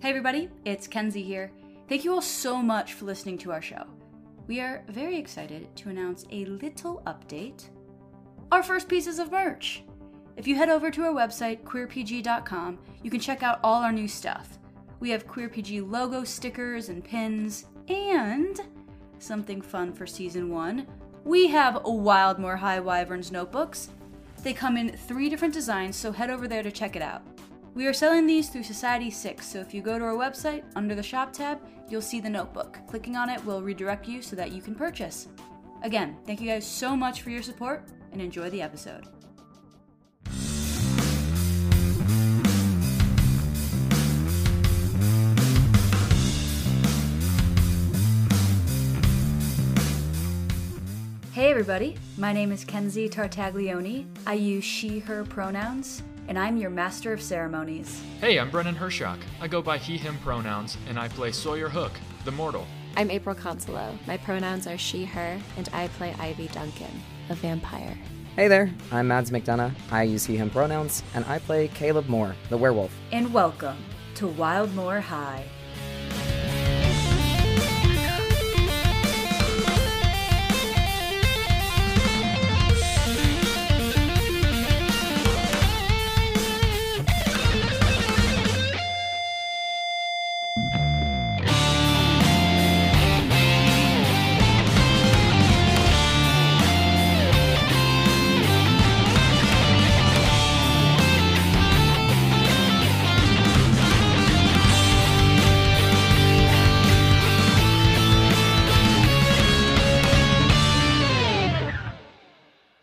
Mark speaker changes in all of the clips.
Speaker 1: Hey everybody, it's Kenzie here. Thank you all so much for listening to our show. We are very excited to announce a little update our first pieces of merch. If you head over to our website, queerpg.com, you can check out all our new stuff. We have QueerPG logo stickers and pins, and something fun for season one. We have Wildmore High Wyverns notebooks. They come in three different designs, so head over there to check it out. We are selling these through Society 6, so if you go to our website, under the shop tab, you'll see the notebook. Clicking on it will redirect you so that you can purchase. Again, thank you guys so much for your support and enjoy the episode. Hey everybody, my name is Kenzie Tartaglioni. I use she, her pronouns, and I'm your master of ceremonies.
Speaker 2: Hey, I'm Brennan Hershock. I go by he, him pronouns, and I play Sawyer Hook, the mortal.
Speaker 3: I'm April Consolo. My pronouns are she, her, and I play Ivy Duncan, a vampire.
Speaker 4: Hey there, I'm Mads McDonough. I use he, him pronouns, and I play Caleb Moore, the werewolf.
Speaker 1: And welcome to Wildmore High.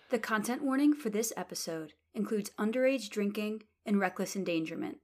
Speaker 1: The content warning for this episode includes underage drinking and reckless endangerment.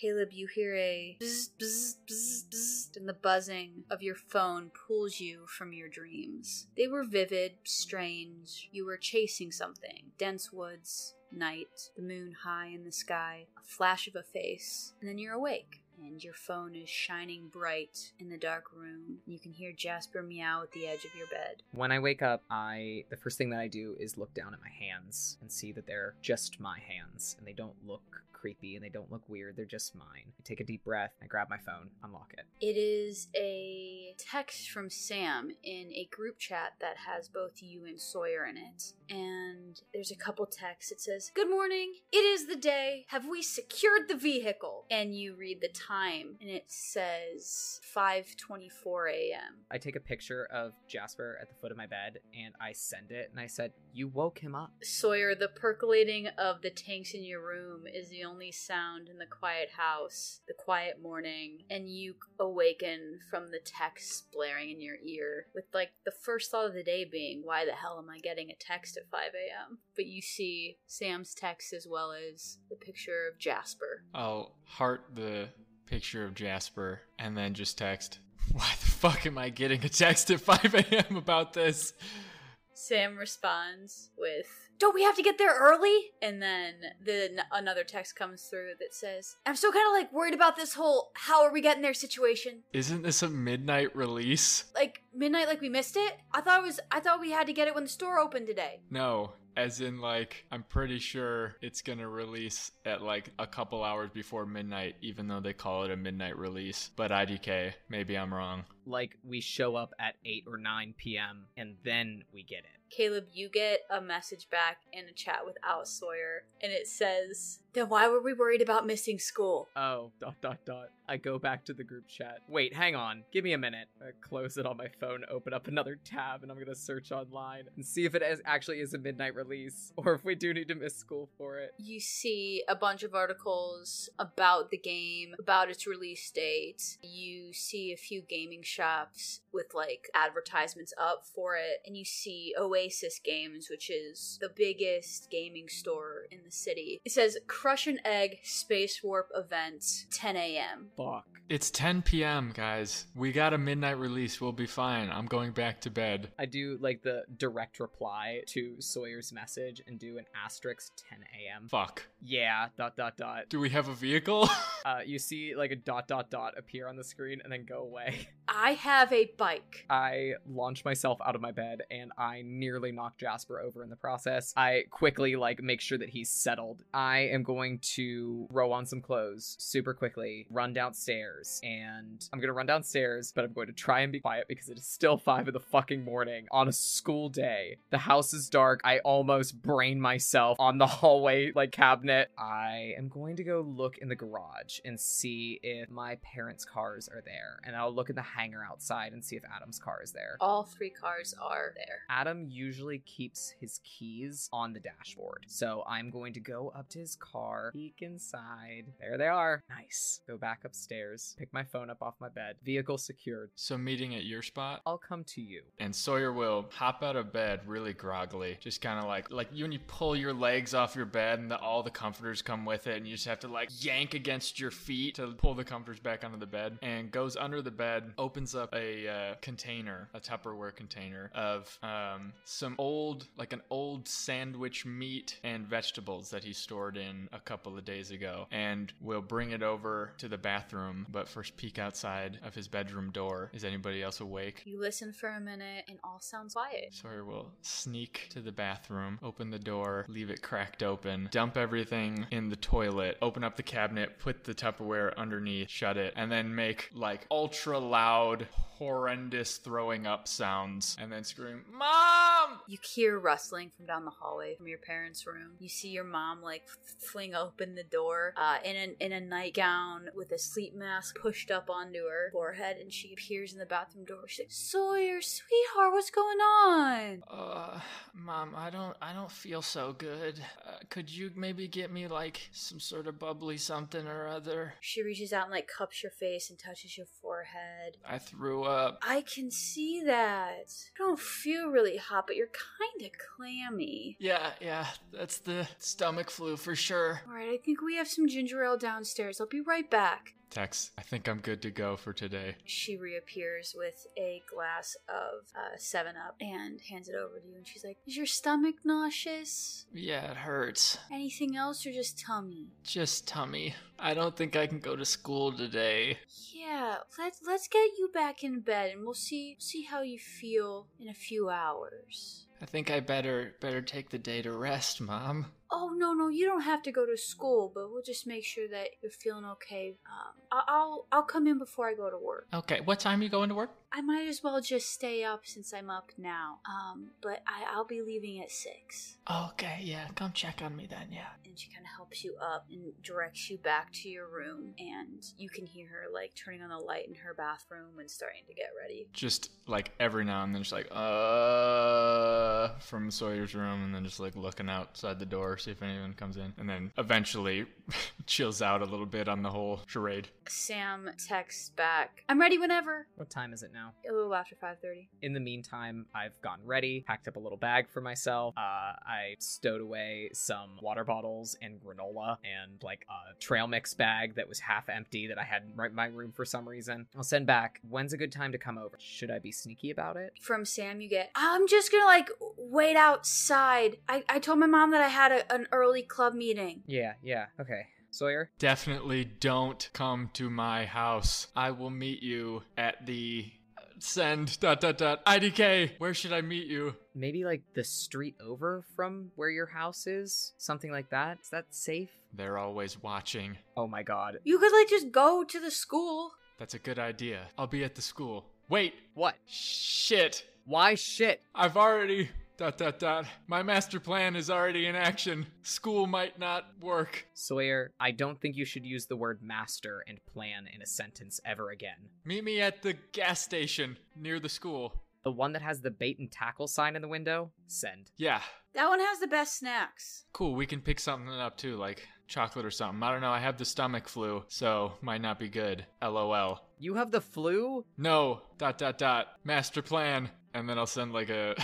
Speaker 1: Caleb, you hear a bzz, bzz, bzz, bzz, and the buzzing of your phone pulls you from your dreams. They were vivid, strange. You were chasing something. Dense woods, night, the moon high in the sky, a flash of a face, and then you're awake. And your phone is shining bright in the dark room. You can hear Jasper meow at the edge of your bed.
Speaker 4: When I wake up, I the first thing that I do is look down at my hands and see that they're just my hands and they don't look creepy and they don't look weird, they're just mine. I take a deep breath, I grab my phone, unlock it.
Speaker 1: It is a text from Sam in a group chat that has both you and Sawyer in it. And there's a couple texts. It says, Good morning. It is the day. Have we secured the vehicle? And you read the time and it says 5:24 a.m.
Speaker 4: I take a picture of Jasper at the foot of my bed and I send it and I said, "You woke him up."
Speaker 1: Sawyer, the percolating of the tanks in your room is the only sound in the quiet house, the quiet morning, and you awaken from the text blaring in your ear, with like the first thought of the day being, why the hell am I getting a text at 5 a.m.? But you see Sam's text as well as the picture of Jasper.
Speaker 2: I'll heart the picture of Jasper and then just text, Why the fuck am I getting a text at 5 a.m. about this?
Speaker 1: Sam responds with, "Don't we have to get there early?" And then the n- another text comes through that says, "I'm still kind of like worried about this whole how are we getting there situation.
Speaker 2: Isn't this a midnight release?
Speaker 1: Like midnight, like we missed it. I thought it was. I thought we had to get it when the store opened today.
Speaker 2: No. As in, like, I'm pretty sure it's gonna release at like a couple hours before midnight, even though they call it a midnight release. But IDK, maybe I'm wrong.
Speaker 4: Like we show up at 8 or 9 p.m. and then we get it.
Speaker 1: Caleb, you get a message back in a chat without Sawyer, and it says, "Then why were we worried about missing school?"
Speaker 4: Oh, dot dot dot. I go back to the group chat. Wait, hang on. Give me a minute. I close it on my phone, open up another tab, and I'm gonna search online and see if it is, actually is a midnight release or if we do need to miss school for it.
Speaker 1: You see a bunch of articles about the game, about its release date. You see a few gaming shops with like advertisements up for it, and you see Oasis Games, which is the biggest gaming store in the city. It says Crush an Egg Space Warp Event, 10 a.m.
Speaker 4: Fuck.
Speaker 2: It's 10 p.m., guys. We got a midnight release. We'll be fine. I'm going back to bed.
Speaker 4: I do like the direct reply to Sawyer's message and do an asterisk 10 a.m.
Speaker 2: Fuck.
Speaker 4: Yeah, dot dot dot.
Speaker 2: Do we have a vehicle?
Speaker 4: Uh, you see like a dot dot dot appear on the screen and then go away.
Speaker 1: I have a bike.
Speaker 4: I launch myself out of my bed and I nearly knock Jasper over in the process. I quickly like make sure that he's settled. I am going to row on some clothes super quickly, run downstairs, and I'm gonna run downstairs, but I'm going to try and be quiet because it is still five in the fucking morning on a school day. The house is dark. I almost brain myself on the hallway like cabinet. I am going to go look in the garage and see if my parents' cars are there, and I'll look in the hangar outside and see if Adam's car is there.
Speaker 1: All three cars are there.
Speaker 4: Adam usually keeps his keys on the dashboard. So I'm going to go up to his car, peek inside. There they are. Nice. Go back upstairs, pick my phone up off my bed. Vehicle secured.
Speaker 2: so meeting at your spot?
Speaker 4: I'll come to you.
Speaker 2: And Sawyer will hop out of bed really groggily, just kind of like like you when you pull your legs off your bed and the, all the comforters come with it, and you just have to like yank against your feet to pull the comforters back onto the bed. And goes under the bed, opens up a uh, container, a Tupperware container of um, some old like an old sandwich meat and vegetables that he stored in a couple of days ago, and will bring it over to the bathroom. But first, peek outside of his bedroom door. Is anybody else awake?
Speaker 1: You listen for a minute and all sounds quiet.
Speaker 2: Sawyer will sneak to the bathroom, open the door, leave it cracked open, dump everything in the toilet, open up the cabinet, put the Tupperware underneath, shut it, and then make like ultra loud, horrendous throwing up sounds, and then scream, Mom!
Speaker 1: You hear rustling from down the hallway from your parents' room. You see your mom like f- fling open the door uh, in an, in a nightgown with a sleep mask pushed up onto her forehead, and she appears in the bathroom door. She's like, "Sawyer, sweetheart, what's going on?"
Speaker 2: Uh, mom, I don't, I don't feel so good. Uh, could you maybe get me like some sort of bubbly something or other?
Speaker 1: She reaches out and like cups your face and touches your forehead.
Speaker 2: I threw up.
Speaker 1: I can see that. I don't feel really hot, but you're kind of clammy.
Speaker 2: Yeah, yeah, that's the stomach flu for sure.
Speaker 1: All right, I think we have some ginger ale downstairs. I'll be right back.
Speaker 2: Tex, I think I'm good to go for today.
Speaker 1: She reappears with a glass of uh, 7 Up and hands it over to you. And she's like, Is your stomach nauseous?
Speaker 2: Yeah, it hurts.
Speaker 1: Anything else or just tummy?
Speaker 2: Just tummy. I don't think I can go to school today.
Speaker 1: Yeah, let's let's get you back in bed and we'll see see how you feel in a few hours.
Speaker 2: I think I better better take the day to rest, mom.
Speaker 1: Oh no no, you don't have to go to school, but we'll just make sure that you're feeling okay. Um, I- I'll I'll come in before I go to work.
Speaker 2: Okay, what time you going to work?
Speaker 1: I might as well just stay up since I'm up now. Um, but I, I'll be leaving at six.
Speaker 2: Okay, yeah, come check on me then, yeah.
Speaker 1: And she kind of helps you up and directs you back to your room, and you can hear her like turning on the light in her bathroom and starting to get ready.
Speaker 2: Just like every now and then, just like uh, from Sawyer's room, and then just like looking outside the door, see if anyone comes in, and then eventually chills out a little bit on the whole charade.
Speaker 1: Sam texts back, "I'm ready whenever."
Speaker 4: What time is it now?
Speaker 1: A little after five thirty.
Speaker 4: In the meantime, I've gotten ready, packed up a little bag for myself. Uh, I stowed away some water bottles and granola and like a trail mix bag that was half empty that I had in my- my room for some reason. I'll send back. When's a good time to come over? Should I be sneaky about it?
Speaker 1: From Sam, you get, "I'm just gonna like wait outside." I I told my mom that I had a, an early club meeting.
Speaker 4: Yeah, yeah. Okay. Sawyer?
Speaker 2: Definitely don't come to my house. I will meet you at the send dot dot dot IDK. Where should I meet you?
Speaker 4: Maybe like the street over from where your house is? Something like that? Is that safe?
Speaker 2: They're always watching.
Speaker 4: Oh my god.
Speaker 1: You could like just go to the school.
Speaker 2: That's a good idea. I'll be at the school. Wait!
Speaker 4: What?
Speaker 2: Shit!
Speaker 4: Why shit?
Speaker 2: I've already. Dot dot dot. My master plan is already in action. School might not work.
Speaker 4: Sawyer, I don't think you should use the word master and plan in a sentence ever again.
Speaker 2: Meet me at the gas station near the school.
Speaker 4: The one that has the bait and tackle sign in the window? Send.
Speaker 2: Yeah.
Speaker 1: That one has the best snacks.
Speaker 2: Cool, we can pick something up too, like chocolate or something. I don't know, I have the stomach flu, so might not be good. LOL.
Speaker 4: You have the flu?
Speaker 2: No, dot dot dot. Master plan. And then I'll send like a.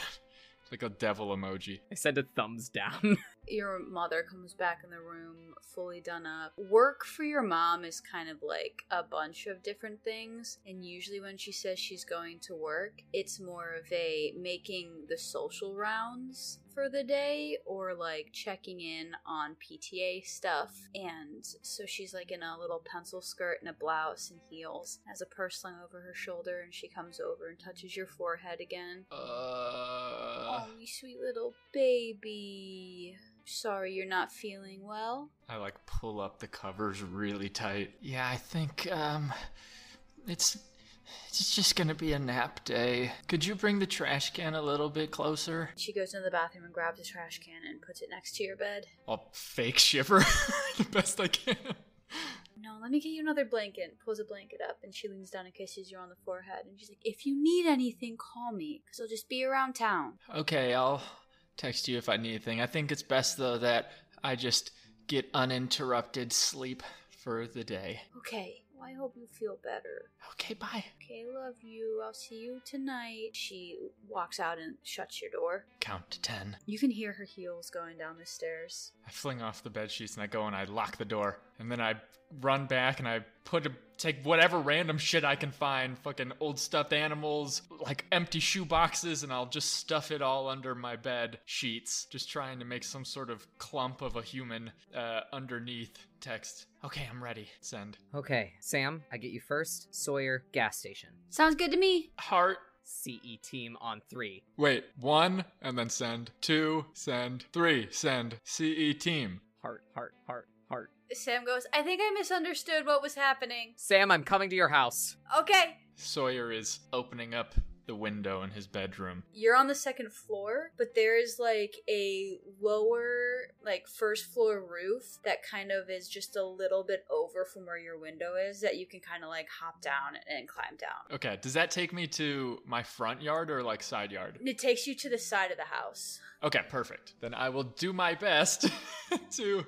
Speaker 2: like a devil emoji.
Speaker 4: I send a thumbs down.
Speaker 1: your mother comes back in the room fully done up. Work for your mom is kind of like a bunch of different things, and usually when she says she's going to work, it's more of a making the social rounds for for the day or like checking in on PTA stuff. And so she's like in a little pencil skirt and a blouse and heels, has a purse slung over her shoulder, and she comes over and touches your forehead again.
Speaker 5: Uh,
Speaker 1: oh, you sweet little baby. Sorry you're not feeling well.
Speaker 5: I like pull up the covers really tight. Yeah, I think um, it's it's just gonna be a nap day. Could you bring the trash can a little bit closer?
Speaker 1: She goes into the bathroom and grabs a trash can and puts it next to your bed.
Speaker 5: I'll fake shiver the best I can.
Speaker 1: No, let me get you another blanket. and Pulls a blanket up and she leans down and kisses you on the forehead. And she's like, If you need anything, call me, because I'll just be around town.
Speaker 5: Okay, I'll text you if I need anything. I think it's best though that I just get uninterrupted sleep for the day.
Speaker 1: Okay, well, I hope you feel better.
Speaker 5: Okay, bye.
Speaker 1: Okay, I love you. I'll see you tonight. She walks out and shuts your door.
Speaker 5: Count to ten.
Speaker 1: You can hear her heels going down the stairs.
Speaker 5: I fling off the bed sheets and I go and I lock the door. And then I run back and I put a, take whatever random shit I can find, fucking old stuffed animals, like empty shoe boxes, and I'll just stuff it all under my bed sheets, just trying to make some sort of clump of a human uh, underneath text. Okay, I'm ready. Send.
Speaker 6: Okay, Sam, I get you first. Sawyer, gas station.
Speaker 1: Sounds good to me.
Speaker 5: Heart.
Speaker 4: E
Speaker 6: CE team on three.
Speaker 5: Wait, one and then send. Two, send. Three, send. CE team.
Speaker 6: Heart, heart, heart, heart.
Speaker 1: Sam goes, I think I misunderstood what was happening.
Speaker 6: Sam, I'm coming to your house.
Speaker 1: Okay.
Speaker 5: Sawyer is opening up the window in his bedroom.
Speaker 1: You're on the second floor, but there is like a lower, like first floor roof that kind of is just a little bit over from where your window is that you can kind of like hop down and climb down.
Speaker 5: Okay, does that take me to my front yard or like side yard?
Speaker 1: And it takes you to the side of the house.
Speaker 5: Okay, perfect. Then I will do my best to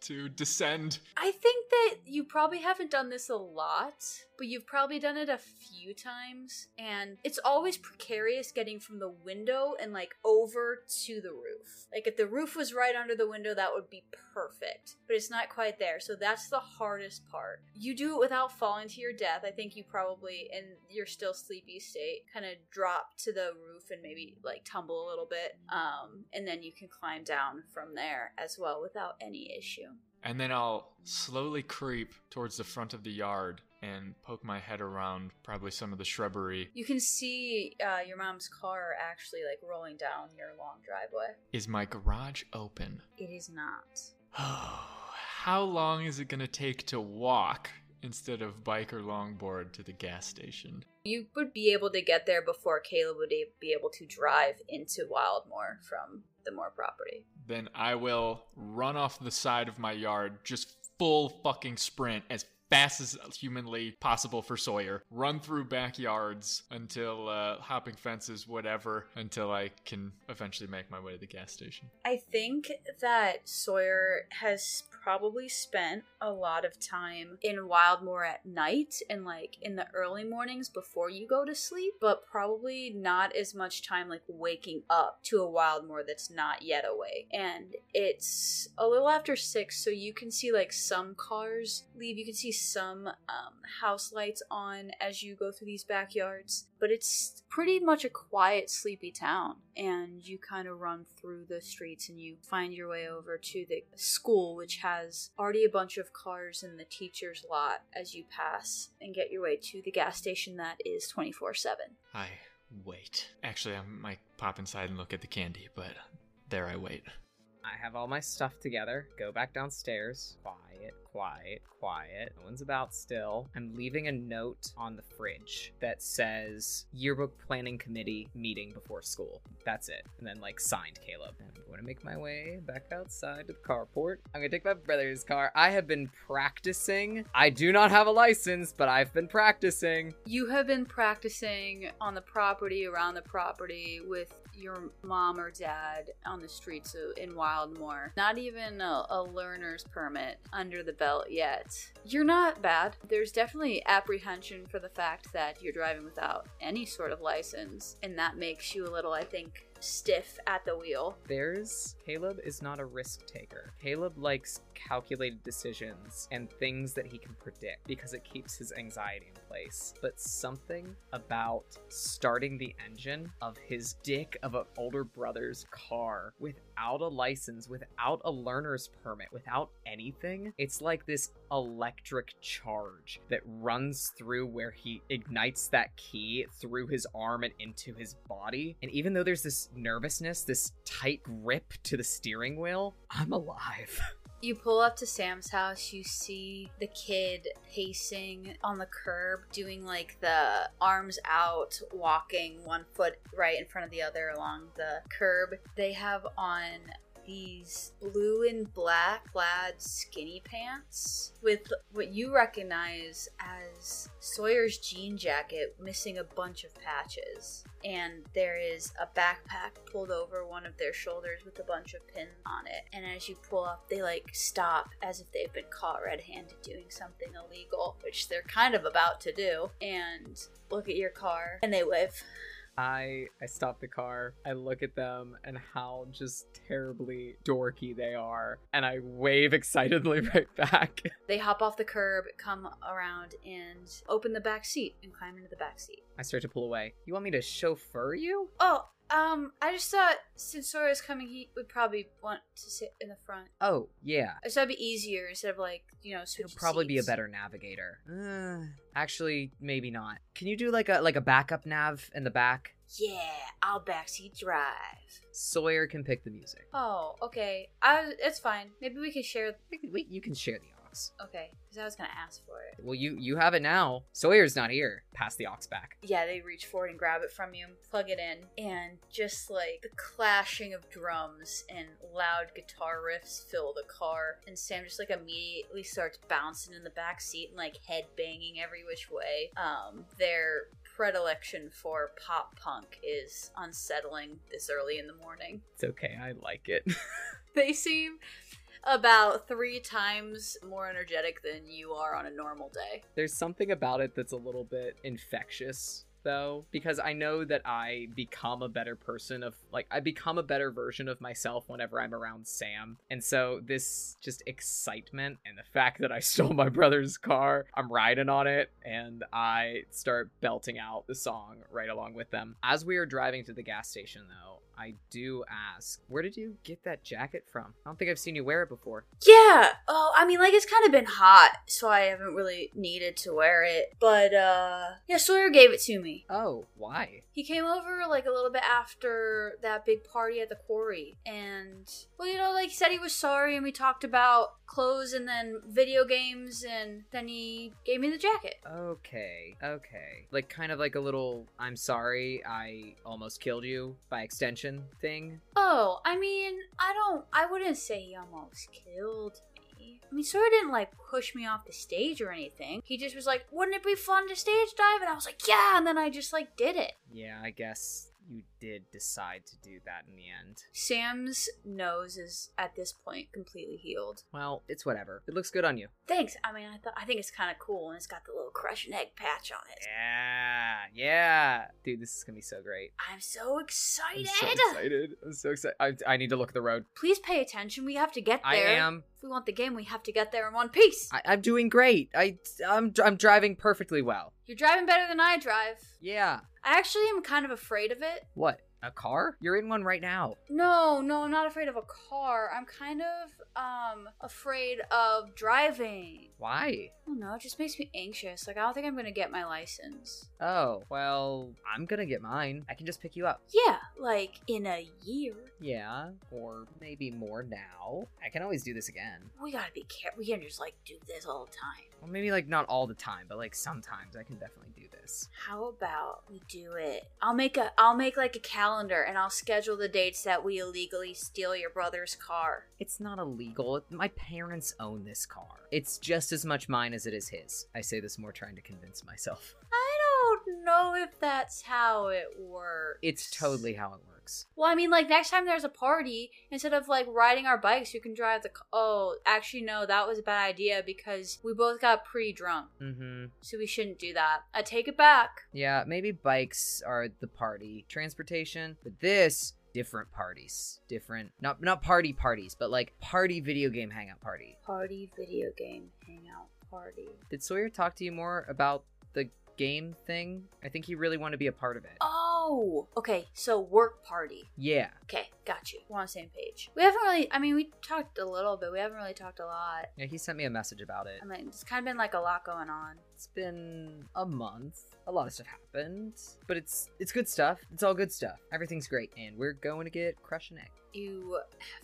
Speaker 5: to descend.
Speaker 1: I think that you probably haven't done this a lot, but you've probably done it a few times. And it's always precarious getting from the window and like over to the roof. Like if the roof was right under the window, that would be perfect, but it's not quite there. So that's the hardest part. You do it without falling to your death. I think you probably, in your still sleepy state, kind of drop to the roof and maybe like tumble a little bit. Um, and then you can climb down from there as well without any issue.
Speaker 5: And then I'll slowly creep towards the front of the yard and poke my head around probably some of the shrubbery.
Speaker 1: You can see uh, your mom's car actually like rolling down your long driveway.
Speaker 5: Is my garage open?
Speaker 1: It is not.
Speaker 5: How long is it going to take to walk instead of bike or longboard to the gas station?
Speaker 1: You would be able to get there before Caleb would a- be able to drive into Wildmore from the Moore property.
Speaker 5: Then I will run off the side of my yard, just full fucking sprint as fast as humanly possible for Sawyer. Run through backyards until uh, hopping fences, whatever, until I can eventually make my way to the gas station.
Speaker 1: I think that Sawyer has probably spent a lot of time in Wildmore at night and like in the early mornings before you go to sleep, but probably not as much time like waking up to a Wildmore that's not yet awake. And it's a little after six, so you can see like some cars leave. You can see some um, house lights on as you go through these backyards, but it's pretty much a quiet, sleepy town. And you kind of run through the streets and you find your way over to the school, which has already a bunch of cars in the teacher's lot as you pass and get your way to the gas station that is 24 7.
Speaker 5: I wait. Actually, I might pop inside and look at the candy, but there I wait.
Speaker 6: I have all my stuff together. Go back downstairs. Quiet, quiet, quiet. No one's about still. I'm leaving a note on the fridge that says yearbook planning committee meeting before school. That's it. And then like signed Caleb. And I'm going to make my way back outside to the carport. I'm going to take my brother's car. I have been practicing. I do not have a license, but I've been practicing.
Speaker 1: You have been practicing on the property, around the property, with your mom or dad on the streets of, in Wildmore. Not even a, a learner's permit under the belt yet. You're not bad. There's definitely apprehension for the fact that you're driving without any sort of license, and that makes you a little, I think, stiff at the wheel.
Speaker 6: There's Caleb is not a risk taker. Caleb likes calculated decisions and things that he can predict because it keeps his anxiety in
Speaker 4: place, but something about starting the engine of his dick of an older brother's car without a license, without a learner's permit, without anything. It's like this electric charge that runs through where he ignites that key through his arm and into his body. And even though there's this nervousness, this tight grip to the steering wheel, I'm alive.
Speaker 1: You pull up to Sam's house, you see the kid pacing on the curb, doing like the arms out, walking one foot right in front of the other along the curb. They have on these blue and black plaid skinny pants with what you recognize as Sawyer's jean jacket missing a bunch of patches. And there is a backpack pulled over one of their shoulders with a bunch of pins on it. And as you pull up, they like stop as if they've been caught red handed doing something illegal, which they're kind of about to do, and look at your car and they wave.
Speaker 4: I I stop the car. I look at them and how just terribly dorky they are, and I wave excitedly right back.
Speaker 1: They hop off the curb, come around, and open the back seat and climb into the back seat.
Speaker 4: I start to pull away. You want me to chauffeur you?
Speaker 1: Oh, um, I just thought since Sora's coming, he would probably want to sit in the front.
Speaker 4: Oh yeah,
Speaker 1: I So that'd be easier instead of like you know
Speaker 4: he'll
Speaker 1: switching.
Speaker 4: probably be a
Speaker 1: seats.
Speaker 4: better navigator. Uh, actually, maybe not. Can you do like a like a backup nav in the back?
Speaker 1: Yeah, I'll backseat drive.
Speaker 4: Sawyer can pick the music.
Speaker 1: Oh, okay. I it's fine. Maybe we can share.
Speaker 4: We, we, you can share the ox.
Speaker 1: Okay, because I was gonna ask for it.
Speaker 4: Well, you you have it now. Sawyer's not here. Pass the ox back.
Speaker 1: Yeah, they reach forward and grab it from you, plug it in, and just like the clashing of drums and loud guitar riffs fill the car, and Sam just like immediately starts bouncing in the back seat and like head banging every which way. Um, their predilection for pop punk is unsettling this early in the morning.
Speaker 4: It's okay. I like it.
Speaker 1: They seem about three times more energetic than you are on a normal day.
Speaker 4: There's something about it that's a little bit infectious though because I know that I become a better person of like I become a better version of myself whenever I'm around Sam. And so this just excitement and the fact that I stole my brother's car, I'm riding on it and I start belting out the song right along with them. As we are driving to the gas station though, I do ask, where did you get that jacket from? I don't think I've seen you wear it before.
Speaker 1: Yeah. Oh, I mean, like it's kind of been hot, so I haven't really needed to wear it. But uh, yeah, Sawyer gave it to me.
Speaker 4: Oh, why?
Speaker 1: He came over like a little bit after that big party at the quarry, and well, you know, like he said he was sorry, and we talked about clothes and then video games, and then he gave me the jacket.
Speaker 4: Okay, okay. Like kind of like a little I'm sorry I almost killed you by extension thing.
Speaker 1: Oh, I mean, I don't. I wouldn't say he almost killed me. I mean, Sora didn't like push me off the stage or anything. He just was like, "Wouldn't it be fun to stage dive?" And I was like, "Yeah." And then I just like did it.
Speaker 4: Yeah, I guess you did decide to do that in the end.
Speaker 1: Sam's nose is at this point completely healed.
Speaker 4: Well, it's whatever. It looks good on you.
Speaker 1: Thanks. I mean, I thought I think it's kind of cool, and it's got the little crush and egg patch on it.
Speaker 4: Yeah, yeah. Dude, this is gonna be so great.
Speaker 1: I'm so excited.
Speaker 4: I'm so excited. I'm so excited. I, I need to look at the road.
Speaker 1: Please pay attention. We have to get there.
Speaker 4: I am.
Speaker 1: If we want the game, we have to get there in one piece.
Speaker 4: I, I'm doing great. I I'm I'm driving perfectly well.
Speaker 1: You're driving better than I drive.
Speaker 4: Yeah.
Speaker 1: I actually am kind of afraid of it.
Speaker 4: What? A car? You're in one right now.
Speaker 1: No, no, I'm not afraid of a car. I'm kind of um afraid of driving.
Speaker 4: Why?
Speaker 1: I don't know, it just makes me anxious. Like I don't think I'm gonna get my license.
Speaker 4: Oh, well, I'm gonna get mine. I can just pick you up.
Speaker 1: Yeah, like in a year.
Speaker 4: Yeah, or maybe more now. I can always do this again.
Speaker 1: We gotta be careful. We can't just like do this all the time.
Speaker 4: Well, maybe like not all the time, but like sometimes I can definitely do this.
Speaker 1: How about we do it? I'll make a I'll make like a calendar and I'll schedule the dates that we illegally steal your brother's car.
Speaker 4: It's not illegal. My parents own this car. It's just as much mine as it is his. I say this more trying to convince myself.
Speaker 1: I don't know if that's how it works.
Speaker 4: It's totally how it works.
Speaker 1: Well, I mean, like next time there's a party, instead of like riding our bikes, you can drive the. c oh, actually, no, that was a bad idea because we both got pretty drunk,
Speaker 4: Mm hmm.
Speaker 1: so we shouldn't do that. I take it back.
Speaker 4: Yeah, maybe bikes are the party transportation, but this different parties, different not not party parties, but like party video game hangout party.
Speaker 1: Party video game hangout party.
Speaker 4: Did Sawyer talk to you more about the game thing. I think he really wanted to be a part of it.
Speaker 1: Oh, okay. So work party.
Speaker 4: Yeah.
Speaker 1: Okay, got you. We're on the same page. We haven't really. I mean, we talked a little bit. We haven't really talked a lot.
Speaker 4: Yeah, he sent me a message about it.
Speaker 1: I mean, it's kind of been like a lot going on.
Speaker 4: It's been a month. A lot of stuff happened, but it's it's good stuff. It's all good stuff. Everything's great, and we're going to get crushing it.
Speaker 1: You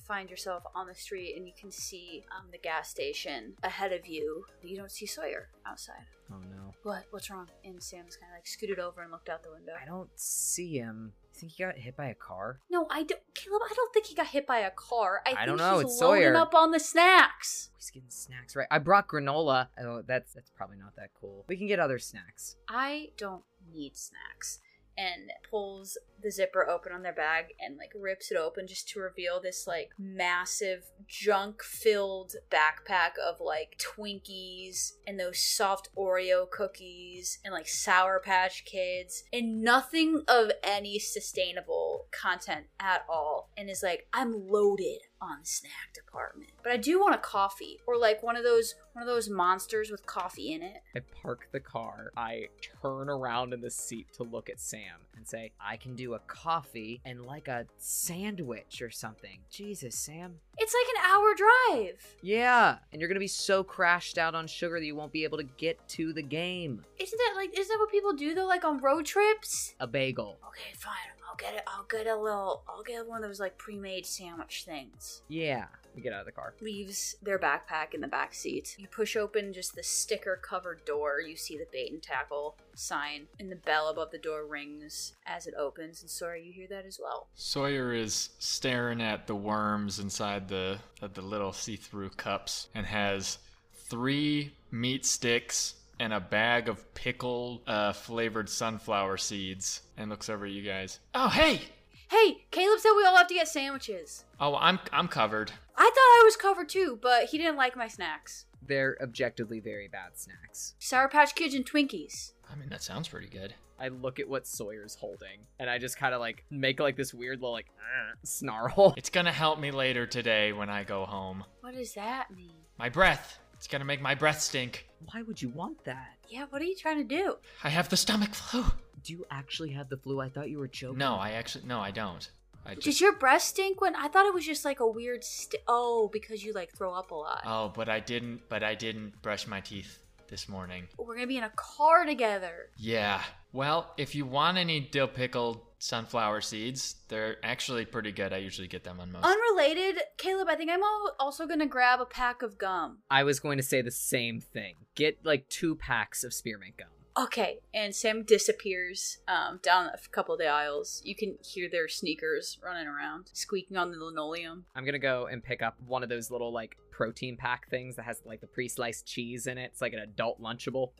Speaker 1: find yourself on the street and you can see um, the gas station ahead of you. You don't see Sawyer outside.
Speaker 4: Oh no.
Speaker 1: What? What's wrong? And Sam's kind of like scooted over and looked out the window.
Speaker 4: I don't see him. I think he got hit by a car.
Speaker 1: No, I don't. Caleb, I don't think he got hit by a car. I,
Speaker 4: I
Speaker 1: think
Speaker 4: don't know,
Speaker 1: She's
Speaker 4: it's
Speaker 1: loading
Speaker 4: Sawyer.
Speaker 1: up on the snacks.
Speaker 4: He's getting snacks, right? I brought granola. Oh, that's that's probably not that cool. We can get other snacks.
Speaker 1: I don't need snacks. And pulls the zipper open on their bag and like rips it open just to reveal this like massive junk filled backpack of like Twinkies and those soft Oreo cookies and like Sour Patch Kids and nothing of any sustainable content at all. And is like, I'm loaded on the snack department. But I do want a coffee or like one of those one of those monsters with coffee in it.
Speaker 4: I park the car. I turn around in the seat to look at Sam and say, I can do a coffee and like a sandwich or something. Jesus, Sam.
Speaker 1: It's like an hour drive.
Speaker 4: Yeah. And you're going to be so crashed out on sugar that you won't be able to get to the game.
Speaker 1: Isn't that like isn't that what people do though, like on road trips?
Speaker 4: A bagel.
Speaker 1: Okay, fine. I'll get it. I'll get a little. I'll get one of those like pre-made sandwich things.
Speaker 4: Yeah. We get out of the car.
Speaker 1: Leaves their backpack in the back seat. You push open just the sticker-covered door. You see the bait and tackle sign, and the bell above the door rings as it opens. And sorry, you hear that as well.
Speaker 5: Sawyer is staring at the worms inside the of the little see-through cups and has three meat sticks and a bag of pickled uh, flavored sunflower seeds and looks over at you guys. Oh hey!
Speaker 1: Hey, Caleb said we all have to get sandwiches.
Speaker 5: Oh I'm I'm covered.
Speaker 1: I thought I was covered too, but he didn't like my snacks.
Speaker 4: They're objectively very bad snacks.
Speaker 1: Sour Patch Kids and Twinkies.
Speaker 5: I mean that sounds pretty good.
Speaker 4: I look at what Sawyer's holding and I just kind of like make like this weird little like snarl.
Speaker 5: It's gonna help me later today when I go home.
Speaker 1: What does that mean?
Speaker 5: My breath. It's gonna make my breath stink.
Speaker 4: Why would you want that?
Speaker 1: Yeah, what are you trying to do?
Speaker 5: I have the stomach flu.
Speaker 4: Do you actually have the flu? I thought you were joking.
Speaker 5: No, I actually no, I don't. I
Speaker 1: Does
Speaker 5: just
Speaker 1: your breath stink when I thought it was just like a weird st- oh because you like throw up a lot.
Speaker 5: Oh, but I didn't but I didn't brush my teeth this morning.
Speaker 1: We're gonna be in a car together.
Speaker 5: Yeah. Well, if you want any dill pickled sunflower seeds, they're actually pretty good. I usually get them on most.
Speaker 1: Unrelated, Caleb. I think I'm al- also gonna grab a pack of gum.
Speaker 4: I was going to say the same thing. Get like two packs of spearmint gum.
Speaker 1: Okay, and Sam disappears um, down a couple of the aisles. You can hear their sneakers running around, squeaking on the linoleum.
Speaker 4: I'm gonna go and pick up one of those little like protein pack things that has like the pre-sliced cheese in it. It's like an adult lunchable.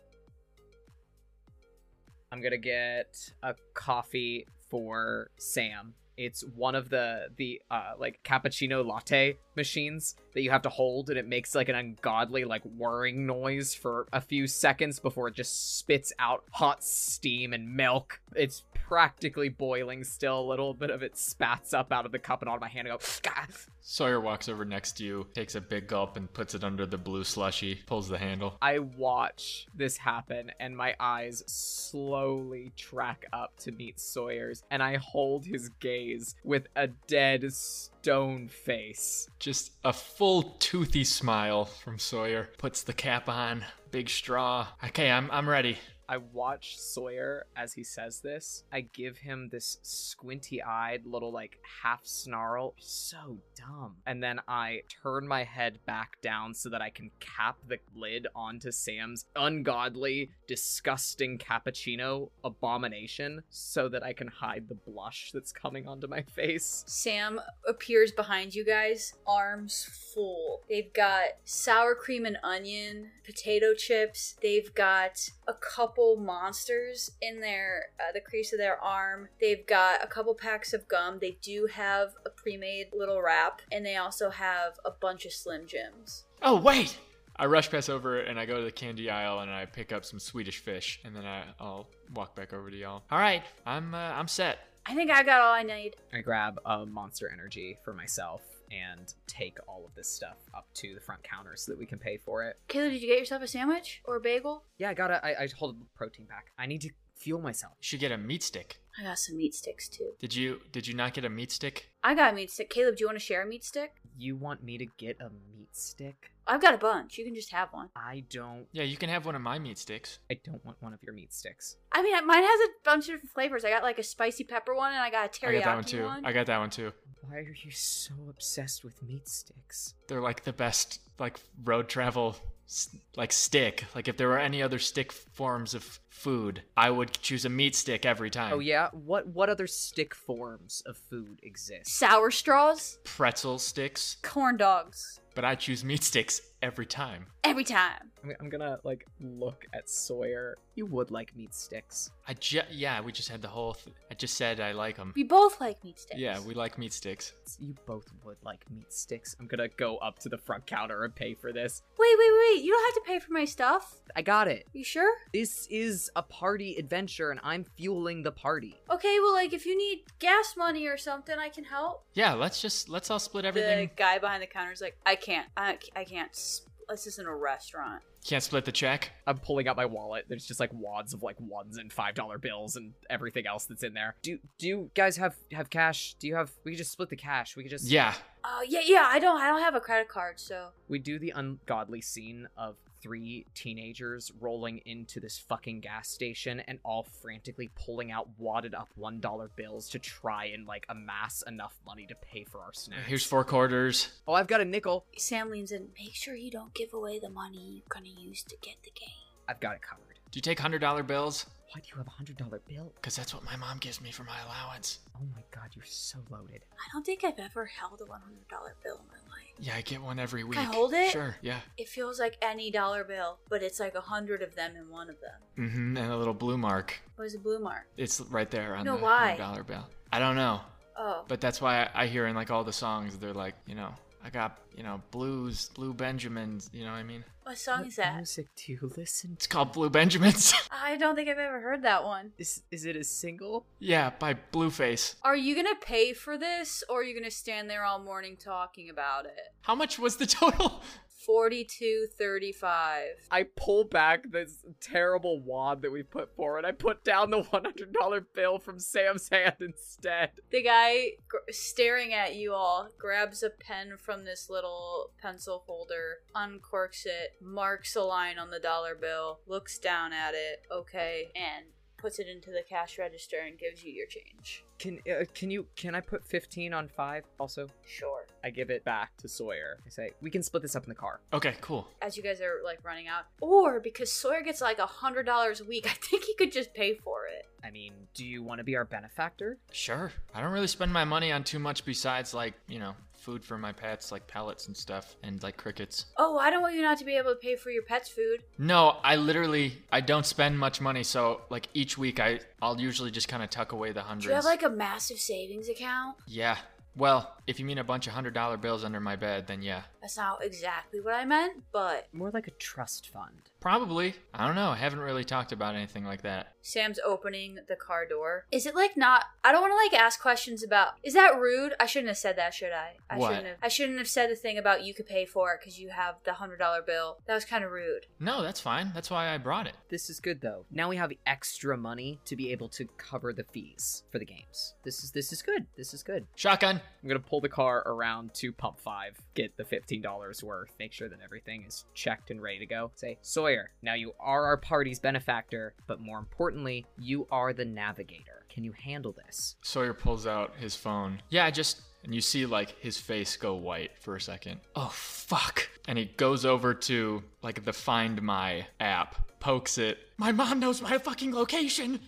Speaker 4: I'm gonna get a coffee for Sam. It's one of the the uh, like cappuccino latte machines that you have to hold, and it makes like an ungodly like whirring noise for a few seconds before it just spits out hot steam and milk. It's practically boiling still. A little bit of it spats up out of the cup and onto my hand. and go. "Gah."
Speaker 5: Sawyer walks over next to you, takes a big gulp, and puts it under the blue slushy, pulls the handle.
Speaker 4: I watch this happen and my eyes slowly track up to meet Sawyer's and I hold his gaze with a dead stone face.
Speaker 5: Just a full toothy smile from Sawyer. Puts the cap on, big straw. Okay, I'm, I'm ready.
Speaker 4: I watch Sawyer as he says this. I give him this squinty eyed little, like, half snarl. So dumb. And then I turn my head back down so that I can cap the lid onto Sam's ungodly, disgusting cappuccino abomination so that I can hide the blush that's coming onto my face.
Speaker 1: Sam appears behind you guys, arms full. They've got sour cream and onion, potato chips. They've got a couple monsters in their uh, the crease of their arm. They've got a couple packs of gum. They do have a pre-made little wrap, and they also have a bunch of Slim Jims.
Speaker 5: Oh, wait! I rush past over and I go to the candy aisle and I pick up some Swedish fish and then I, I'll walk back over to y'all. All right, I'm uh, I'm set.
Speaker 1: I think I got all I need.
Speaker 4: I grab a monster energy for myself and take all of this stuff up to the front counter so that we can pay for it.
Speaker 1: Kayla, did you get yourself a sandwich or a bagel?
Speaker 4: Yeah, I gotta. I, I hold the protein back. I need to fuel myself.
Speaker 5: Should get a meat stick.
Speaker 1: I got some meat sticks too.
Speaker 5: Did you did you not get a meat stick?
Speaker 1: I got a meat stick. Caleb, do you want to share a meat stick?
Speaker 4: You want me to get a meat stick?
Speaker 1: I've got a bunch. You can just have one.
Speaker 4: I don't.
Speaker 5: Yeah, you can have one of my meat sticks.
Speaker 4: I don't want one of your meat sticks.
Speaker 1: I mean, mine has a bunch of different flavors. I got like a spicy pepper one, and I got a
Speaker 5: I
Speaker 1: teriyaki
Speaker 5: got that one too.
Speaker 1: one.
Speaker 5: I got that one too.
Speaker 4: Why are you so obsessed with meat sticks?
Speaker 5: They're like the best like road travel s- like stick. Like if there were any other stick forms of food, I would choose a meat stick every time.
Speaker 4: Oh yeah, what what other stick forms of food exist?
Speaker 1: Sour straws,
Speaker 5: Pretzel sticks,
Speaker 1: corn dogs,
Speaker 5: but I choose meat sticks every time.
Speaker 1: every time.
Speaker 4: I'm, I'm gonna like look at Sawyer. You would like meat sticks.
Speaker 5: I ju- yeah, we just had the whole th- I just said I like them.
Speaker 1: We both like meat sticks.
Speaker 5: Yeah, we like meat sticks.
Speaker 4: You both would like meat sticks. I'm gonna go up to the front counter and pay for this.
Speaker 1: Wait, wait, wait! You don't have to pay for my stuff.
Speaker 4: I got it.
Speaker 1: You sure?
Speaker 4: This is a party adventure, and I'm fueling the party.
Speaker 1: Okay, well, like if you need gas money or something, I can help.
Speaker 5: Yeah, let's just let's all split everything.
Speaker 1: The guy behind the counter is like, I can't. I, I can't. s- This isn't a restaurant.
Speaker 5: Can't split the check.
Speaker 4: I'm pulling out my wallet. There's just like wads of like ones and five dollar bills and everything else that's in there. Do do you guys have have cash? Do you have? We could just split the cash. We could just
Speaker 5: Yeah.
Speaker 1: Oh yeah, yeah. I don't. I don't have a credit card, so
Speaker 4: We do the ungodly scene of three teenagers rolling into this fucking gas station and all frantically pulling out wadded up one dollar bills to try and like amass enough money to pay for our snacks.
Speaker 5: Here's four quarters.
Speaker 4: Oh, I've got a nickel.
Speaker 1: Sam leans in. Make sure you don't give away the money you're gonna use to get the game.
Speaker 4: I've got it covered.
Speaker 5: Do you take hundred dollar bills?
Speaker 4: Why do you have a hundred dollar bill?
Speaker 5: Cause that's what my mom gives me for my allowance.
Speaker 4: Oh my god, you're so loaded.
Speaker 1: I don't think I've ever held a one hundred dollar bill in my life.
Speaker 5: Yeah, I get one every week.
Speaker 1: Can I hold it?
Speaker 5: Sure. Yeah.
Speaker 1: It feels like any dollar bill, but it's like a hundred of them in one of them.
Speaker 5: Mm-hmm. And a little blue mark.
Speaker 1: What is a blue mark?
Speaker 5: It's right there on
Speaker 1: No,
Speaker 5: the
Speaker 1: why?
Speaker 5: dollar bill. I don't know,
Speaker 1: Oh,
Speaker 5: but that's why I, I hear in like all the songs they're like, you know, I got you know blues, blue Benjamins. You know what I mean?
Speaker 1: what song
Speaker 4: What
Speaker 1: is that?
Speaker 4: music do you listen
Speaker 5: It's
Speaker 4: to?
Speaker 5: called Blue Benjamins.
Speaker 1: I don't think I've ever heard that one.
Speaker 4: Is is it a single?
Speaker 5: yeah, by Blueface.
Speaker 1: Are you gonna pay for this, or are you gonna stand there all morning talking about it?
Speaker 5: How much was the total?
Speaker 1: Forty-two thirty-five.
Speaker 4: I pull back this terrible wad that we put forward. I put down the one hundred dollar bill from Sam's hand instead.
Speaker 1: The guy gr- staring at you all grabs a pen from this little pencil holder, uncorks it, marks a line on the dollar bill, looks down at it, okay, and puts it into the cash register and gives you your change.
Speaker 4: Can uh, can you can I put 15 on 5 also?
Speaker 1: Sure.
Speaker 4: I give it back to Sawyer. I say, "We can split this up in the car."
Speaker 5: Okay, cool.
Speaker 1: As you guys are like running out, or because Sawyer gets like a hundred dollars a week, I think he could just pay for it.
Speaker 4: I mean, do you want to be our benefactor?
Speaker 5: Sure. I don't really spend my money on too much besides like you know food for my pets, like pellets and stuff, and like crickets.
Speaker 1: Oh, I don't want you not to be able to pay for your pet's food.
Speaker 5: No, I literally I don't spend much money, so like each week I I'll usually just kind of tuck away the hundreds.
Speaker 1: Do you have like a massive savings account?
Speaker 5: yeah. Well, if you mean a bunch of hundred dollar bills under my bed, then yeah,
Speaker 1: That's not exactly what I meant, but
Speaker 4: More like a trust fund.
Speaker 5: probably. I don't know. I haven't really talked about anything like that.
Speaker 1: Sam's opening the car door. Is it like not? I don't want to like ask questions about. Is that rude? I shouldn't have said that, should I? I
Speaker 5: What?
Speaker 1: shouldn't have. I shouldn't have said the thing about you could pay for it because you have the hundred dollar bill. That was kind of rude.
Speaker 5: No, that's fine. That's why I brought it.
Speaker 4: This is good though. Now we have extra money to be able to cover the fees for the games. This is this is good. This is good.
Speaker 5: Shotgun.
Speaker 4: I'm going to pull the car around to pump 5, get the $15 worth, make sure that everything is checked and ready to go. Say, "Sawyer, now you are our party's benefactor, but more importantly, you are the navigator. Can you handle this?"
Speaker 5: Sawyer pulls out his phone. Yeah, I just and you see like his face go white for a second. Oh fuck. And he goes over to like the Find My app, pokes it. My mom knows my fucking location.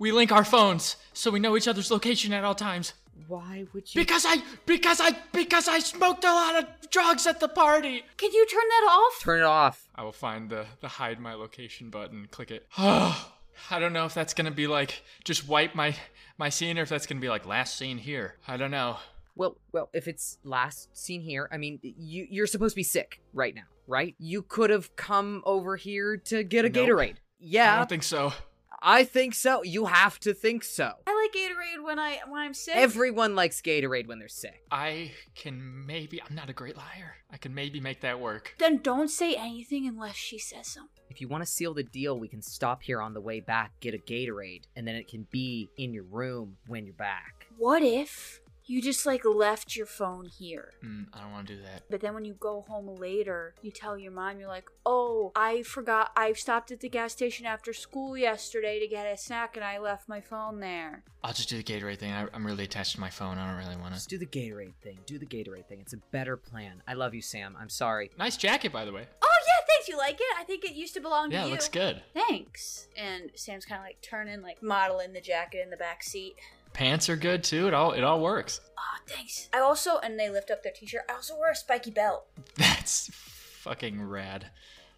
Speaker 5: We link our phones so we know each other's location at all times.
Speaker 4: Why would you
Speaker 5: Because I because I because I smoked a lot of drugs at the party.
Speaker 1: Can you turn that off?
Speaker 4: turn it off?
Speaker 5: I will find the the hide my location button, click it. I don't know if that's going to be like just wipe my my scene or if that's going to be like last scene here. I don't know.
Speaker 4: Well, well, if it's last seen here, I mean, you you're supposed to be sick right now, right? You could have come over here to get a
Speaker 5: Nope.
Speaker 4: Gatorade.
Speaker 5: I
Speaker 4: Yeah,
Speaker 5: don't think so.
Speaker 4: I,
Speaker 6: I think so. You have to think so.
Speaker 1: I like Gatorade when I when I'm sick.
Speaker 6: Everyone likes Gatorade when they're sick.
Speaker 5: I can maybe. I'm not a great liar. I can maybe make that work.
Speaker 1: then don't say anything unless she says something.
Speaker 4: If you want to seal the deal, we can stop here on the way back, get a Gatorade, and then it can be in your room when you're back.
Speaker 1: What if you just like left your phone here?
Speaker 5: Mm, I don't want to do that.
Speaker 1: But then when you go home later, you tell your mom, you're like, oh, I forgot. I stopped at the gas station after school yesterday to get a snack and I left my phone there.
Speaker 5: I'll just do the Gatorade thing. I, I'm really attached to my phone. I don't really want
Speaker 4: Just do
Speaker 5: to.
Speaker 4: the Gatorade thing. Do the Gatorade thing. It's a better plan. I love you, Sam. I'm sorry.
Speaker 5: Nice jacket, by the way.
Speaker 1: Oh, yeah, thanks. You like it? I think it used to belong
Speaker 5: yeah,
Speaker 1: to
Speaker 5: it
Speaker 1: you.
Speaker 5: looks good.
Speaker 1: Thanks. And Sam's kind of like turning, like modeling the jacket in the back seat.
Speaker 5: Pants are good too. It all it all works.
Speaker 1: Oh, thanks. I also, and they lift up their t shirt, I also wear a spiky belt.
Speaker 5: That's fucking rad.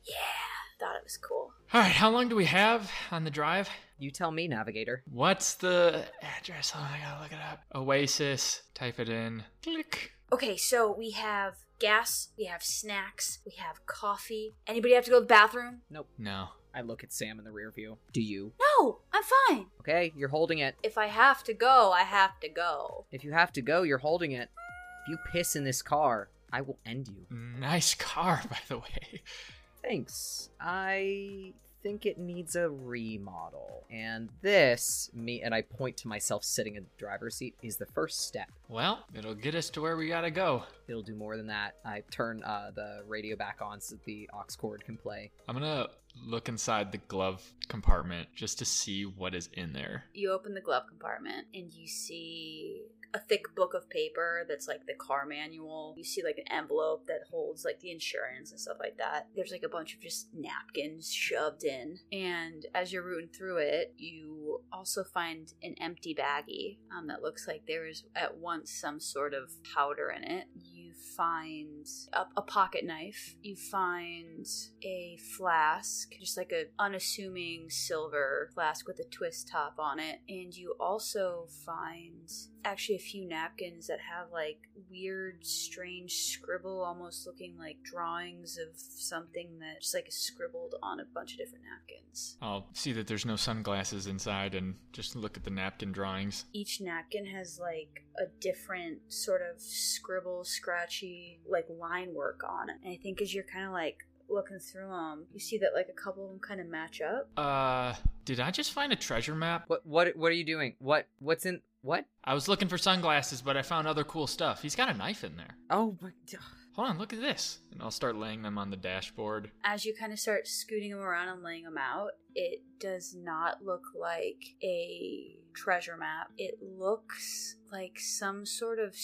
Speaker 1: Yeah. Thought it was cool.
Speaker 5: All right, how long do we have on the drive?
Speaker 4: You tell me, Navigator.
Speaker 5: What's the address? Oh, I gotta look it up. Oasis. Type it in. Click.
Speaker 1: Okay, so we have gas, we have snacks, we have coffee. Anybody have to go to the bathroom?
Speaker 5: No.
Speaker 6: I look at Sam in the rear view.
Speaker 4: Do you?
Speaker 1: No, I'm fine.
Speaker 4: Okay, you're holding it.
Speaker 1: If I have to go, I have to go.
Speaker 4: If you have to go, you're holding it. If you piss in this car, I will end you.
Speaker 5: Nice car, by the way.
Speaker 4: Thanks. I think it needs a remodel. And this, me and I point to myself sitting in the driver's seat, is the first step.
Speaker 5: Well, it'll get us to where we gotta go.
Speaker 4: It'll do more than that. I turn uh, the radio back on so that the aux cord can play.
Speaker 5: I'm gonna look inside the glove compartment just to see what is in there.
Speaker 1: You open the glove compartment and you see a thick book of paper that's like the car manual. You see like an envelope that holds like the insurance and stuff like that. There's like a bunch of just napkins shoved in. And as you're rooting through it, you also find an empty baggie um, that looks like there was at once some sort of powder in it. You find a, a pocket knife. You find a flask, just like a unassuming silver flask with a twist top on it. And you also find actually a few napkins that have like weird, strange scribble, almost looking like drawings of something that just like is scribbled on a bunch of different napkins.
Speaker 5: I'll see that there's no sunglasses inside and just look at the napkin drawings.
Speaker 1: each napkin has like a different sort of scribble, scratchy, like line work on it. And I think as you're kind of like looking through them, you see that like a couple of them kind of match up.
Speaker 5: Uh, did I just find a treasure map?
Speaker 6: What what what are you doing? What what's in what?
Speaker 5: I was looking for sunglasses, but I found other cool stuff. He's got a knife in there.
Speaker 6: Oh my
Speaker 5: Hold on, look at this. And I'll start laying them on the dashboard.
Speaker 1: As you kind of start scooting them around and laying them out, it does not look like a treasure map. It looks like some sort of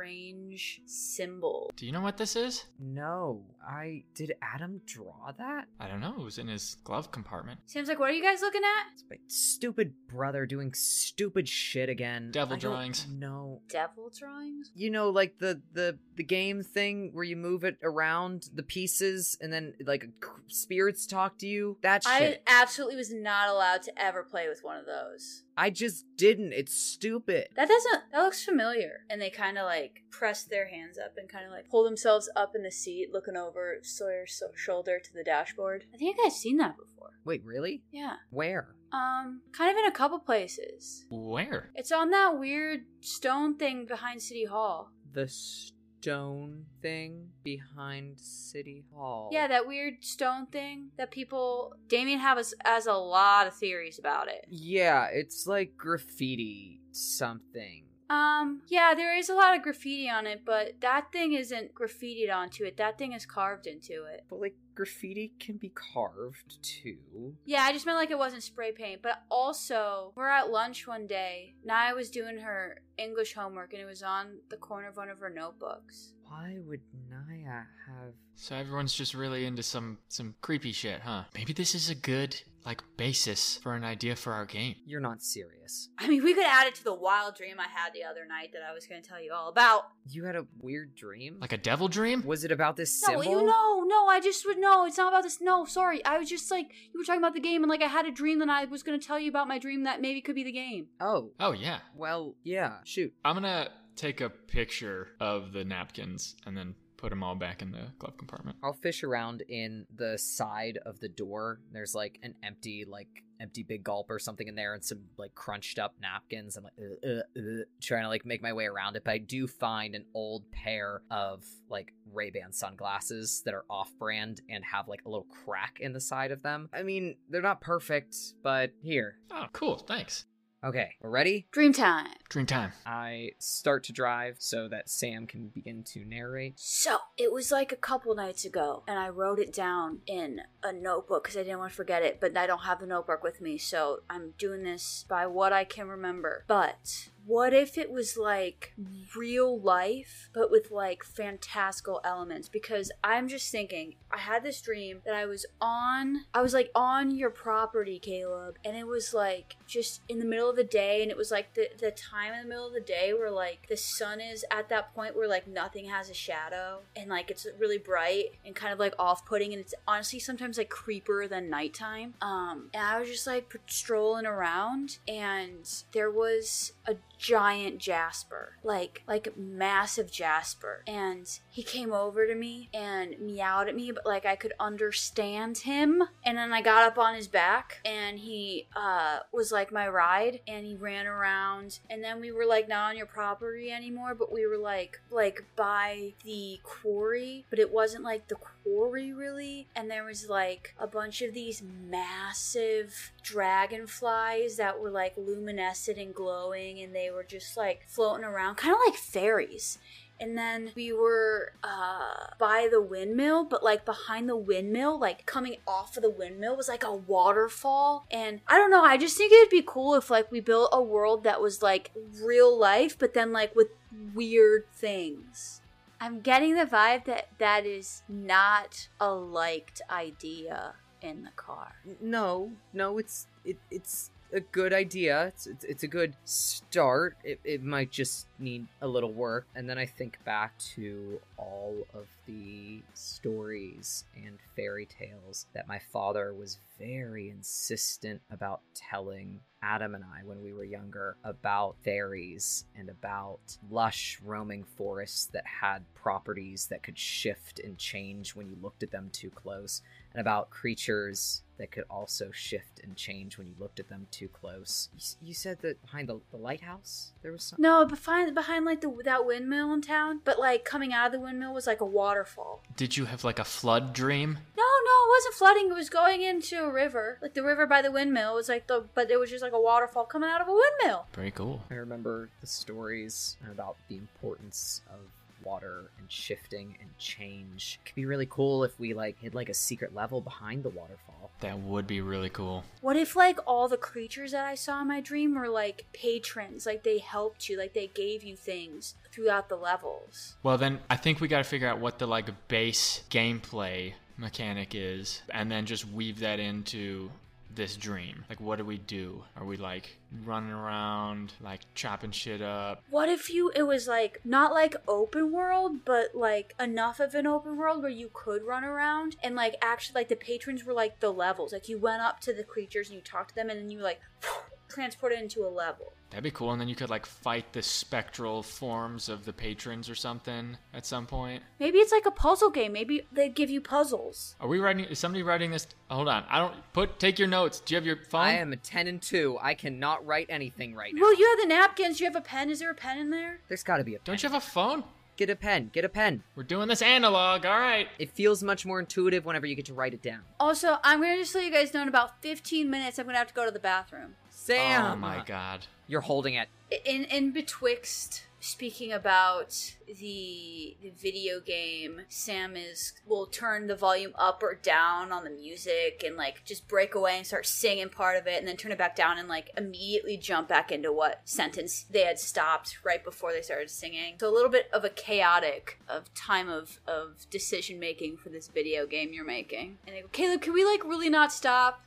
Speaker 1: strange symbol.
Speaker 5: Do you know what this is?
Speaker 4: No, I. Did Adam draw that?
Speaker 5: I don't know. It was in his glove compartment.
Speaker 1: Sam's like, what are you guys looking at?
Speaker 4: It's my stupid brother doing stupid shit again.
Speaker 5: Devil drawings.
Speaker 4: No.
Speaker 1: Devil drawings?
Speaker 4: You know, like the, the the game thing where you move it around the pieces and then like spirits talk to you. That
Speaker 1: I
Speaker 4: shit.
Speaker 1: absolutely was not allowed to ever play with one of those.
Speaker 4: I just didn't. It's stupid.
Speaker 1: That doesn't. That looks familiar. And they kind of like press their hands up and kind of like pull themselves up in the seat, looking over Sawyer's so- shoulder to the dashboard. I think I've seen that before.
Speaker 4: Wait, really?
Speaker 1: Yeah.
Speaker 4: Where?
Speaker 1: Um, kind of in a couple places.
Speaker 5: Where?
Speaker 1: It's on that weird stone thing behind City Hall.
Speaker 6: the stone thing behind City
Speaker 4: Oh.
Speaker 6: Hall.
Speaker 1: Yeah, that weird stone thing that people. Damien has has a lot of theories about it.
Speaker 6: Yeah, it's like graffiti something.
Speaker 1: Um, yeah, there is a lot of graffiti on it, but that thing isn't graffitied onto it. That thing is carved into it.
Speaker 6: But like graffiti can be carved too.
Speaker 1: Yeah, I just meant like it wasn't spray paint. But also, we're at lunch one day. Naya was doing her English homework, and it was on the corner of one of her notebooks.
Speaker 6: Why would Naya have
Speaker 5: So everyone's just really into some some creepy shit, huh? Maybe this is a good like basis for an idea for our game.
Speaker 4: You're not serious.
Speaker 1: I mean, we could add it to the wild dream I had the other night that I was going to tell you all about.
Speaker 4: You had a weird dream?
Speaker 5: Like a devil dream?
Speaker 4: was it about this
Speaker 1: No,
Speaker 4: symbol?
Speaker 1: you know, no, I just would no. It's not about this. No, sorry. I was just like you were talking about the game, and like I had a dream that I was going to tell you about my dream that maybe could be the game.
Speaker 4: Oh,
Speaker 5: Oh yeah.
Speaker 4: well, yeah. Shoot.
Speaker 5: I'm gonna take a picture of the napkins and then put them all back in the glove compartment.
Speaker 4: I'll fish around in the side of the door. There's like an empty, like empty big gulp or something in there, and some like crunched up napkins. I'm like uh, uh, uh, trying to like make my way around it, but I do find an old pair of like Ray Ban sunglasses that are off brand and have like a little crack in the side of them. I mean, they're not perfect, but here.
Speaker 5: Oh, cool. Thanks.
Speaker 4: Okay, we're ready.
Speaker 1: Dream time.
Speaker 5: Dream time.
Speaker 6: I start to drive so that Sam can begin to narrate.
Speaker 1: So it was like a couple nights ago, and I wrote it down in a notebook because I didn't want to forget it, but I don't have the notebook with me, so I'm doing this by what I can remember. But what if it was like real life, but with like fantastical elements? Because I'm just thinking, I had this dream that I was on, I was like on your property, Caleb, and it was like just in the middle of the day, and it was like the, the time in the middle of the day where like the sun is at that point where like nothing has a shadow, and like it's really bright and kind of like off putting, and it's honestly sometimes like creeper than nighttime. Um, and I was just like strolling around, and there was a giant jasper like like massive jasper and he came over to me and meowed at me but like i could understand him and then i got up on his back and he uh was like my ride and he ran around and then we were like not on your property anymore but we were like like by the quarry but it wasn't like the quarry really and there was like a bunch of these massive dragonflies that were like luminescent and glowing and they were just like floating around kind of like fairies and then we were uh, by the windmill but like behind the windmill like coming off of the windmill was like a waterfall and i don't know i just think it'd be cool if like we built a world that was like real life but then like with weird things i'm getting the vibe that that is not a liked idea in the car
Speaker 4: N- No, no, it's it, it's a good idea. It's, it's it's a good start. It it might just need a little work. And then I think back to all of the stories and fairy tales that my father was very insistent about telling Adam and I when we were younger about fairies and about lush roaming forests that had properties that could shift and change when you looked at them too close and about creatures that could also shift and change when you looked at them too close. You, s- you said that behind the, the lighthouse there was some.
Speaker 1: No, behind behind like the that windmill in town, but like coming out of the windmill was like a waterfall.
Speaker 5: Did you have like a flood dream?
Speaker 1: No, no, it wasn't flooding. It was going into a river, like the river by the windmill was like the, but it was just like a waterfall coming out of a windmill.
Speaker 5: Very cool.
Speaker 4: I remember the stories and about the importance of water and shifting and change. It could be really cool if we like hid like a secret level behind the waterfall.
Speaker 5: That would be really cool.
Speaker 1: What if like all the creatures that I saw in my dream were like patrons, like they helped you, like they gave you things throughout the levels?
Speaker 5: Well, then I think we got to figure out what the like base gameplay mechanic is, and then just weave that into this dream. Like, what do we do? Are we like running around, like chopping shit up?
Speaker 1: What if you it was like not like open world, but like enough of an open world where you could run around and like actually like the patrons were like the levels. Like you went up to the creatures and you talked to them and then you like transported into a level.
Speaker 5: That'd be cool. And then you could like fight the spectral forms of the patrons or something at some point.
Speaker 1: Maybe it's like a puzzle game. Maybe they give you puzzles.
Speaker 5: Are we writing? Is somebody writing this? Hold on. I don't put. Take your notes. Do you have your phone?
Speaker 4: I am a 10 and 2. I cannot write anything right now.
Speaker 1: Well, you have the napkins, you have a pen. Is there a pen in there?
Speaker 4: There's got to be a pen.
Speaker 5: Don't you have a phone?
Speaker 4: Get a pen. Get a pen.
Speaker 5: We're doing this analog. All right.
Speaker 4: It feels much more intuitive whenever you get to write it down.
Speaker 5: Oh
Speaker 1: Also, I'm gonna just let you guys know in about 15 minutes I'm gonna have to go to the bathroom.
Speaker 4: Sam!
Speaker 5: Oh my god.
Speaker 4: You're holding it.
Speaker 1: in in betwixt speaking about the, the video game sam is will turn the volume up or down on the music and like just break away and start singing part of it and then turn it back down and like immediately jump back into what sentence they had stopped right before they started singing so a little bit of a chaotic of time of of decision making for this video game you're making and they go caleb can we like really not stop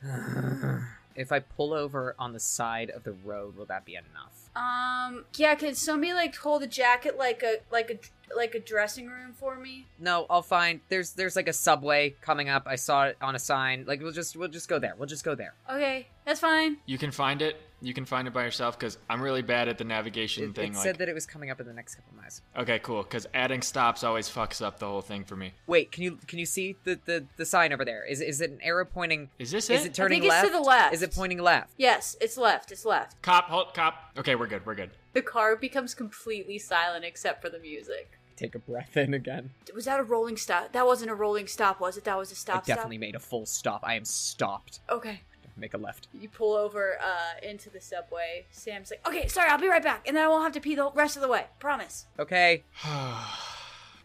Speaker 4: if I pull over on the side of the road, will that be enough?
Speaker 1: Um. Yeah. Can somebody like hold the jacket like a like a like a dressing room for me?
Speaker 4: No, I'll find there's there's like a subway coming up. I saw it on a sign. Like we'll just we'll just go there. We'll just go there.
Speaker 1: Okay, that's fine.
Speaker 5: You can find it. You can find it by yourself because I'm really bad at the navigation
Speaker 4: It,
Speaker 5: thing.
Speaker 4: it
Speaker 5: like,
Speaker 4: said that it was coming up in the next couple miles.
Speaker 5: okay, cool. Because adding stops always fucks up the whole thing for me.
Speaker 4: Wait, can you can you see the the, the sign over there? Is is it an arrow pointing?
Speaker 5: Is this
Speaker 4: Is
Speaker 5: it?
Speaker 4: it turning
Speaker 1: it's
Speaker 4: left?
Speaker 1: to the left.
Speaker 4: Is it pointing left?
Speaker 1: Yes, it's left. It's left.
Speaker 5: cop, halt, cop. Okay, we're good. We're good.
Speaker 1: The car becomes completely silent except for the music.
Speaker 6: Take a breath in again.
Speaker 1: Was that a rolling stop? That wasn't a rolling stop, was it? That was a stop
Speaker 4: I definitely made a full stop. I am stopped.
Speaker 1: stop. Okay.
Speaker 6: Make a left.
Speaker 1: You pull over uh, into the subway. Sam's like, okay, sorry, I'll be right back. And then I won't have to pee the rest of the way. Promise.
Speaker 4: Okay.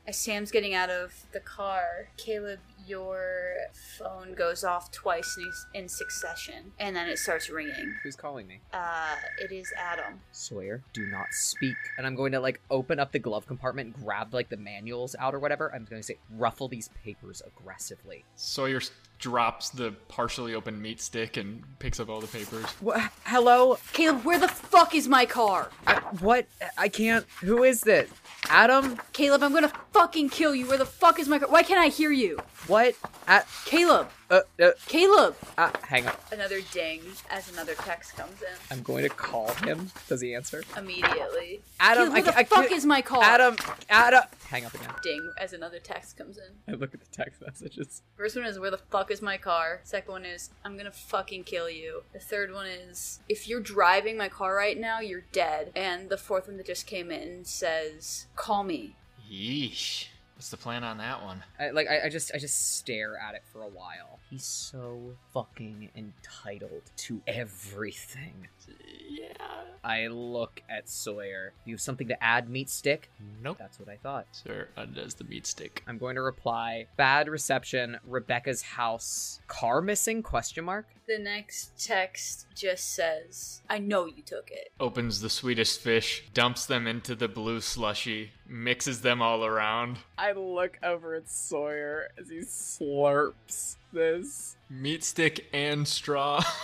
Speaker 1: As Sam's getting out of the car, Caleb, your phone goes off twice in, in succession, and then it starts ringing.
Speaker 4: Who's calling me?
Speaker 1: Uh, it is Adam.
Speaker 4: Sawyer, do not speak. And I'm going to like open up the glove compartment, grab like the manuals out or whatever. I'm going to say ruffle these papers aggressively.
Speaker 5: Sawyer s- drops the partially open meat stick and picks up all the papers.
Speaker 4: What? Hello?
Speaker 1: Caleb, where the fuck is my car?
Speaker 4: I, what? I can't. Who is this? Adam?
Speaker 1: Caleb, I'm gonna fucking kill you. Where the fuck is my car? Why can't I hear you?
Speaker 4: What? A
Speaker 1: Caleb!
Speaker 4: uh, uh,
Speaker 1: Caleb!
Speaker 4: uh, hang on.
Speaker 1: Another ding as another text comes in
Speaker 6: I'm going to call him. Does he answer?
Speaker 1: immediately. Caleb,
Speaker 4: Adam,
Speaker 1: where
Speaker 4: I,
Speaker 1: the
Speaker 4: I,
Speaker 1: fuck
Speaker 4: I,
Speaker 1: is my car?
Speaker 4: Adam? Adam? Hang up again.
Speaker 1: Ding as another text comes in.
Speaker 6: I look at the text messages.
Speaker 1: First one is where the fuck is my car? Second one is I'm gonna fucking kill you. The third one is if you're driving my car right now, you're dead. And the fourth one that just came in says call me.
Speaker 5: Yeesh. What's the plan on that one?
Speaker 4: I, like I, I just I just stare at it for a while. He's so fucking entitled to everything.
Speaker 5: Yeah.
Speaker 4: I look at Sawyer. You have something to add, meat stick?
Speaker 5: Nope.
Speaker 4: That's what I thought.
Speaker 5: Sawyer undoes the meat stick.
Speaker 4: I'm going to reply. Bad reception. Rebecca's house. Car missing? Question mark.
Speaker 1: The next text just says I know you took it.
Speaker 5: Opens the Swedish fish, dumps them into the blue slushy, mixes them all around.
Speaker 6: I look over at Sawyer as he slurps this.
Speaker 5: Meat stick and straw.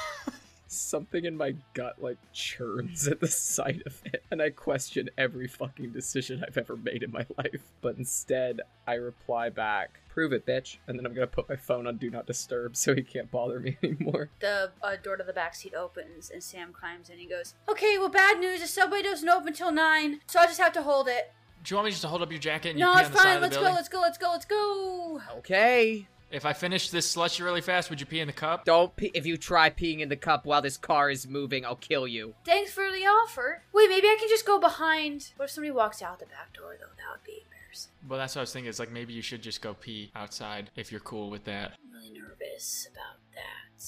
Speaker 6: Something in my gut like churns at the sight of it, and I question every fucking decision I've ever made in my life. But instead, I reply back, "Prove it, bitch!" And then I'm gonna put my phone on Do Not Disturb so he can't bother me anymore.
Speaker 1: The uh, door to the back seat opens and Sam climbs in. He goes, "Okay, well, bad news. The subway doesn't open till nine, so I'll just have to hold it."
Speaker 5: Do you want me just to hold up your jacket and
Speaker 1: No,
Speaker 5: you pee
Speaker 1: it's
Speaker 5: on the side
Speaker 1: fine.
Speaker 5: of the
Speaker 1: Let's go.
Speaker 5: building?
Speaker 1: Let's go. Let's go. Let's go.
Speaker 4: Okay.
Speaker 5: If I finish this slushy really fast, would you pee in the cup?
Speaker 4: Don't pee. If you try peeing in the cup while this car is moving, I'll kill you.
Speaker 1: Thanks for the offer. Wait, maybe I can just go behind. What if somebody walks out the back door though? That would be embarrassing.
Speaker 5: Well, that's what I was thinking. Is like maybe you should just go pee outside if you're cool with that.
Speaker 1: I'm really nervous about that.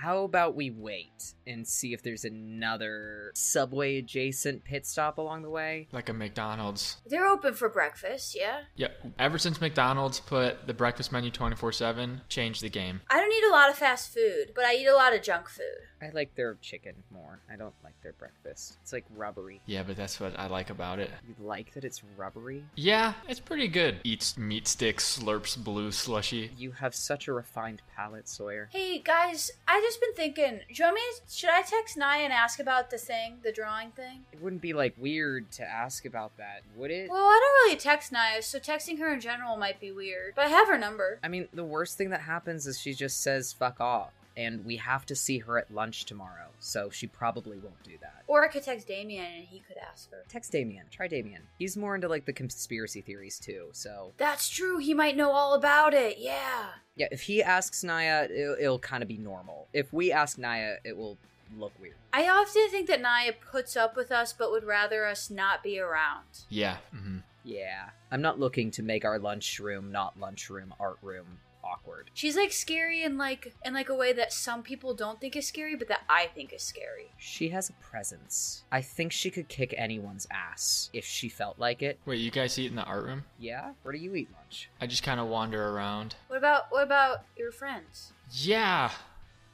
Speaker 4: How about we wait and see if there's another subway adjacent pit stop along the way?
Speaker 5: Like a McDonald's.
Speaker 1: They're open for breakfast, yeah.
Speaker 5: Yeah. Ever since McDonald's put the breakfast menu 24 7, changed the game.
Speaker 1: I don't eat a lot of fast food, but I eat a lot of junk food.
Speaker 4: I like their chicken more. I don't like their breakfast. It's like rubbery.
Speaker 5: Yeah, but that's what I like about it.
Speaker 4: You like that it's rubbery?
Speaker 5: Yeah, it's pretty good. Eats meat sticks, slurps blue slushy.
Speaker 4: You have such a refined palate, Sawyer.
Speaker 1: Hey guys, I just been thinking. Do you want me? Should I text Naya and ask about the thing, the drawing thing?
Speaker 4: It wouldn't be like weird to ask about that, would it?
Speaker 1: Well, I don't really text Naya, so texting her in general might be weird. But I have her number.
Speaker 4: I mean, the worst thing that happens is she just says fuck off, and we have to see her at lunch tomorrow, so she probably won't do that.
Speaker 1: Or I could text Damien and he could ask her.
Speaker 4: Text Damien. Try Damien. He's more into like the conspiracy theories too, so
Speaker 1: That's true. He might know all about it. Yeah.
Speaker 4: Yeah, if he asks Naya, it'll, it'll kind of be normal. If we ask Naya, it will look weird.
Speaker 1: I often think that Naya puts up with us, but would rather us not be around.
Speaker 5: Yeah. hmm
Speaker 4: Yeah. I'm not looking to make our lunchroom, not lunchroom, art room awkward.
Speaker 1: She's like scary in like in like a way that some people don't think is scary, but that I think is scary.
Speaker 4: She has a presence. I think she could kick anyone's ass if she felt like it.
Speaker 5: Wait, you guys eat in the art room?
Speaker 4: Yeah? Where do you eat lunch?
Speaker 5: I just kind of wander around.
Speaker 1: What about what about your friends?
Speaker 5: Yeah.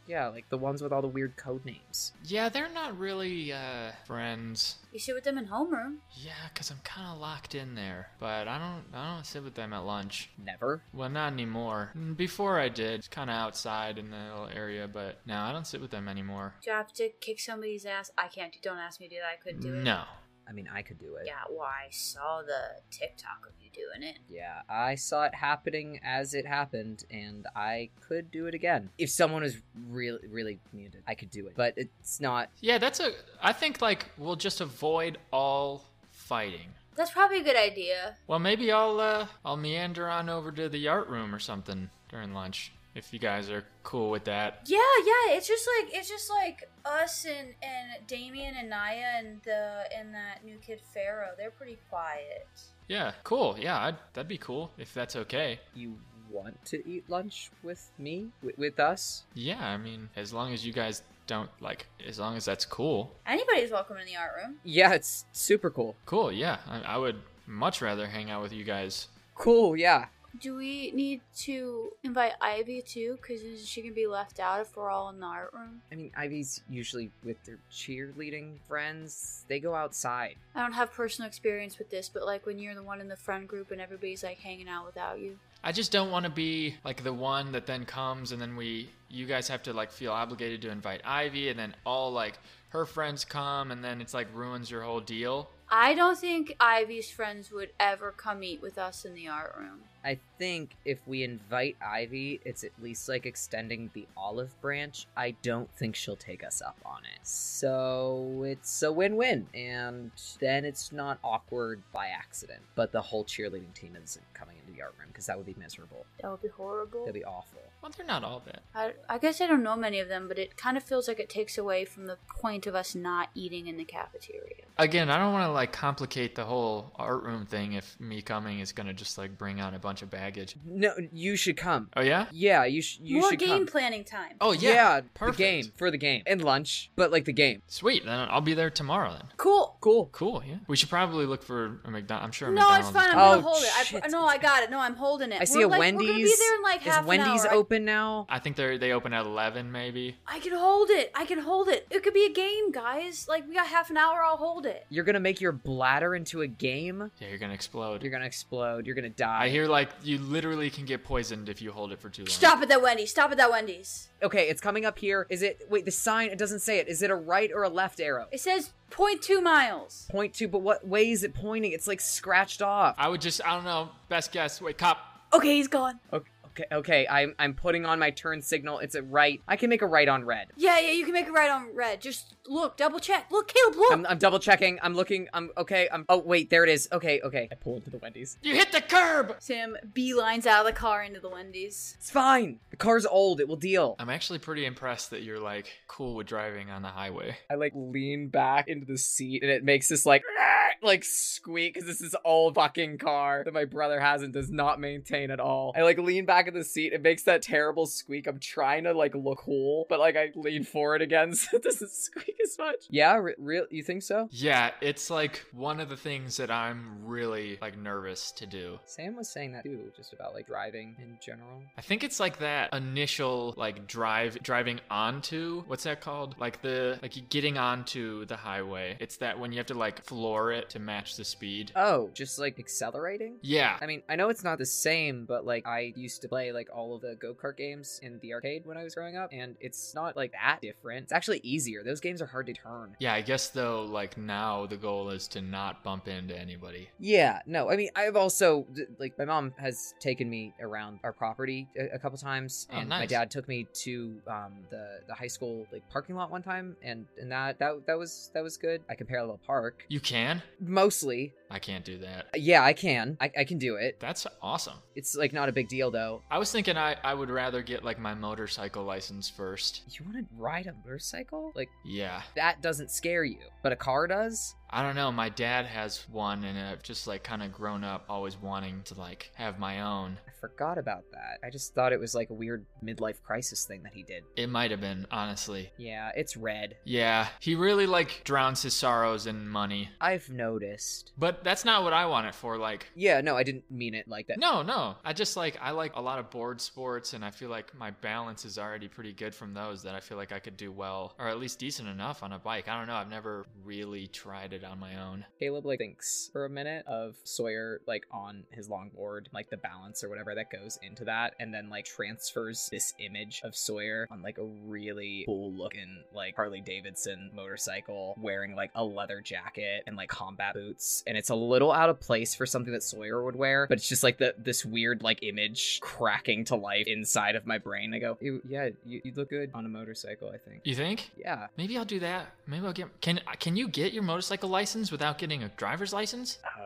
Speaker 4: Yeah, like the ones with all the weird code names.
Speaker 5: Yeah, they're not really uh, friends.
Speaker 1: You sit with them in homeroom.
Speaker 5: Yeah, because I'm kind of locked in there. But I don't, I don't sit with them at lunch.
Speaker 4: Never.
Speaker 5: Well, not anymore. Mm, Before I did, kind of outside in the little area, but now I don't sit with them anymore.
Speaker 1: Do I have to kick somebody's ass? I can't. do Don't ask me to do that. I couldn't do it.
Speaker 5: No.
Speaker 4: I mean, I could do it.
Speaker 1: Yeah, well, I saw the TikTok of you doing it.
Speaker 4: Yeah, I saw it happening as it happened, and I could do it again. If someone was really, really muted, I could do it. But it's not.
Speaker 5: Yeah, that's a. I think like we'll just avoid all fighting.
Speaker 1: That's probably a good idea.
Speaker 5: Well, maybe I'll uh, I'll meander on over to the art room or something during lunch if you guys are cool with that.
Speaker 1: Yeah, yeah. It's just like it's just like us and and Damien and Naya and the and that new kid Pharaoh. They're pretty quiet.
Speaker 5: Yeah, cool. Yeah, I'd, that'd be cool if that's okay.
Speaker 4: You want to eat lunch with me? With, with us?
Speaker 5: Yeah, I mean, as long as you guys don't like, as long as that's cool.
Speaker 1: Anybody's welcome in the art room.
Speaker 4: Yeah, it's super cool.
Speaker 5: Cool. Yeah, I, I would much rather hang out with you guys.
Speaker 4: Cool, yeah.
Speaker 1: Do we need to invite Ivy too? Because is she gonna be left out if we're all in the art room?
Speaker 4: I mean, Ivy's usually with their cheerleading friends. They go outside.
Speaker 1: I don't have personal experience with this, but like when you're the one in the friend group and everybody's like hanging out without you.
Speaker 5: I just don't want to be like the one that then comes and then we you guys have to like feel obligated to invite Ivy and then all like her friends come and then it's like ruins your whole deal.
Speaker 1: I don't think Ivy's friends would ever come eat with us in the art room.
Speaker 4: I think if we invite Ivy, it's at least like extending the olive branch. I don't think she'll take us up on it. So it's a win win. And then it's not awkward by accident. But the whole cheerleading team isn't coming into the art room because that would be miserable.
Speaker 1: That would be horrible.
Speaker 4: That'd be awful.
Speaker 5: Well, they're not all bad.
Speaker 1: I, I guess I don't know many of them, but it kind of feels like it takes away from the point of us not eating in the cafeteria.
Speaker 5: Again, I don't want to like complicate the whole art room thing if me coming is going to just like bring on a bunch of baggage.
Speaker 4: No, you should come.
Speaker 5: Oh yeah?
Speaker 4: Yeah, you, sh- you
Speaker 1: More
Speaker 4: should
Speaker 1: game
Speaker 4: come.
Speaker 1: planning time.
Speaker 5: Oh yeah.
Speaker 4: the
Speaker 5: perfect.
Speaker 4: game for the game and lunch, but like the game.
Speaker 5: Sweet. Then I'll be there tomorrow then.
Speaker 1: Cool.
Speaker 4: Cool.
Speaker 5: Cool, yeah. We should probably look for a McDonald's. I'm sure a
Speaker 1: No, it's
Speaker 5: McDonald's.
Speaker 1: fine. I'm
Speaker 5: is-
Speaker 1: gonna
Speaker 4: Oh,
Speaker 1: hold it. I,
Speaker 4: shit.
Speaker 1: No, I got it. No, I'm holding it.
Speaker 4: I see
Speaker 1: We're
Speaker 4: a
Speaker 1: like,
Speaker 4: Wendy's.
Speaker 1: We're gonna be there in like
Speaker 4: Is
Speaker 1: half
Speaker 4: Wendy's
Speaker 1: an hour.
Speaker 4: open now?
Speaker 5: I think they they open at 11 maybe.
Speaker 1: I, I can hold it. I can hold it. It could be a game, guys. Like we got half an hour. I'll hold it.
Speaker 4: You're gonna make your bladder into a game.
Speaker 5: Yeah, you're going to explode.
Speaker 4: You're gonna explode. You're gonna die.
Speaker 5: I hear like you literally can get poisoned if you hold it for too long.
Speaker 1: Stop at that Wendy's. Stop at that Wendy's.
Speaker 4: Okay, it's coming up here. Is it? Wait, the sign. It doesn't say it. Is it a right or a left arrow?
Speaker 1: It says 0.2 miles.
Speaker 4: Point to, but what way is it pointing? It's like scratched off.
Speaker 5: I would just I don't know. Best guess. Wait, cop.
Speaker 1: Okay, he's gone.
Speaker 4: Okay, okay, okay. I'm I'm putting on my turn signal. It's a right. I can make a right on red.
Speaker 1: Yeah, yeah. You can make it right on red. Just look. Double check. Look, Caleb. Look.
Speaker 4: I'm, I'm double checking. I'm looking. I'm okay. I'm. Oh wait, there it is. Okay, okay.
Speaker 6: I pull into the Wendy's.
Speaker 5: You hit the curb.
Speaker 1: Sam beelines out of the car into the Wendy's.
Speaker 4: It's fine. The car's old. It will deal.
Speaker 5: I'm actually pretty impressed that you're like cool with driving on the highway.
Speaker 6: I like lean back into the seat and it makes this like like squeak because this is old fucking car that my brother has and does not maintain at all. I like lean back in the seat. It makes that terrible squeak. I'm trying to like look cool, but like I lean forward again so it doesn't squeak as much.
Speaker 4: Yeah, re- real. You think so?
Speaker 5: Yeah, it's like one of the things that I'm really like nervous to do.
Speaker 4: Sam was saying that too, just about like driving in general.
Speaker 5: I think it's like that initial like drive driving onto what's that called? Like the like you getting onto the highway. It's that when you have to like floor it to match the speed.
Speaker 4: Oh, just like accelerating.
Speaker 5: Yeah.
Speaker 4: I mean, I know it's not the same, but like I used to play like all of the go kart games in the arcade when I was growing up, and it's not like that different. It's actually easier. Those games are hard to turn.
Speaker 5: Yeah, I guess though like now the goal is to not bump into anybody.
Speaker 4: Yeah, no, I mean, I've also, th- like, my mom has taken me around our property a, a couple times,
Speaker 5: Oh,
Speaker 4: and my
Speaker 5: nice.
Speaker 4: dad took me to um, the the high school like parking lot one time, and and that that that was that was good. I can parallel park
Speaker 5: You can?
Speaker 4: mostly.
Speaker 5: I can't do that.
Speaker 4: Yeah, I can, I, I can do it.
Speaker 5: That's awesome.
Speaker 4: It's like not a big deal though.
Speaker 5: I was thinking I, I would rather get like my motorcycle license first.
Speaker 4: You want to ride a motorcycle? Like
Speaker 5: Yeah.
Speaker 4: that doesn't scare you, but a car does.
Speaker 5: I don't know, my dad has one and I've just like kind of grown up always wanting to like have my own.
Speaker 4: I forgot about that. I just thought it was like a weird midlife crisis thing that he did.
Speaker 5: It might have been, honestly.
Speaker 4: Yeah, it's red.
Speaker 5: Yeah, he really like drowns his sorrows in money.
Speaker 4: I've noticed.
Speaker 5: But that's not what I want it for like
Speaker 4: Yeah, no, I didn't mean it like that.
Speaker 5: No, no. I just like I like a lot of board sports and I feel like my balance is already pretty good from those that I feel like I could do well or at least decent enough on a bike. I don't know. I've never really tried to it on my own.
Speaker 6: Caleb like thinks for a minute of Sawyer like on his longboard, like the balance or whatever that goes into that, and then like transfers this image of Sawyer on like a really cool looking like Harley Davidson motorcycle, wearing like a leather jacket and like combat boots, and it's a little out of place for something that Sawyer would wear, but it's just like the this weird like image cracking to life inside of my brain. I go, "Ew, yeah, you, you look good on a motorcycle, I think.
Speaker 5: You think?
Speaker 6: Yeah,
Speaker 5: Maybe I'll do that. Maybe I'll get. Can can you get your motorcycle license without getting a driver's license?
Speaker 4: Uh,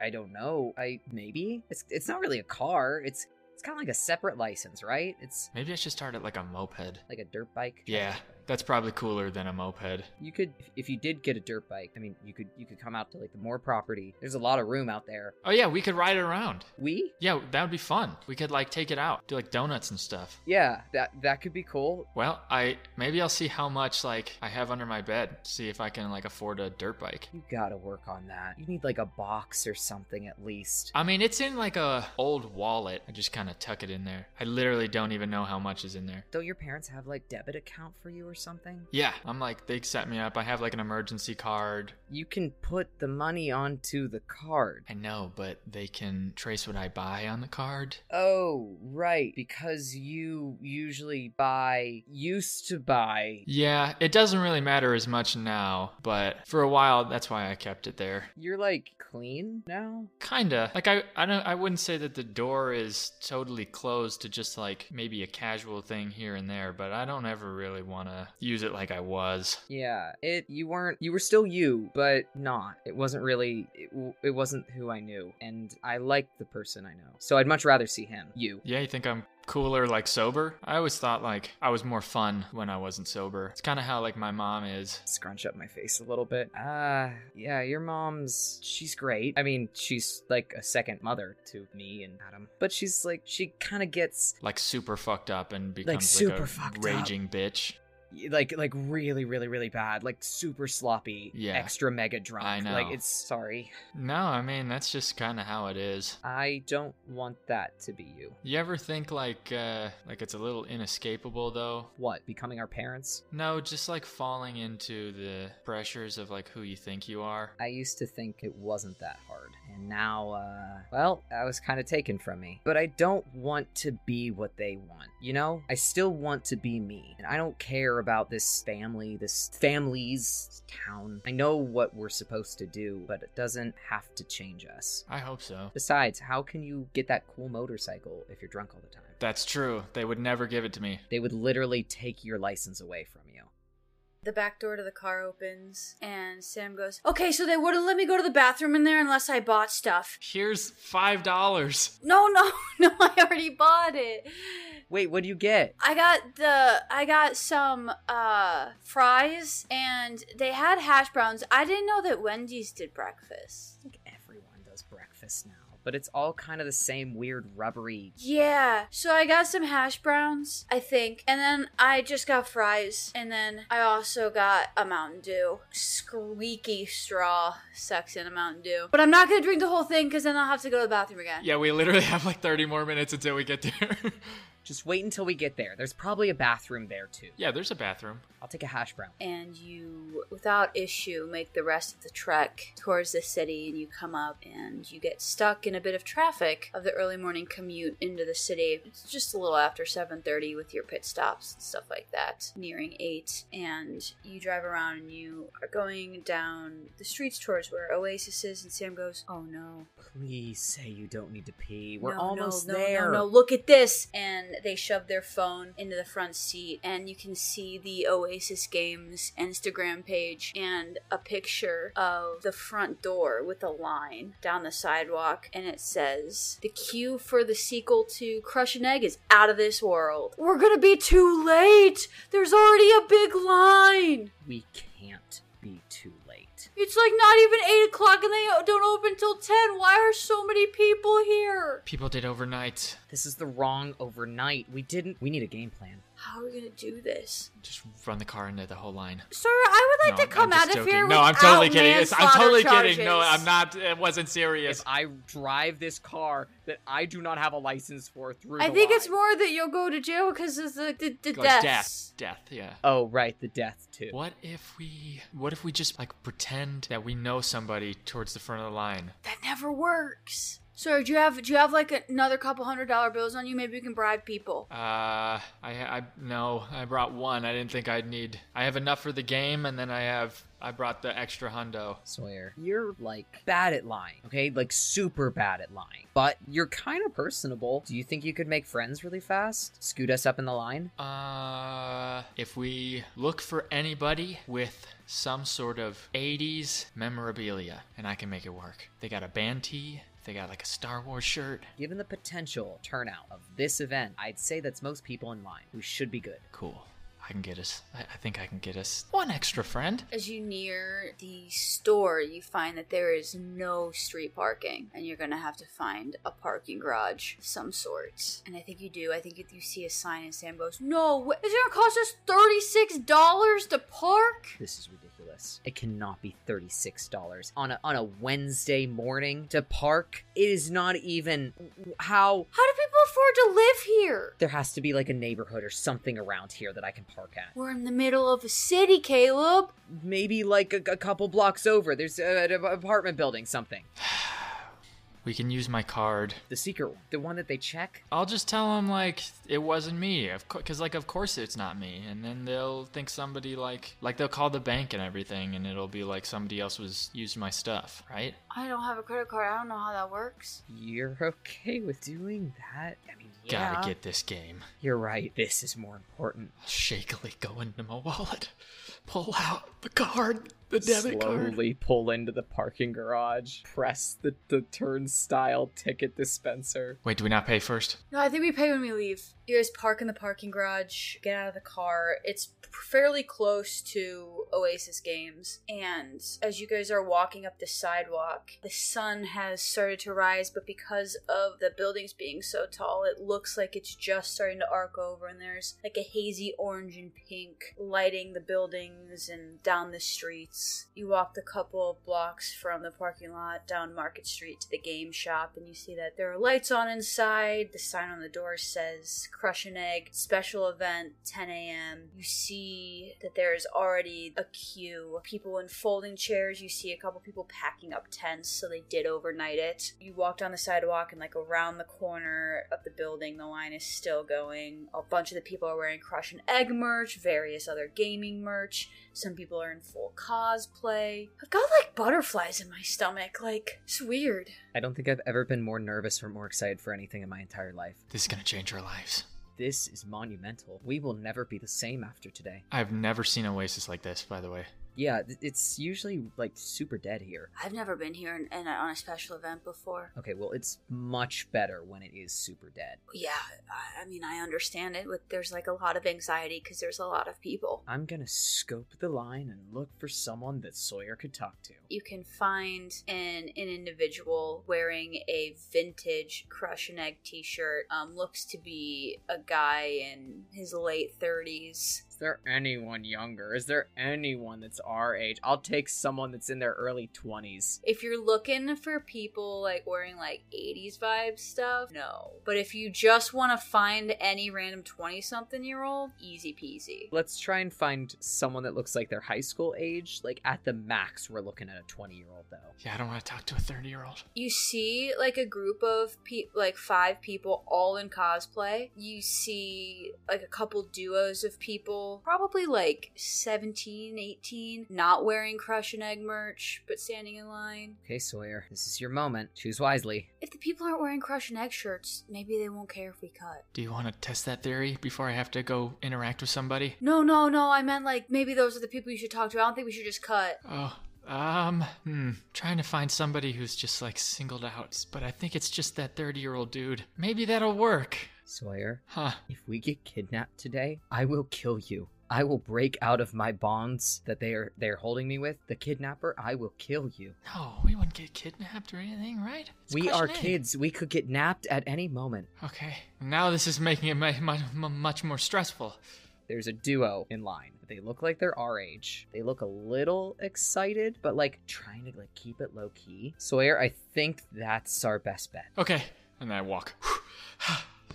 Speaker 4: I, I don't know. I maybe it's it's not really a car. It's it's kind of like a separate license, right? It's
Speaker 5: Maybe I should start at like a moped.
Speaker 4: like a dirt bike.
Speaker 5: Yeah, that's probably cooler than a moped.
Speaker 4: You could if- if you did get a dirt bike. I mean, you could you could come out to like the Moore property. There's a lot of room out there.
Speaker 5: Oh yeah, we could ride it around.
Speaker 4: We
Speaker 5: Yeah, that would be fun. We could like take it out, do like donuts and stuff.
Speaker 4: yeah, that that could be cool.
Speaker 5: Well, I maybe I'll see how much like I have under my bed, see if I can like afford a dirt bike.
Speaker 4: You gotta work on that. You need like a box or something at least.
Speaker 5: I mean, it's in like a old wallet. I just kind of tuck it in there. I literally don't even know how much is in there.
Speaker 4: Don't your parents have like debit account for you or something?
Speaker 5: Yeah, I'm like they set me up. I have like an emergency card.
Speaker 4: You can put the money onto the card.
Speaker 5: I know, but they can trace what I buy on the card.
Speaker 4: Oh, right, because you usually buy used to buy
Speaker 5: Yeah, it doesn't really matter as much now, but for a while that's why I kept it there.
Speaker 4: You're like clean now?
Speaker 5: Kinda. Like I I don't I wouldn't say that the door is totally closed to just like maybe a casual thing here and there, but I don't ever really want to use it like I was.
Speaker 4: Yeah. It you weren't you were still you, but not. It wasn't really it, w- it wasn't who I knew and I like the person I know. So I'd much rather see him. You.
Speaker 5: Yeah, you think I'm cooler like sober? I always thought like I was more fun when I wasn't sober. It's kind of how like my mom is.
Speaker 4: Scrunch up my face a little bit. Ah, yeah, your mom's she's great. I mean, she's like a second mother to me and Adam. But she's like she kind of gets
Speaker 5: Like super fucked up and becomes like,
Speaker 4: super
Speaker 5: a
Speaker 4: fucked up.
Speaker 5: raging bitch.
Speaker 4: like like really really really bad, like super sloppy,
Speaker 5: Yeah.
Speaker 4: extra mega drunk.
Speaker 5: I know.
Speaker 4: Like it's sorry.
Speaker 5: No, I mean that's just kind of how it is.
Speaker 4: I don't want that to be you.
Speaker 5: You ever think like uh like it's a little inescapable though?
Speaker 4: What? Becoming our parents?
Speaker 5: No, just like falling into the pressures of like who you think you are.
Speaker 4: I used to think it wasn't that hard. And now, uh, well, that was kind of taken from me. But I don't want to be what they want, you know? I still want to be me. And I don't care about this family, this family's this town. I know what we're supposed to do, but it doesn't have to change us.
Speaker 5: I hope so.
Speaker 4: Besides, how can you get that cool motorcycle if you're drunk all the time?
Speaker 5: That's true. They would never give it to me.
Speaker 4: They would literally take your license away from you.
Speaker 1: The back door to the car opens, and Sam goes, Okay, so they wouldn't let me go to the bathroom in there unless I bought stuff.
Speaker 5: Here's five dollars.
Speaker 1: No, no, no, I already bought it.
Speaker 4: Wait, what do you get?
Speaker 1: I got the I got some uh fries and they had hash browns. I didn't know that Wendy's did breakfast.
Speaker 4: I think everyone does breakfast now, but it's all kind of the same weird rubbery
Speaker 1: Yeah. So I got some hash browns, I think. And then I just got fries and then I also got a Mountain Dew. Squeaky straw sucks in a Mountain Dew. But I'm not going to drink the whole thing cuz then I'll have to go to the bathroom again.
Speaker 5: Yeah, we literally have like thirty more minutes until we get there.
Speaker 4: Just wait until we get there. There's probably a bathroom there too.
Speaker 5: yeah, there's a bathroom.
Speaker 4: I'll take a hash brown.
Speaker 1: and you, without issue, make the rest of the trek towards the city. And you come up and you get stuck in a bit of traffic of the early morning commute into the city. It's just a little after 7:30 with your pit stops and stuff like that, nearing eight. And you drive around and you are going down the streets towards where Oasis is. And Sam goes, "Oh no,
Speaker 4: Please say you don't need to pee. We're
Speaker 1: no,
Speaker 4: almost
Speaker 1: no, no, No,
Speaker 4: there.
Speaker 1: no, look at this. And they shove their phone into the front seat, and you can see the Oasis Games Instagram page and a picture of the front door with a line down the sidewalk. And it says, The queue for the sequel to Crush an Egg is out of this world. We're gonna be too late. There's already a big line.
Speaker 4: We can't be too late.
Speaker 1: It's like not even 8 o'clock and they don't open till 10. Why are so many people here?
Speaker 5: People did overnight.
Speaker 4: This is the wrong overnight. We didn't. We need a game plan.
Speaker 1: How are we gonna do this,
Speaker 5: Just run the car into the whole line.
Speaker 1: sir? I would like
Speaker 5: No,
Speaker 1: to come
Speaker 5: I'm
Speaker 1: out
Speaker 5: just
Speaker 1: of
Speaker 5: joking.
Speaker 1: here
Speaker 5: No, I'm totally
Speaker 1: without
Speaker 5: kidding. It's- I'm
Speaker 1: manslaughter
Speaker 5: totally kidding. No,
Speaker 1: charges.
Speaker 5: I'm not. It wasn't serious.
Speaker 6: If I drive this car that I do not have a license for through,
Speaker 1: I
Speaker 6: the
Speaker 1: think it's
Speaker 6: line-
Speaker 1: more that you'll go to jail because of the the, the
Speaker 5: Like,
Speaker 1: deaths.
Speaker 5: death, death. Yeah.
Speaker 6: Oh right, the death too.
Speaker 5: What if we? What if we just like pretend that we know somebody towards the front of the line?
Speaker 1: That never works. Sir, do you have do you have like another couple hundred dollar bills on you? Maybe you can bribe people.
Speaker 5: Uh, I, I no, I brought one. I didn't think I'd need. I have enough for the game, and then I have. I brought the extra hundo.
Speaker 4: Sawyer, you're like bad at lying, okay? Like super bad at lying. But you're kind of personable. Do you think you could make friends really fast? Scoot us up in the line?
Speaker 5: Uh, if we look for anybody with some sort of 80s memorabilia, and I can make it work. They got a band tee. They got like a Star Wars shirt.
Speaker 4: Given the potential turnout of this event, I'd say that's most people in line. We should be good.
Speaker 5: Cool. I can get us. I, I think I can get us one extra friend.
Speaker 1: As you near the store, you find that there is no street parking, and you're gonna have to find a parking garage of some sort. And I think you do. I think if you see a sign, and Sam goes, "No, wa- is it gonna cost us thirty six dollars to park?"
Speaker 4: This is ridiculous. It cannot be $36 on a on a Wednesday morning to park. It is not even how
Speaker 1: How do people afford to live here?
Speaker 4: there has to be like a neighborhood or something around here that I can park at.
Speaker 1: We're in the middle of a city, Caleb.
Speaker 4: Maybe like a, a couple blocks over. There's a, an apartment building something.
Speaker 5: We can use my card.
Speaker 4: The secret one. The one that they check?
Speaker 5: I'll just tell them like it wasn't me, of because like of course it's not me, and then they'll think somebody like like they'll call the bank and everything, and it'll be like somebody else was used my stuff, right?
Speaker 1: I don't have a credit card. I don't know how that works.
Speaker 4: You're okay with doing that? I mean, yeah.
Speaker 5: Gotta get this game.
Speaker 4: You're right. This is more important.
Speaker 5: I'll shakily go into my wallet, pull out the card, the debit card.
Speaker 6: Slowly pull into the parking garage. Press the, the turnstile ticket dispenser.
Speaker 5: Wait, do we not pay first?
Speaker 1: No, I think we pay when we leave. You guys park in the parking garage, get out of the car. It's fairly close to Oasis Games. And as you guys are walking up the sidewalk, the sun has started to rise, but because of the buildings being so tall, it looks like it's just starting to arc over. And there's like a hazy orange and pink lighting the buildings and down the streets. You walk the couple of blocks from the parking lot down Market Street to the game shop, and you see that there are lights on inside. The sign on the door says Crush an Egg, special event, 10 a.m. You see that there is already a queue, people in folding chairs. You see a couple people packing up tents, so they did overnight it. You walk down the sidewalk and like around the corner of the building, the line is still going. A bunch of the people are wearing Crush an Egg merch, various other gaming merch. Some people are in full cosplay. I've got like butterflies in my stomach. Like, it's weird.
Speaker 4: I don't think I've ever been more nervous or more excited for anything in my entire life.
Speaker 5: This is gonna change our lives.
Speaker 4: This is monumental. We will never be the same after today.
Speaker 5: I've never seen Oasis like this, by the way.
Speaker 4: Yeah, th- it's usually like super dead here.
Speaker 1: I've never been here in, in, on a special event before.
Speaker 4: Okay, well, it's much better when it is super dead.
Speaker 1: Yeah, I, I mean, I understand it. But there's like a lot of anxiety because there's a lot of people.
Speaker 4: I'm gonna scope the line and look for someone that Sawyer could talk to.
Speaker 1: You can find an, an individual wearing a vintage Crush an Egg t shirt. Um, looks to be a guy in his late 30s.
Speaker 6: Is there anyone younger? Is there anyone that's our age? I'll take someone that's in their early 20s.
Speaker 1: If you're looking for people like wearing like 80s vibe stuff, no. But if you just want to find any random 20 something year old, easy peasy.
Speaker 4: Let's try and find someone that looks like their high school age. Like, at the max, we're looking at a 20 year old, though.
Speaker 5: Yeah, I don't want to talk to a thirty-year-old.
Speaker 1: You see like a group of pe- like five people all in cosplay. You see like a couple duos of people, probably like 17, 18, not wearing Crush and Egg merch, but standing in line.
Speaker 4: Okay, Sawyer, this is your moment. Choose wisely.
Speaker 1: If the people aren't wearing Crush and Egg shirts, maybe they won't care if we cut.
Speaker 5: Do you want to test that theory before I have to go interact with somebody?
Speaker 1: No, no, no. I meant like maybe those are the people you should talk to. I don't think we should just cut.
Speaker 5: Oh, um, hmm. Trying to find somebody who's just like singled out, but I think it's just that 30 year old dude. Maybe that'll work.
Speaker 4: Sawyer,
Speaker 5: Huh.
Speaker 4: if we get kidnapped today, I will kill you. I will break out of my bonds that they are they are holding me with. The kidnapper, I will kill you.
Speaker 5: No, we wouldn't get kidnapped or anything, right? It's
Speaker 4: we
Speaker 5: question
Speaker 4: are
Speaker 5: A.
Speaker 4: kids. We could get napped at any moment.
Speaker 5: Okay, now this is making it mu- mu- mu- much more stressful.
Speaker 4: There's a duo in line. They look like they're our age. They look a little excited, but like trying to like keep it low key. Sawyer, I think that's our best bet.
Speaker 5: Okay, and I walk.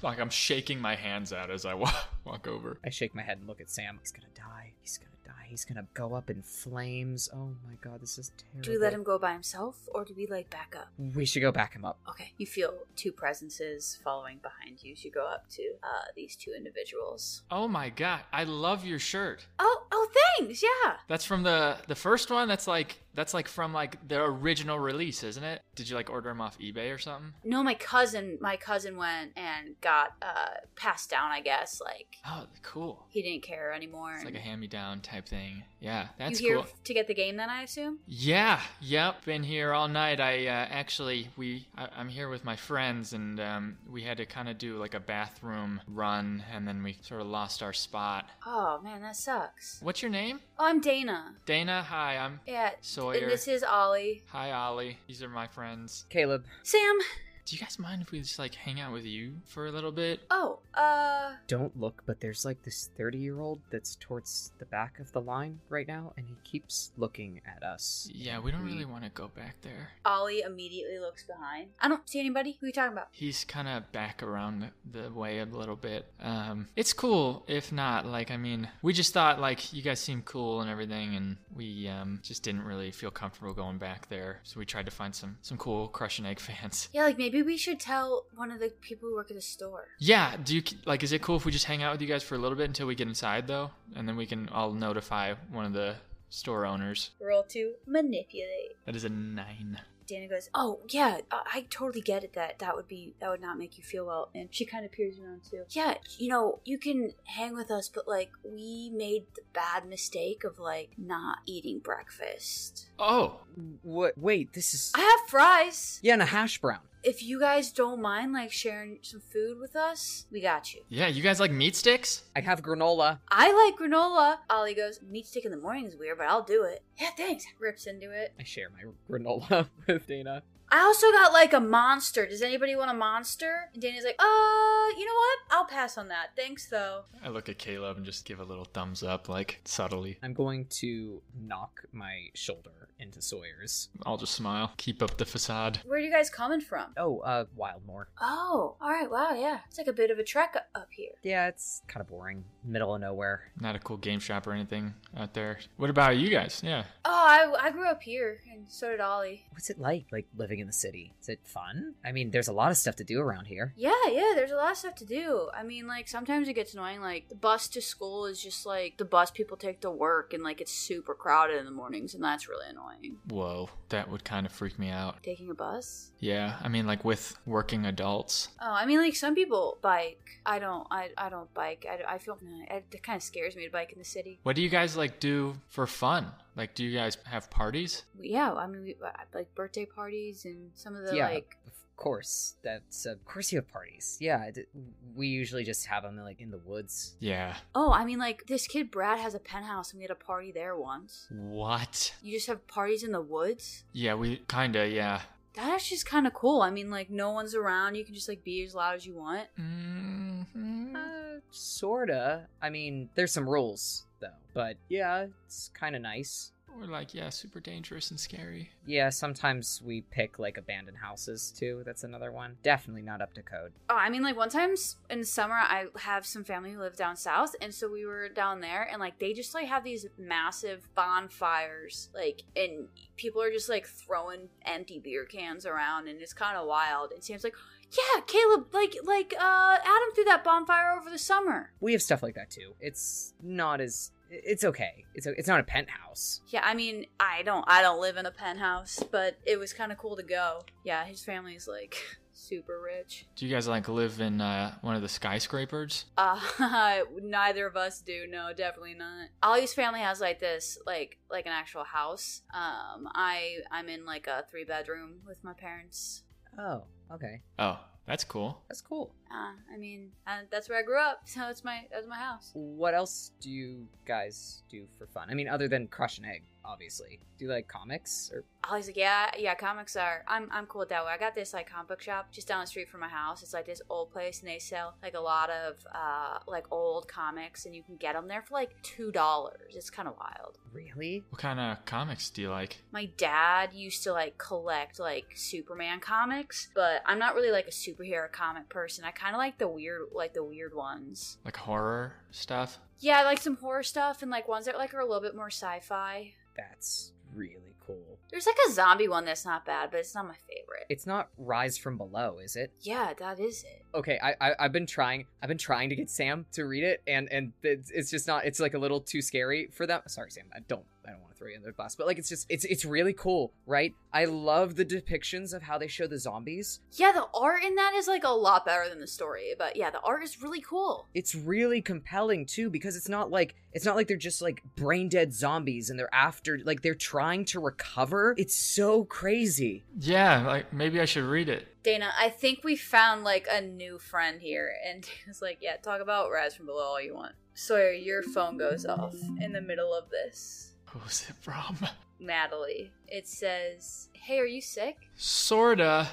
Speaker 5: like I'm shaking my hands out as I walk, walk over.
Speaker 4: I shake my head and look at Sam. He's gonna die. He's gonna die. He's gonna go up in flames. Oh my god, this is terrible.
Speaker 1: Do we let him go by himself or do we like back up?
Speaker 4: We should go back him up.
Speaker 1: Okay. You feel two presences following behind you as you go up to uh, these two individuals.
Speaker 5: Oh my god, I love your shirt.
Speaker 1: Oh, oh, thanks. Yeah.
Speaker 5: That's from the the first one. That's like that's like from like the original release, isn't it? Did you like order them off eBay or something?
Speaker 1: No, my cousin, my cousin went and got uh, passed down. I guess like
Speaker 5: Oh, cool.
Speaker 1: he didn't care anymore.
Speaker 5: It's
Speaker 1: and-
Speaker 5: like a hand-me-down type thing. Yeah, that's
Speaker 1: you here
Speaker 5: cool.
Speaker 1: to get the game then, I assume.
Speaker 5: Yeah, yep. Been here all night. I uh, actually we I, I'm here with my friends, and um, we had to kind of do like a bathroom run, and then we sort of lost our spot.
Speaker 1: Oh man, that sucks.
Speaker 5: What's your name?
Speaker 1: Oh, I'm Dana.
Speaker 5: Dana. Hi, I'm
Speaker 1: Yeah.
Speaker 5: Sawyer.
Speaker 1: And this is Ollie.
Speaker 5: Hi, Ollie. These are my friends.
Speaker 4: Caleb,
Speaker 1: Sam.
Speaker 5: Do you guys mind if we just like hang out with you for a little bit?
Speaker 1: Oh, uh,
Speaker 4: don't look, but there's like this 30 year old that's towards the back of the line right now, and he keeps looking at us.
Speaker 5: Yeah,
Speaker 1: Mm.
Speaker 5: we don't really want to go back there.
Speaker 1: Ollie immediately looks behind. I don't see anybody. Who are you talking about?
Speaker 5: He's kind of back around the, the way a little bit. Um, it's cool, if not, like, I mean, we just thought, like, you guys seem cool and everything, and we um, just didn't really feel comfortable going back there. So we tried to find some, some cool Crush and Egg fans.
Speaker 1: Yeah, like maybe we should tell one of the people who work at the store.
Speaker 5: Yeah, do you, like, is it cool if we just hang out with you guys for a little bit until we get inside, though? And then we can, I'll notify one of the store owners.
Speaker 1: Roll to manipulate.
Speaker 5: That is a nine.
Speaker 1: Dana goes, "Oh yeah, I, I totally get it. That that would be that would not make you feel well." And she kind of peers around too. Yeah, you know, you can hang with us, but like we made the bad mistake of like not eating breakfast.
Speaker 5: Oh,
Speaker 4: What? Wait, this is.
Speaker 1: I have fries.
Speaker 4: Yeah, and a hash brown.
Speaker 1: If you guys don't mind like sharing some food with us, we got you.
Speaker 5: yeah, you guys like meat sticks?
Speaker 4: I have granola.
Speaker 1: I like granola. Ollie goes, meat stick in the morning is weird, but I'll do it. Yeah, thanks. Rips into it.
Speaker 4: I share my granola with Dana.
Speaker 1: I also got like a monster. Does anybody want a monster? And Danny's like, uh, you know what? I'll pass on that. Thanks though.
Speaker 5: I look at Caleb and just give a little thumbs up, like, subtly.
Speaker 4: I'm going to knock my shoulder into Sawyer's.
Speaker 5: I'll just smile. Keep up the facade.
Speaker 1: Where are you guys coming from?
Speaker 4: Oh, uh, Wildmore.
Speaker 1: Oh, all right. Wow, yeah. It's like a bit of a trek u- up here.
Speaker 4: Yeah, it's kind of boring. Middle of nowhere.
Speaker 5: Not a cool game shop or anything out there. What about you guys? Yeah.
Speaker 1: Oh, I, I grew up here, and so did Ollie.
Speaker 4: What's it like, like living in the city? Is it fun? I mean, there's a lot of stuff to do around here.
Speaker 1: Yeah, yeah, there's a lot of stuff to do. I mean, like, sometimes it gets annoying. Like, the bus to school is just like the bus people take to work, and like it's super crowded in the mornings, and that's really annoying.
Speaker 5: Whoa, that would kind of freak me out.
Speaker 1: Taking a bus?
Speaker 5: Yeah, I mean, like with working adults.
Speaker 1: Oh, I mean, like some people bike. I don't. I, I don't bike. I, I feel I, it kind of scares me to bike in the city.
Speaker 5: What do you guys like do for fun? Like, do you guys have parties?
Speaker 1: Yeah, I mean, we, I- like birthday parties and some of the
Speaker 4: yeah,
Speaker 1: like.
Speaker 4: of course. That's uh, of course you have parties. Yeah, d- we usually just have them like in the woods.
Speaker 5: Yeah.
Speaker 1: Oh, I mean, like this kid Brad has a penthouse, and we had a party there once.
Speaker 5: What?
Speaker 1: You just have parties in the woods.
Speaker 5: Yeah, we kinda, yeah.
Speaker 1: That actually is kind of cool. I mean, like no one's around. You can just like be as loud as you want.
Speaker 5: hmm
Speaker 4: Uh, sorta. I mean, there's some rules though. But yeah, it's kind of nice.
Speaker 5: We're like, yeah, super dangerous and scary.
Speaker 4: Yeah, sometimes we pick like abandoned houses too. That's another one. Definitely not up to code.
Speaker 1: Oh, I mean, like one time s- in the summer, I have some family who live down south, and so we were down there, and like they just like have these massive bonfires, like, and people are just like throwing empty beer cans around, and it's kind of wild. And Sam's like, "Yeah, Caleb, like, like, uh, Adam threw that bonfire over the summer."
Speaker 4: We have stuff like that too. It's not as it's okay. It's o it's not a penthouse.
Speaker 1: Yeah, I mean, I don't, I don't live in a penthouse, but it was kind of cool to go. Yeah, his family's like super rich.
Speaker 5: Do you guys like live in uh, one of the skyscrapers?
Speaker 1: Uh, neither of us do. No, definitely not. Ollie's family has like this, like like an actual house. Um, I I'm in like a three bedroom with my parents.
Speaker 4: Oh, okay.
Speaker 5: Oh, That's cool.
Speaker 4: That's cool.
Speaker 1: Uh, I mean, uh, that's where I grew up, so it's my that's my house.
Speaker 4: What else do you guys do for fun? I mean, other than crush an egg, obviously. Do you like comics or
Speaker 1: Ollie's like, yeah, yeah, comics are. I'm, I'm cool with that way. I got this like comic book shop just down the street from my house. It's like this old place, and they sell like a lot of uh like old comics, and you can get them there for like two dollars. It's kind of wild.
Speaker 4: really?
Speaker 5: What kind of comics do you like?
Speaker 1: My dad used to like collect like Superman comics, but I'm not really like a superhero comic person. I kind of like the weird, like the weird ones.
Speaker 5: Like horror stuff?
Speaker 1: Yeah, I like some horror stuff and like ones that like are a little bit more sci-fi.
Speaker 4: That's really cool.
Speaker 1: There's like a zombie one that's not bad, but it's not my favorite.
Speaker 4: It's not Rise from Below, is it?
Speaker 1: yeah, that is it.
Speaker 4: Okay, I, I I've been trying I've been trying to get Sam to read it, and and it's, it's just not. It's like a little too scary for them. Sorry, Sam. I don't I don't want to throw you under the bus, but like it's just it's it's really cool, right? I love the depictions of how they show the zombies.
Speaker 1: Yeah, the art in that is like a lot better than the story, but yeah, the art is really cool.
Speaker 4: it's really compelling too because it's not like it's not like they're just like brain dead zombies and they're after like they're trying to recover it's so crazy
Speaker 5: Yeah, like maybe I should read it.
Speaker 1: Dana, I think we found like a new friend here, and Dana's like, yeah, talk about Rise from Below all you want. Sawyer, your phone goes off in the middle of this.
Speaker 5: Who's it from?
Speaker 1: Natalie, it says, hey, are you sick?
Speaker 5: Sorta.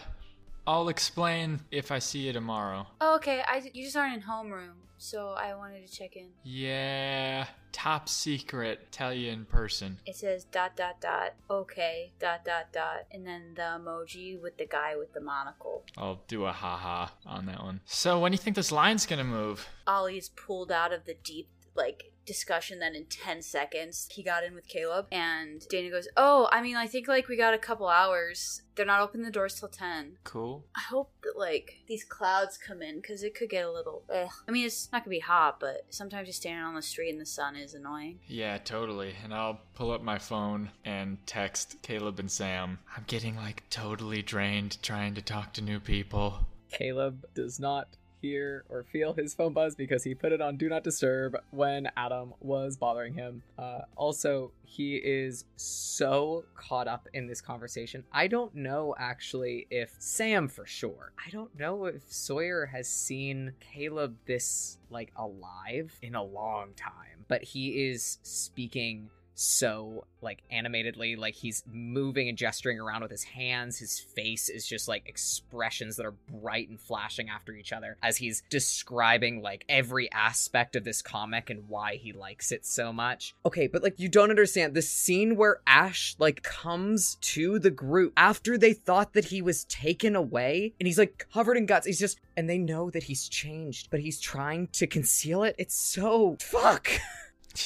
Speaker 5: I'll explain if I see you tomorrow.
Speaker 1: Oh, okay, I, you just aren't in homeroom, so I wanted to check in.
Speaker 5: Yeah, top secret. Tell you in person.
Speaker 1: It says dot dot dot, okay, dot dot dot, and then the emoji with the guy with the monocle.
Speaker 5: I'll do a haha on that one. So, when do you think this line's gonna move?
Speaker 1: Ollie is pulled out of the deep, like, discussion then in 10 seconds. He got in with Caleb, and Dana goes, Oh, I mean, I think, like, we got a couple hours. They're not opening the doors till 10.
Speaker 5: Cool.
Speaker 1: I hope that, like, these clouds come in because it could get a little. Ugh. I mean, it's not gonna be hot, but sometimes just standing on the street in the sun is annoying.
Speaker 5: Yeah, totally. And I'll pull up my phone and text Caleb and Sam. I'm getting like totally drained trying to talk to new people.
Speaker 6: Caleb does not hear or feel his phone buzz because he put it on Do Not Disturb when Adam was bothering him. Uh, also, he is so caught up in this conversation. I don't know actually if Sam for sure. I don't know if Sawyer has seen Caleb this like alive in a long time, but he is speaking so like animatedly like he's moving and gesturing around with his hands his face is just like expressions that are bright and flashing after each other as he's describing like every aspect of this comic and why he likes it so much
Speaker 4: okay but like you don't understand the scene where ash like comes to the group after they thought that he was taken away and he's like covered in guts he's just and they know that he's changed but he's trying to conceal it it's so fuck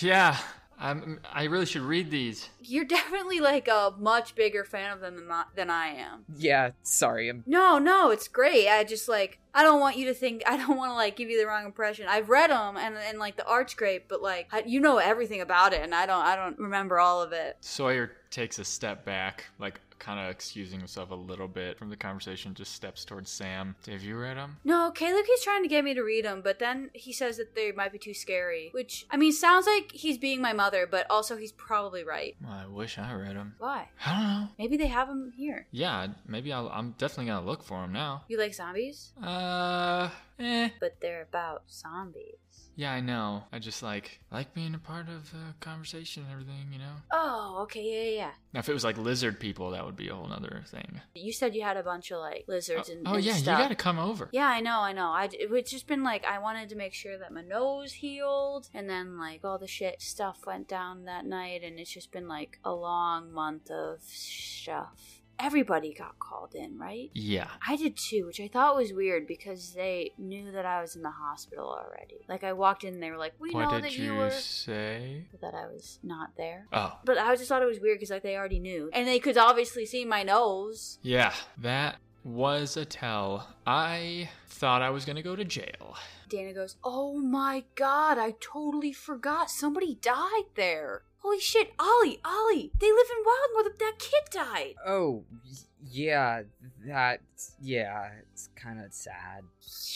Speaker 5: Yeah, I'm, I really should read these.
Speaker 1: You're definitely, like, a much bigger fan of them than, I- than I am.
Speaker 6: yeah sorry i'm
Speaker 1: No, no, it's great. I just like I don't want you to think I don't want to like give you the wrong impression. I've read them and and like the art's great, but like I, you know everything about it, and I don't I don't remember all of it.
Speaker 5: Sawyer takes a step back, like kind of excusing himself a little bit from the conversation, just steps towards Sam. Have you read them?
Speaker 1: No, Caleb keeps trying to get me to read them, but then he says that they might be too scary, which I mean sounds like he's being my mother, but also he's probably right.
Speaker 5: Well, I wish I read them.
Speaker 1: Why?
Speaker 5: I don't know.
Speaker 1: Maybe they have them here.
Speaker 5: Yeah, maybe I'll, I'm definitely gonna look for them now.
Speaker 1: You like zombies?
Speaker 5: Uh, eh.
Speaker 1: But they're about zombies.
Speaker 5: Yeah, I know. I just like like being a part of the conversation and everything, you know.
Speaker 1: Oh, okay, yeah, yeah, yeah.
Speaker 5: Now, if it was like lizard people, that would be a whole nother thing.
Speaker 1: You said you had a bunch of like lizards and
Speaker 5: oh
Speaker 1: and
Speaker 5: yeah,
Speaker 1: stuff.
Speaker 5: you gotta come over.
Speaker 1: Yeah, I know, I know. I it's just been like I wanted to make sure that my nose healed, and then like all the shit stuff went down that night, and it's just been like a long month of stuff. Everybody got called in, right?
Speaker 5: Yeah.
Speaker 1: I did too, which I thought was weird because they knew that I was in the hospital already. Like I walked in, and they were like, "We know
Speaker 5: what
Speaker 1: that
Speaker 5: did
Speaker 1: you
Speaker 5: you
Speaker 1: were
Speaker 5: say?
Speaker 1: that I was not there."
Speaker 5: Oh,
Speaker 1: But I just thought it was weird because like they already knew, and they could obviously see my nose.
Speaker 5: yeah. That was a tell. I thought I was gonna go to jail.
Speaker 1: Dana goes, Oh my god, I totally forgot. Somebody died there. Holy shit, Ollie, Ollie, they live in Wildmore. That- That kid died.
Speaker 4: Oh, y- Yeah, that. Yeah, it's kind of sad.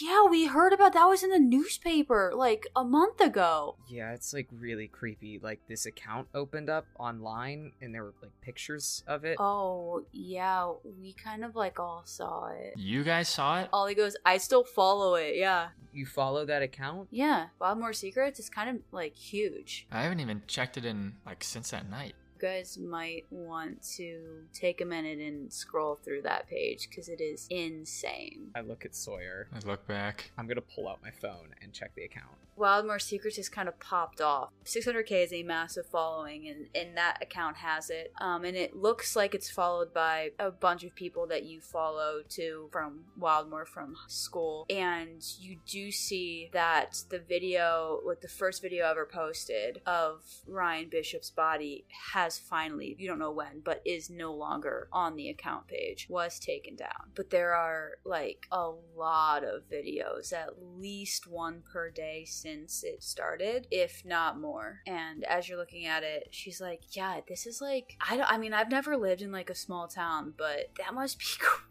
Speaker 1: Yeah, we heard about that was in the newspaper like a month ago.
Speaker 4: Yeah, it's like really creepy. Like this account opened up online, and there were like pictures of it.
Speaker 1: Oh, yeah, we kind of like all saw it.
Speaker 5: You guys saw it?
Speaker 1: Ollie goes, I still follow it, yeah.
Speaker 4: You follow that account?
Speaker 1: Yeah, More Secrets is kind of like huge.
Speaker 5: I haven't even checked it in like since that night.
Speaker 1: You guys might want to take a minute and scroll through that page because it is insane.
Speaker 6: I look at Sawyer.
Speaker 5: I look back.
Speaker 6: I'm gonna pull out my phone and check the account.
Speaker 1: Wildmore Secrets just kind of popped off. 600k is a massive following, and, and that account has it. Um, and it looks like it's followed by a bunch of people that you follow too from Wildmore from school. And you do see that the video, like the first video ever posted of Ryan Bishop's body, has finally, you don't know when, but is no longer on the account page, was taken down. But there are like a lot of videos, at least one per day since it started, if not more. And as you're looking at it, she's like, "Yeah, this is like I don't. I mean, I've never lived in like a small town, but that must be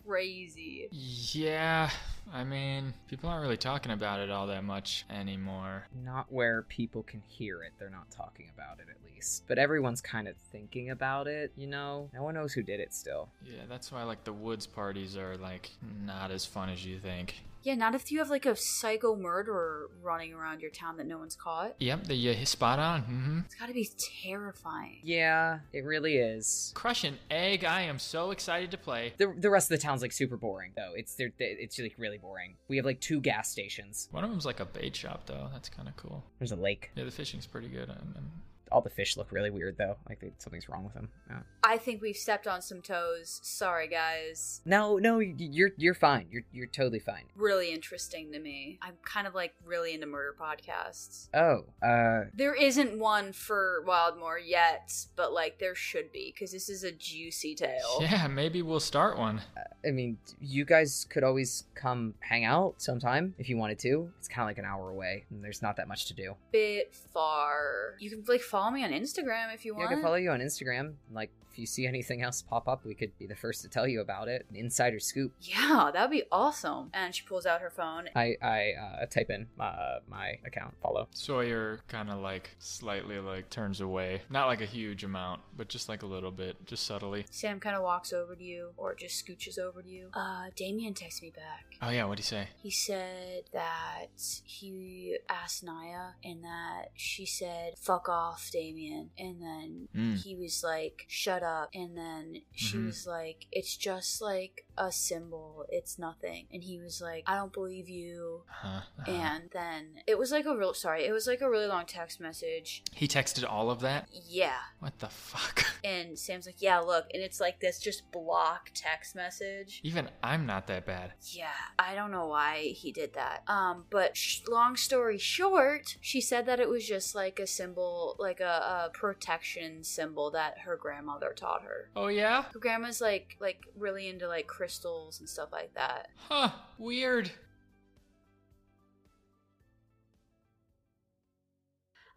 Speaker 1: crazy."
Speaker 5: Yeah, I mean, people aren't really talking about it all that much anymore.
Speaker 4: Not where people can hear it. They're not talking about it at least. But everyone's kind of thinking about it, you know? No one knows who did it still.
Speaker 5: Yeah, that's why like the woods parties are like not as fun as you think.
Speaker 1: Yeah, not if you have like a psycho murderer running around your town that no one's caught.
Speaker 5: Yep, the yeah, spot on. Mm-hmm.
Speaker 1: It's got to be terrifying.
Speaker 4: Yeah, it really is.
Speaker 5: Crush an egg! I am so excited to play.
Speaker 4: The, the rest of the town's like super boring though. It's they're, they it's like really boring. We have like two gas stations.
Speaker 5: One of them's like a bait shop though. That's kind of cool.
Speaker 4: There's a lake.
Speaker 5: Yeah, the fishing's pretty good. And, and
Speaker 4: All the fish look really weird though. Like they, something's wrong with them. Yeah.
Speaker 1: I think we've stepped on some toes. Sorry, guys.
Speaker 4: No, no, y- you're you're fine. You're you're totally fine.
Speaker 1: Really interesting to me. I'm kind of like really into murder podcasts.
Speaker 4: Oh, uh,
Speaker 1: There isn't one for Wildmore yet, but like there should be because this is a juicy tale.
Speaker 5: Yeah, maybe we'll start one.
Speaker 4: I mean, you guys could always come hang out sometime if you wanted to. It's kind of like an hour away, and there's not that much to do.
Speaker 1: Bit far. You can like follow me on Instagram if you
Speaker 4: Yeah, I
Speaker 1: want.
Speaker 4: could follow you on Instagram. Like, if you see anything else pop up, we could be the first to tell you about it. An insider scoop.
Speaker 1: Yeah, that'd be awesome. And she pulls out her phone.
Speaker 4: I I uh, type in uh, my account follow.
Speaker 5: Sawyer kind of like slightly like turns away. Not like a huge amount, but just like a little bit, just subtly.
Speaker 1: Sam kind of walks over to you or just scooches over to you. Uh, Damien texts me back.
Speaker 5: Oh yeah, what'd he say?
Speaker 1: He said that he asked Naya and that she said, fuck off, Damien. And then
Speaker 5: Mm.
Speaker 1: he was like, shut up. And then she
Speaker 5: Mhm.
Speaker 1: was like, it's just like a symbol, it's nothing. And he was like, I don't believe you.
Speaker 5: Huh. uh-huh.
Speaker 1: And then it was like a real, sorry, it was like a really long text message.
Speaker 5: he texted all of that.
Speaker 1: Yeah.
Speaker 5: What the fuck?
Speaker 1: And Sam's like, yeah, look. And it's like this just block text message.
Speaker 5: Even I'm not that bad.
Speaker 1: Yeah, I don't know why he did that. Um, but sh- long story short, she said that it was just like a symbol, like a, a protection symbol that her grandmother taught her.
Speaker 5: Oh yeah?
Speaker 1: Her grandma's like like really into like crystals and stuff like that.
Speaker 5: Huh. Weird.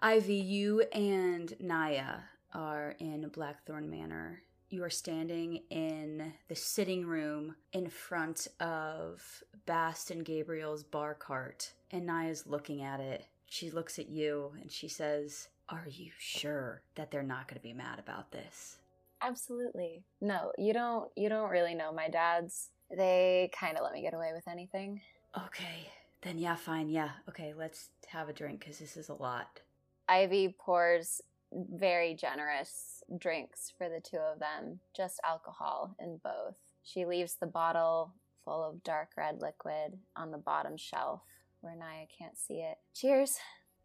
Speaker 2: Ivy, you and Naya are in Blackthorn Manor. You are standing in the sitting room in front of Bast and Gabriel's bar cart, and Naya's looking at it. She looks at you and she says, Are you sure that they're not going to be mad about this?
Speaker 3: Absolutely. No, you don't you don't really know my dad's. They kind of let me get away with anything.
Speaker 2: Okay, then yeah, fine, yeah. Okay, let's have a drink because this is a lot.
Speaker 3: Ivy pours very generous drinks for the two of them, just alcohol in both. She leaves the bottle full of dark red liquid on the bottom shelf where Naya can't see it. Cheers.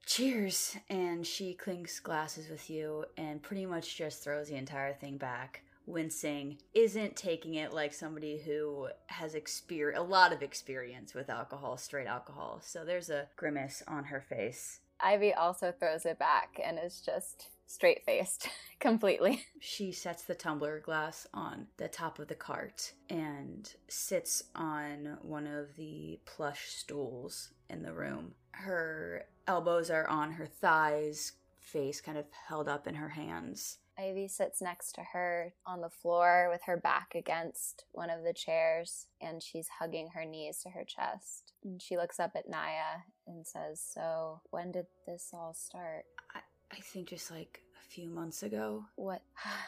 Speaker 2: Cheers! And she clinks glasses with you and pretty much just throws the entire thing back, wincing, isn't taking it like somebody who has exper- a lot of experience with alcohol, straight alcohol. So there's a grimace on her face.
Speaker 3: Ivy also throws it back and is just straight faced completely.
Speaker 2: She sets the tumbler glass on the top of the cart and sits on one of the plush stools in the room. Her elbows are on her thighs,
Speaker 1: face kind of held up in her hands.
Speaker 3: Ivy sits next to her on the floor with her back against one of the chairs and she's hugging her knees to her chest. And she looks up at Naya and says, So, when did this all start?
Speaker 1: I think just like a few months ago.
Speaker 3: What?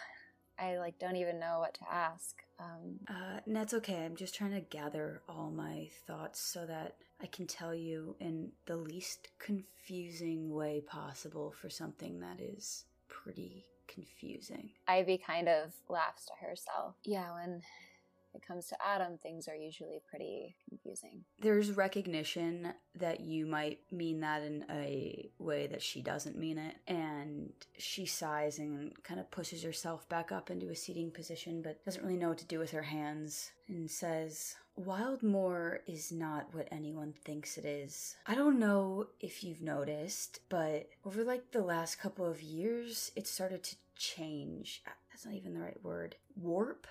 Speaker 3: I like don't even know what to ask. Um,
Speaker 1: Uh, and that's okay. I'm just trying to gather all my thoughts so that I can tell you in the least confusing way possible for something that is pretty confusing.
Speaker 3: Ivy kind of laughs to herself. Yeah, when it comes to Adam, things are usually pretty confusing.
Speaker 1: There's recognition that you might mean that in a way that she doesn't mean it, and she sighs and kind of pushes herself back up into a seating position but doesn't really know what to do with her hands and says, Wildmoor is not what anyone thinks it is. I don't know if you've noticed, but over like the last couple of years, it started to change. Ah, That's not even the right word. Warp?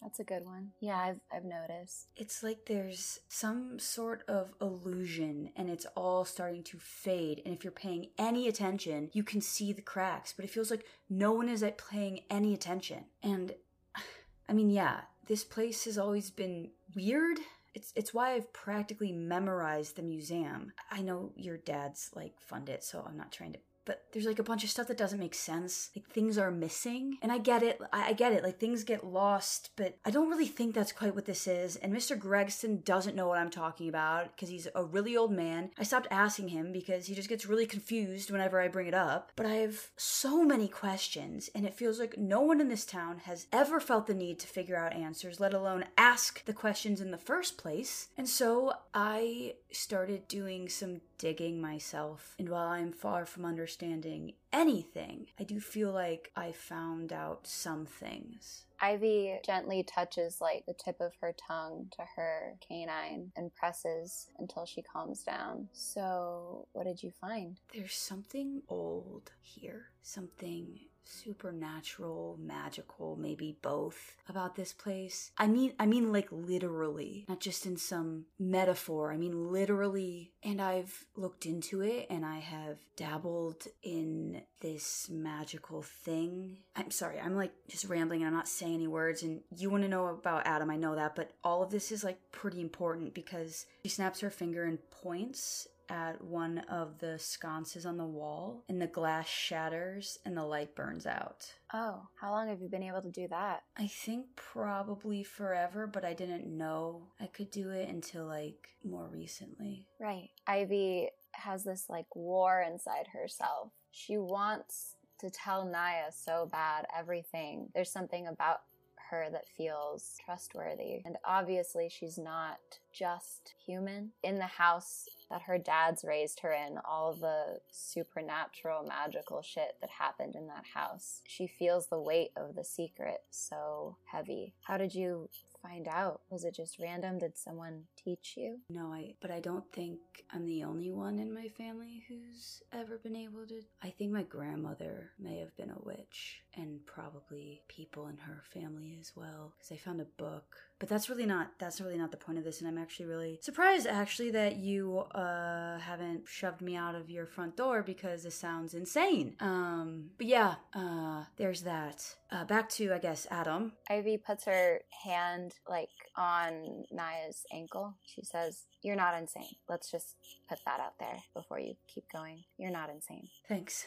Speaker 3: That's a good one. Yeah, I've, I've noticed.
Speaker 1: It's like there's some sort of illusion and it's all starting to fade. And if you're paying any attention, you can see the cracks, but it feels like no one is like, paying any attention. And I mean, yeah, this place has always been weird. It's, it's why I've practically memorized the museum. I know your dad's like funded, so I'm not trying to. But there's like a bunch of stuff that doesn't make sense. Like things are missing, and I get it. I, I get it. Like things get lost, but I don't really think that's quite what this is. And Mr. Gregson doesn't know what I'm talking about because he's a really old man. I stopped asking him because he just gets really confused whenever I bring it up. But I have so many questions, and it feels like no one in this town has ever felt the need to figure out answers, let alone ask the questions in the first place. And so I started doing some digging myself, and while I'm far from understanding anything, I do feel like I found out some things.
Speaker 3: Ivy gently touches like the tip of her tongue to her canine and presses until she calms down. So, what did you find?
Speaker 1: There's something old here, something supernatural, magical, maybe both about this place. I mean I mean like literally, not just in some metaphor. I mean literally. And I've looked into it and I have dabbled in this magical thing. I'm sorry, I'm like just rambling and I'm not saying any words and you want to know about Adam, I know that, but all of this is like pretty important because she snaps her finger and points at one of the sconces on the wall, and the glass shatters and the light burns out.
Speaker 3: Oh, how long have you been able to do that?
Speaker 1: I think probably forever, but I didn't know I could do it until like more recently.
Speaker 3: Right. Ivy has this like war inside herself. She wants to tell Naya so bad everything. There's something about her that feels trustworthy. And obviously, she's not just human. In the house that her dad's raised her in, all the supernatural, magical shit that happened in that house, she feels the weight of the secret so heavy. How did you find out? Was it just random? Did someone teach you?
Speaker 1: No, I but I don't think I'm the only one in my family who's ever been able to. I think my grandmother may have been a witch and probably people in her family as well cuz I found a book. But that's really not that's really not the point of this and I'm actually really surprised actually that you uh haven't shoved me out of your front door because this sounds insane. Um but yeah, uh there's that. Uh back to I guess Adam.
Speaker 3: Ivy puts her hand like on Naya's ankle. She says, You're not insane. Let's just put that out there before you keep going. You're not insane.
Speaker 1: Thanks.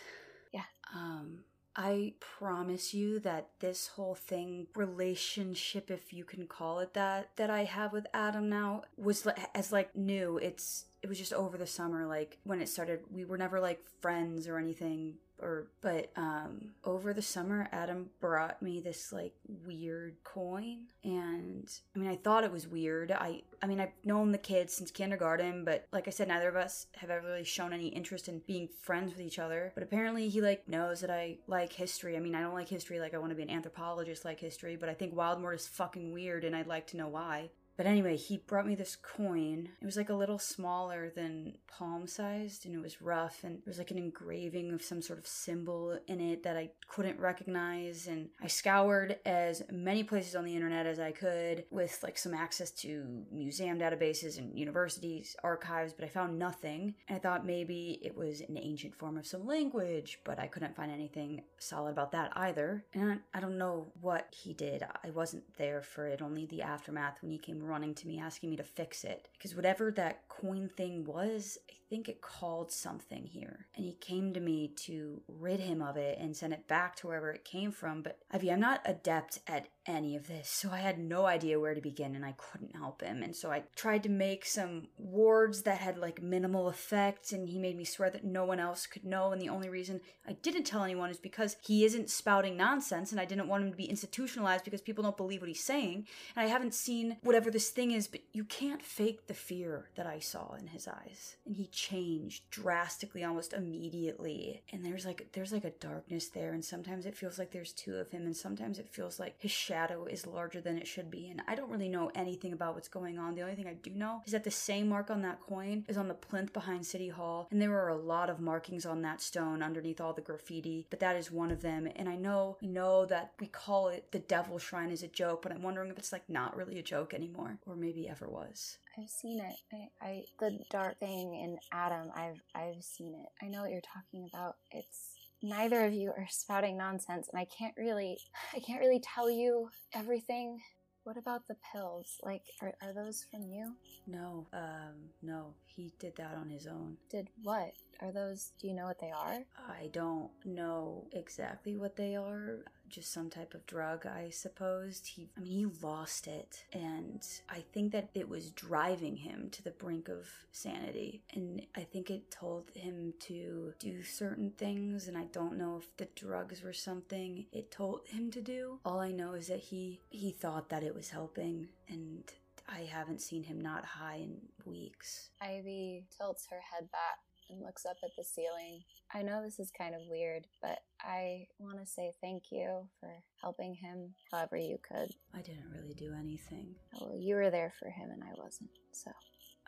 Speaker 3: Yeah.
Speaker 1: Um, I promise you that this whole thing, relationship, if you can call it that, that I have with Adam now was li- as like new. It's it was just over the summer, like when it started. We were never like friends or anything. Or, but um, over the summer, Adam brought me this like weird coin, and I mean, I thought it was weird. I, I mean, I've known the kids since kindergarten, but like I said, neither of us have ever really shown any interest in being friends with each other. But apparently, he like knows that I like history. I mean, I don't like history. Like, I want to be an anthropologist, like history. But I think Wildmore is fucking weird, and I'd like to know why. But anyway, he brought me this coin. It was like a little smaller than palm sized, and it was rough, and it was like an engraving of some sort of symbol in it that I couldn't recognize. And I scoured as many places on the internet as I could with like some access to museum databases and universities, archives, but I found nothing. And I thought maybe it was an ancient form of some language, but I couldn't find anything solid about that either. And I don't know what he did. I wasn't there for it, only the aftermath when he came running to me asking me to fix it. Because whatever that coin thing was, I think it called something here. And he came to me to rid him of it and send it back to wherever it came from. But Ivy, I'm not adept at any of this, so I had no idea where to begin and I couldn't help him. And so I tried to make some words that had like minimal effect, and he made me swear that no one else could know. And the only reason I didn't tell anyone is because he isn't spouting nonsense, and I didn't want him to be institutionalized because people don't believe what he's saying. And I haven't seen whatever this thing is, but you can't fake the fear that I saw in his eyes. And he changed drastically almost immediately. And there's like there's like a darkness there, and sometimes it feels like there's two of him, and sometimes it feels like his shadow is larger than it should be. And I don't really know anything about what's going on. The only thing I do know is that the same mark on that coin is on the plinth behind City Hall, and there were a lot of markings on that stone underneath all the graffiti, but that is one of them. And I know I know that we call it the Devil Shrine as a joke, but I'm wondering if it's like not really a joke anymore, or maybe ever was.
Speaker 3: I've seen it. I, I the dark thing in Adam. I've I've seen it. I know what you're talking about. It's neither of you are spouting nonsense, and I can't really I can't really tell you everything. What about the pills? Like, are, are those from you?
Speaker 1: No, um, no, he did that on his own.
Speaker 3: Did what? Are those? Do you know what they are?
Speaker 1: I don't know exactly what they are. Just some type of drug, I supposed. He, I mean, he lost it, and I think that it was driving him to the brink of sanity. And I think it told him to do certain things, and I don't know if the drugs were something it told him to do. All I know is that he he thought that it was helping, and I haven't seen him not high in weeks.
Speaker 3: Ivy tilts her head back and looks up at the ceiling. I know this is kind of weird, but I want to say thank you for helping him however you could.
Speaker 1: I didn't really do anything.
Speaker 3: Well, you were there for him and I wasn't, so.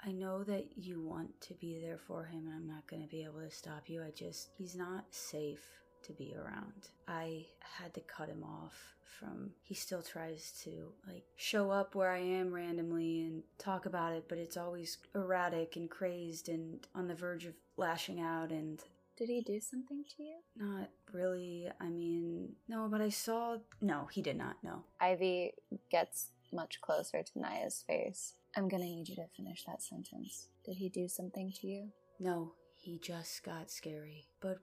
Speaker 1: I know that you want to be there for him, and I'm not going to be able to stop you. I just, he's not safe to be around. I had to cut him off from, he still tries to, like, show up where I am randomly and talk about it, but it's always erratic and crazed and on the verge of lashing out, and
Speaker 3: Did he do something to you?
Speaker 1: not really. I mean, no, but I saw, no, he did not, no.
Speaker 3: Ivy gets much closer to Naya's face. I'm gonna need you to finish that sentence. Did he do something to you?
Speaker 1: No, he just got scary. But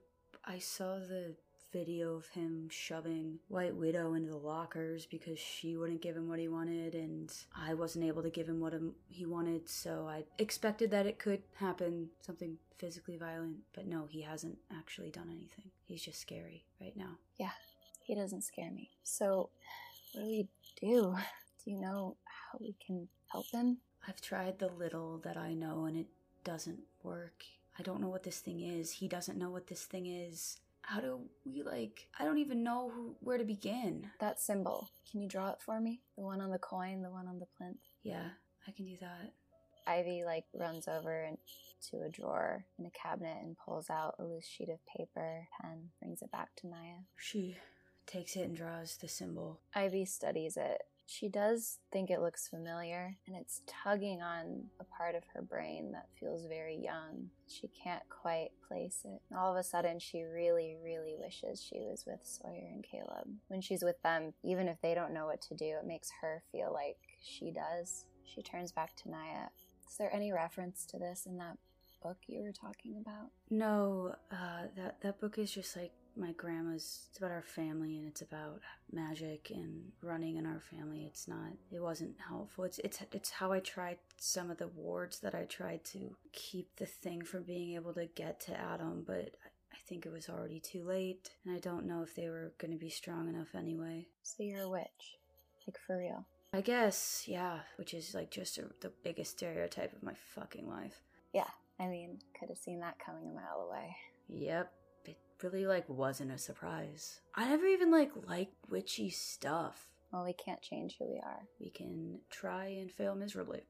Speaker 1: I saw the video of him shoving White Widow into the lockers because she wouldn't give him what he wanted, and I wasn't able to give him what him- he wanted, so I expected that it could happen something physically violent. But no, he hasn't actually done anything. He's just scary right now.
Speaker 3: He doesn't scare me. So, what do we do? Do you know how we can help him?
Speaker 1: I've tried the little that I know and it doesn't work. I don't know what this thing is. He doesn't know what this thing is. How do we like I don't even know who, where to begin.
Speaker 3: That symbol. Can you draw it for me? The one on the coin, the one on the plinth.
Speaker 1: Yeah, I can do that.
Speaker 3: Ivy like runs over and to a drawer in a cabinet and pulls out a loose sheet of paper, pen, brings it back to Naya.
Speaker 1: She takes it and draws the symbol.
Speaker 3: Ivy studies it. She does think it looks familiar, and it's tugging on a part of her brain that feels very young. She can't quite place it. And All of a sudden, she really, really wishes she was with Sawyer and Caleb. When she's with them, even if they don't know what to do, it makes her feel like she does. She turns back to Naya. Is there any reference to this in that book you were talking about?
Speaker 1: No, uh, that that book is just like my grandma's. It's about our family and it's about magic and running in our family. It's not. It wasn't helpful. It's it's it's how I tried some of the wards that I tried to keep the thing from being able to get to Adam, but I I think it was already too late, and I don't know if they were going to be strong enough anyway.
Speaker 3: So you're a witch. Like, for real.
Speaker 1: I guess, yeah, which is like just a, the biggest stereotype of my fucking life.
Speaker 3: I mean, could have seen that coming a mile away.
Speaker 1: Yep. It really like wasn't a surprise. I never even like liked witchy stuff.
Speaker 3: Well, we can't change who we are.
Speaker 1: We can try and fail miserably.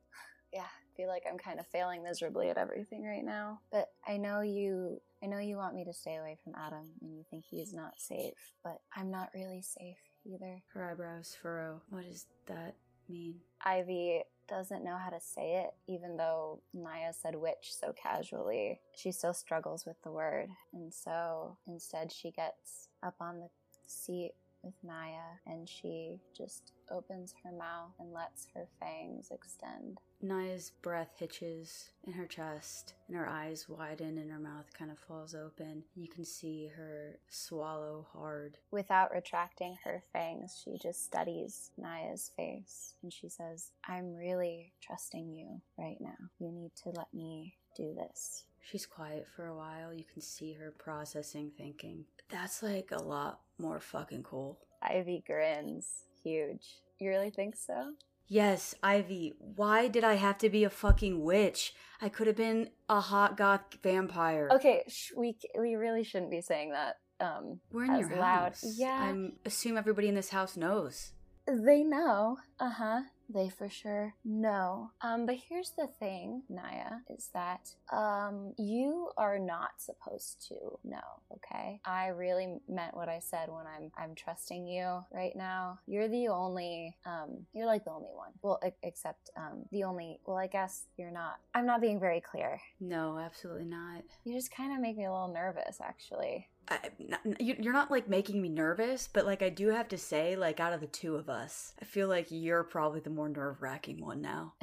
Speaker 3: Yeah, I feel like I'm kind of failing miserably at everything right now. But I know you. I know you want me to stay away from Adam, and you think he's not safe. But I'm not really safe either.
Speaker 1: Her eyebrows furrow. What does that mean?
Speaker 3: Ivy doesn't know how to say it, even though Naya said witch so casually. She still struggles with the word. And so instead, she gets up on the seat with Naya and she just opens her mouth and lets her fangs extend.
Speaker 1: Naya's breath hitches in her chest, and her eyes widen, and her mouth kind of falls open. You can see her swallow hard.
Speaker 3: Without retracting her fangs, she just studies Naya's face and she says, I'm really trusting you right now. You need to let me do this.
Speaker 1: She's quiet for a while. You can see her processing, thinking. That's like a lot more fucking cool.
Speaker 3: Ivy grins huge. You really think so?
Speaker 1: Yes, Ivy, why did I have to be a fucking witch? I could have been a hot goth vampire.
Speaker 3: Okay, sh- we c- we really shouldn't be saying that. Um,
Speaker 1: We're in
Speaker 3: as
Speaker 1: your
Speaker 3: loud.
Speaker 1: house.
Speaker 3: Yeah.
Speaker 1: I assume everybody in this house knows.
Speaker 3: They know. Uh huh. They for sure know. Um, but here's the thing, Naya, is that um, you are not supposed to know. Okay. I really meant what I said when I'm I'm trusting you right now. You're the only. Um, you're like the only one. Well, e- except um, the only. Well, I guess you're not. I'm not being very clear.
Speaker 1: No, absolutely not.
Speaker 3: You just kind of make me a little nervous, actually.
Speaker 1: I, n- you- you're not like making me nervous, but like I do have to say, like out of the two of us, I feel like you're probably the more nerve wracking one now.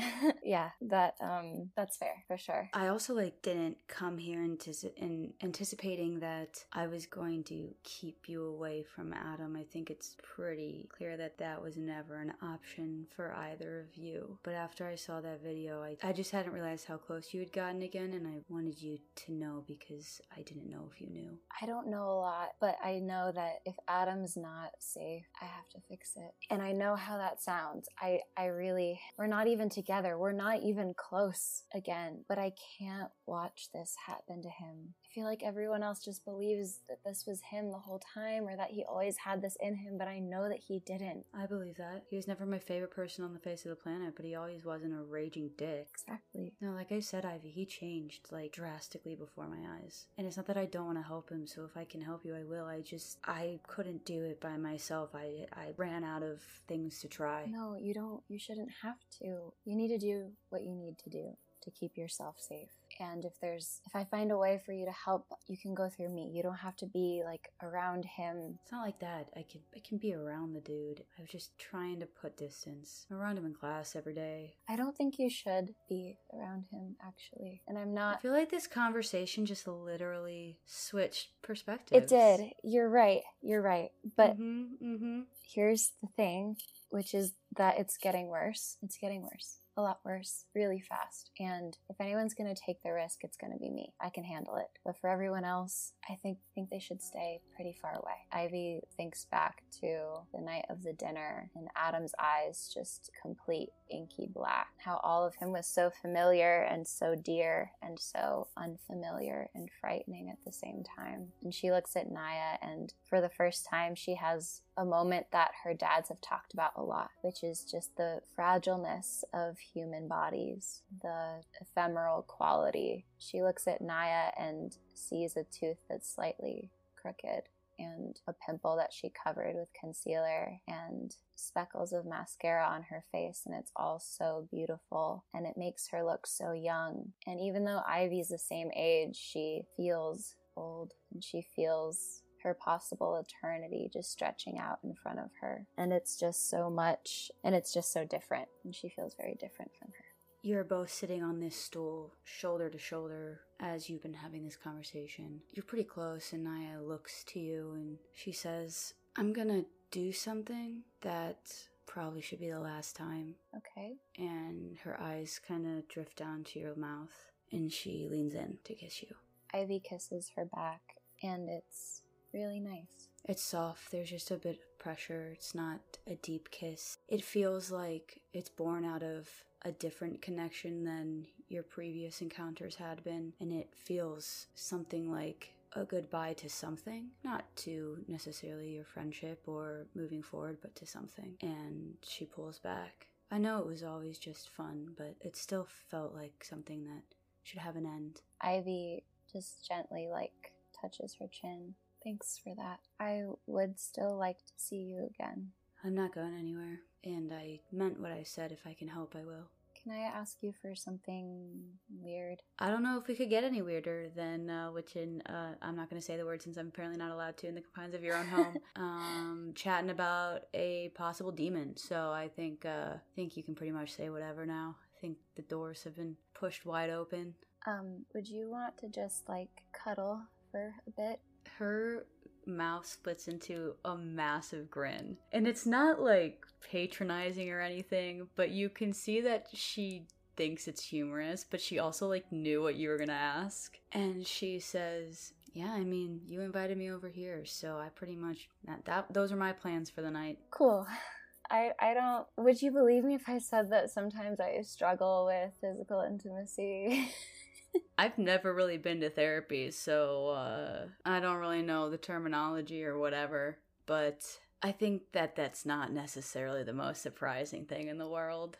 Speaker 3: yeah, that um, that's fair for sure.
Speaker 1: I also like didn't come here antici- in anticipating that I was going to keep you away from Adam. I think it's pretty clear that that was never an option for either of you. But after I saw that video, I, I just hadn't realized how close you had gotten again, and I wanted you to know because I didn't know if you knew.
Speaker 3: I don't know a lot, but I know that if Adam's not safe, I have to fix it. And I know how that sounds. I, I really, we're not even together. We're not even close again, but I can't watch this happen to him. I feel like everyone else just believes that this was him the whole time or that he always had this in him, but I know that he didn't.
Speaker 1: I believe that. He was never my favorite person on the face of the planet, but he always wasn't a raging dick.
Speaker 3: Exactly.
Speaker 1: No, like I said, Ivy, he changed like drastically before my eyes. And it's not that I don't want to help him, so if I can help you, I will. I just I couldn't do it by myself. I I ran out of things to try.
Speaker 3: No, you don't. You shouldn't have to. You need to do what you need to do to keep yourself safe. And if there's, if I find a way for you to help, you can go through me. You don't have to be like around him.
Speaker 1: It's not like that. I can I can be around the dude. I was just trying to put distance. I'm around him in class every day.
Speaker 3: I don't think you should be around him, actually. And I'm
Speaker 1: I
Speaker 3: not.
Speaker 1: feel like this conversation just literally switched perspectives.
Speaker 3: It did. You're right. You're right. But
Speaker 1: Mhm, mhm.
Speaker 3: here's the thing, which is that it's getting worse. It's getting worse. A lot worse, really fast. And if anyone's going to take the risk, it's going to be me. I can handle it. But for everyone else, I think think they should stay pretty far away. Ivy thinks back to the night of the dinner and Adam's eyes just complete inky black. How all of him was so familiar and so dear and so unfamiliar and frightening at the same time. And she looks at Naya, and for the first time, she has a moment that her dads have talked about a lot, which is just the fragileness of human bodies, the ephemeral quality. She looks at Naya and sees a tooth that's slightly crooked and a pimple that she covered with concealer and speckles of mascara on her face and it's all so beautiful and it makes her look so young and even though Ivy's the same age she feels old and she feels her possible eternity just stretching out in front of her and it's just so much and it's just so different and she feels very different from her
Speaker 1: You're both sitting on this stool, shoulder to shoulder, as you've been having this conversation. You're pretty close, and Naya looks to you and she says, I'm gonna do something that probably should be the last time.
Speaker 3: okay
Speaker 1: And her eyes kind of drift down to your mouth, and she leans in to kiss you.
Speaker 3: Ivy kisses her back and it's really nice
Speaker 1: It's soft, there's just a bit of pressure. It's not a deep kiss. It feels like it's born out of a different connection than your previous encounters had been, and it feels something like a goodbye to something, not to necessarily your friendship or moving forward, but to something. And she pulls back. I know it was always just fun, but it still felt like something that should have an end.
Speaker 3: Ivy just gently like touches her chin. Thanks for that. I would still like to see you again.
Speaker 1: I'm not going anywhere, and I meant what I said. If I can help, I will.
Speaker 3: Can I ask you for something weird?
Speaker 1: I don't know if we could get any weirder than uh, which in uh, I'm not going to say the word since I'm apparently not allowed to in the confines of your own home. um, chatting about a possible demon. So I think uh, I think you can pretty much say whatever now. I think the doors have been pushed wide open.
Speaker 3: Um, would you want to just like cuddle for a bit?
Speaker 1: Her mouth splits into a massive grin, and it's not like patronizing or anything, but you can see that she thinks it's humorous, but she also like knew what you were gonna ask. And she says, Yeah, I mean, you invited me over here, so I pretty much that, that those are my plans for the night.
Speaker 3: Cool. I, I don't would you believe me if I said that sometimes I struggle with physical intimacy?
Speaker 1: I've never really been to therapy, so uh, I don't really know the terminology or whatever, but I think that that's not necessarily the most surprising thing in the world.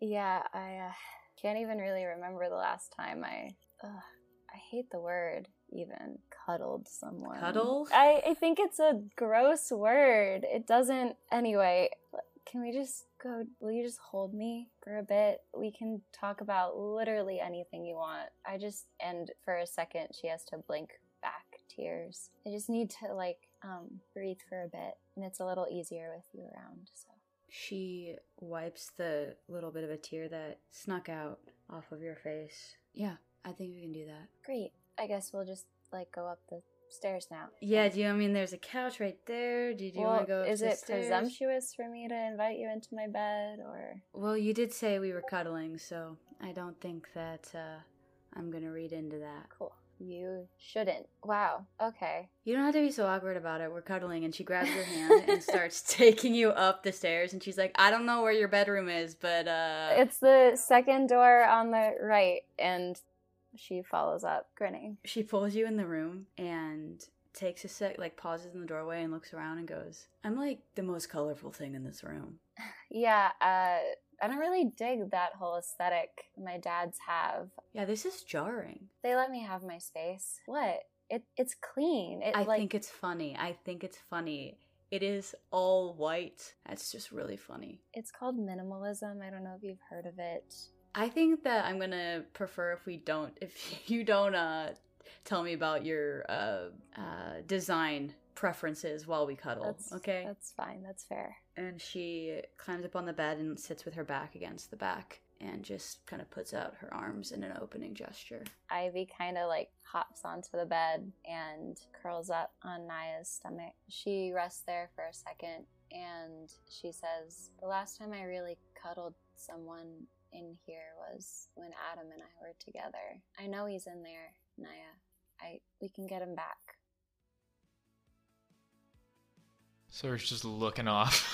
Speaker 3: yeah, I uh, can't even really remember the last time I ugh, I hate the word even cuddled someone.
Speaker 1: Cuddle?
Speaker 3: I, I think it's a gross word. It doesn't. Anyway, can we just go? Will you just hold me for a bit? We can talk about literally anything you want. I just. And for a second, she has to blink back tears. I just need to, like, um, breathe for a bit. And it's a little easier with you around. So.
Speaker 1: She wipes the little bit of a tear that snuck out off of your face. Yeah, I think we can do that.
Speaker 3: Great. I guess we'll just, like, go up the stairs now.
Speaker 1: Yeah, do you, I mean, there's a couch right there. Did you want to go up
Speaker 3: is
Speaker 1: the
Speaker 3: it
Speaker 1: stairs?
Speaker 3: presumptuous for me to invite you into my bed or
Speaker 1: Well, you did say we were cuddling, so I don't think that uh, I'm going to read into that.
Speaker 3: cool you shouldn't wow okay
Speaker 1: You don't have to be so awkward about it. We're cuddling, and she grabs your hand and starts taking you up the stairs. And she's like, "I don't know where your bedroom is, but uh,
Speaker 3: it's the second door on the right and she follows up grinning
Speaker 1: She pulls you in the room and takes a sec, like pauses in the doorway and looks around and goes, "I'm like the most colorful thing in this room."
Speaker 3: yeah uh i don't really dig that whole aesthetic my dads have
Speaker 1: Yeah, this is jarring.
Speaker 3: they let me have my space what it, it's clean it
Speaker 1: I
Speaker 3: like
Speaker 1: think it's funny. I think it's funny. It is all white. That's just really funny.
Speaker 3: it's called minimalism i don't know if you've heard of it
Speaker 1: I think that I'm gonna prefer if we don't, if you don't uh, tell me about your uh, uh, design preferences while we cuddle.
Speaker 3: that's
Speaker 1: okay.
Speaker 3: that's fine that's fair
Speaker 1: and she climbs up on the bed and sits with her back against the back and just kind of puts out her arms in an opening gesture.
Speaker 3: Ivy kind of like hops onto the bed and curls up on Naya's stomach. She rests there for a second and she says, The last time I really cuddled someone in here was when Adam and I were together. I know he's in there, Naya. I we can get him back.
Speaker 5: Sarah's just looking off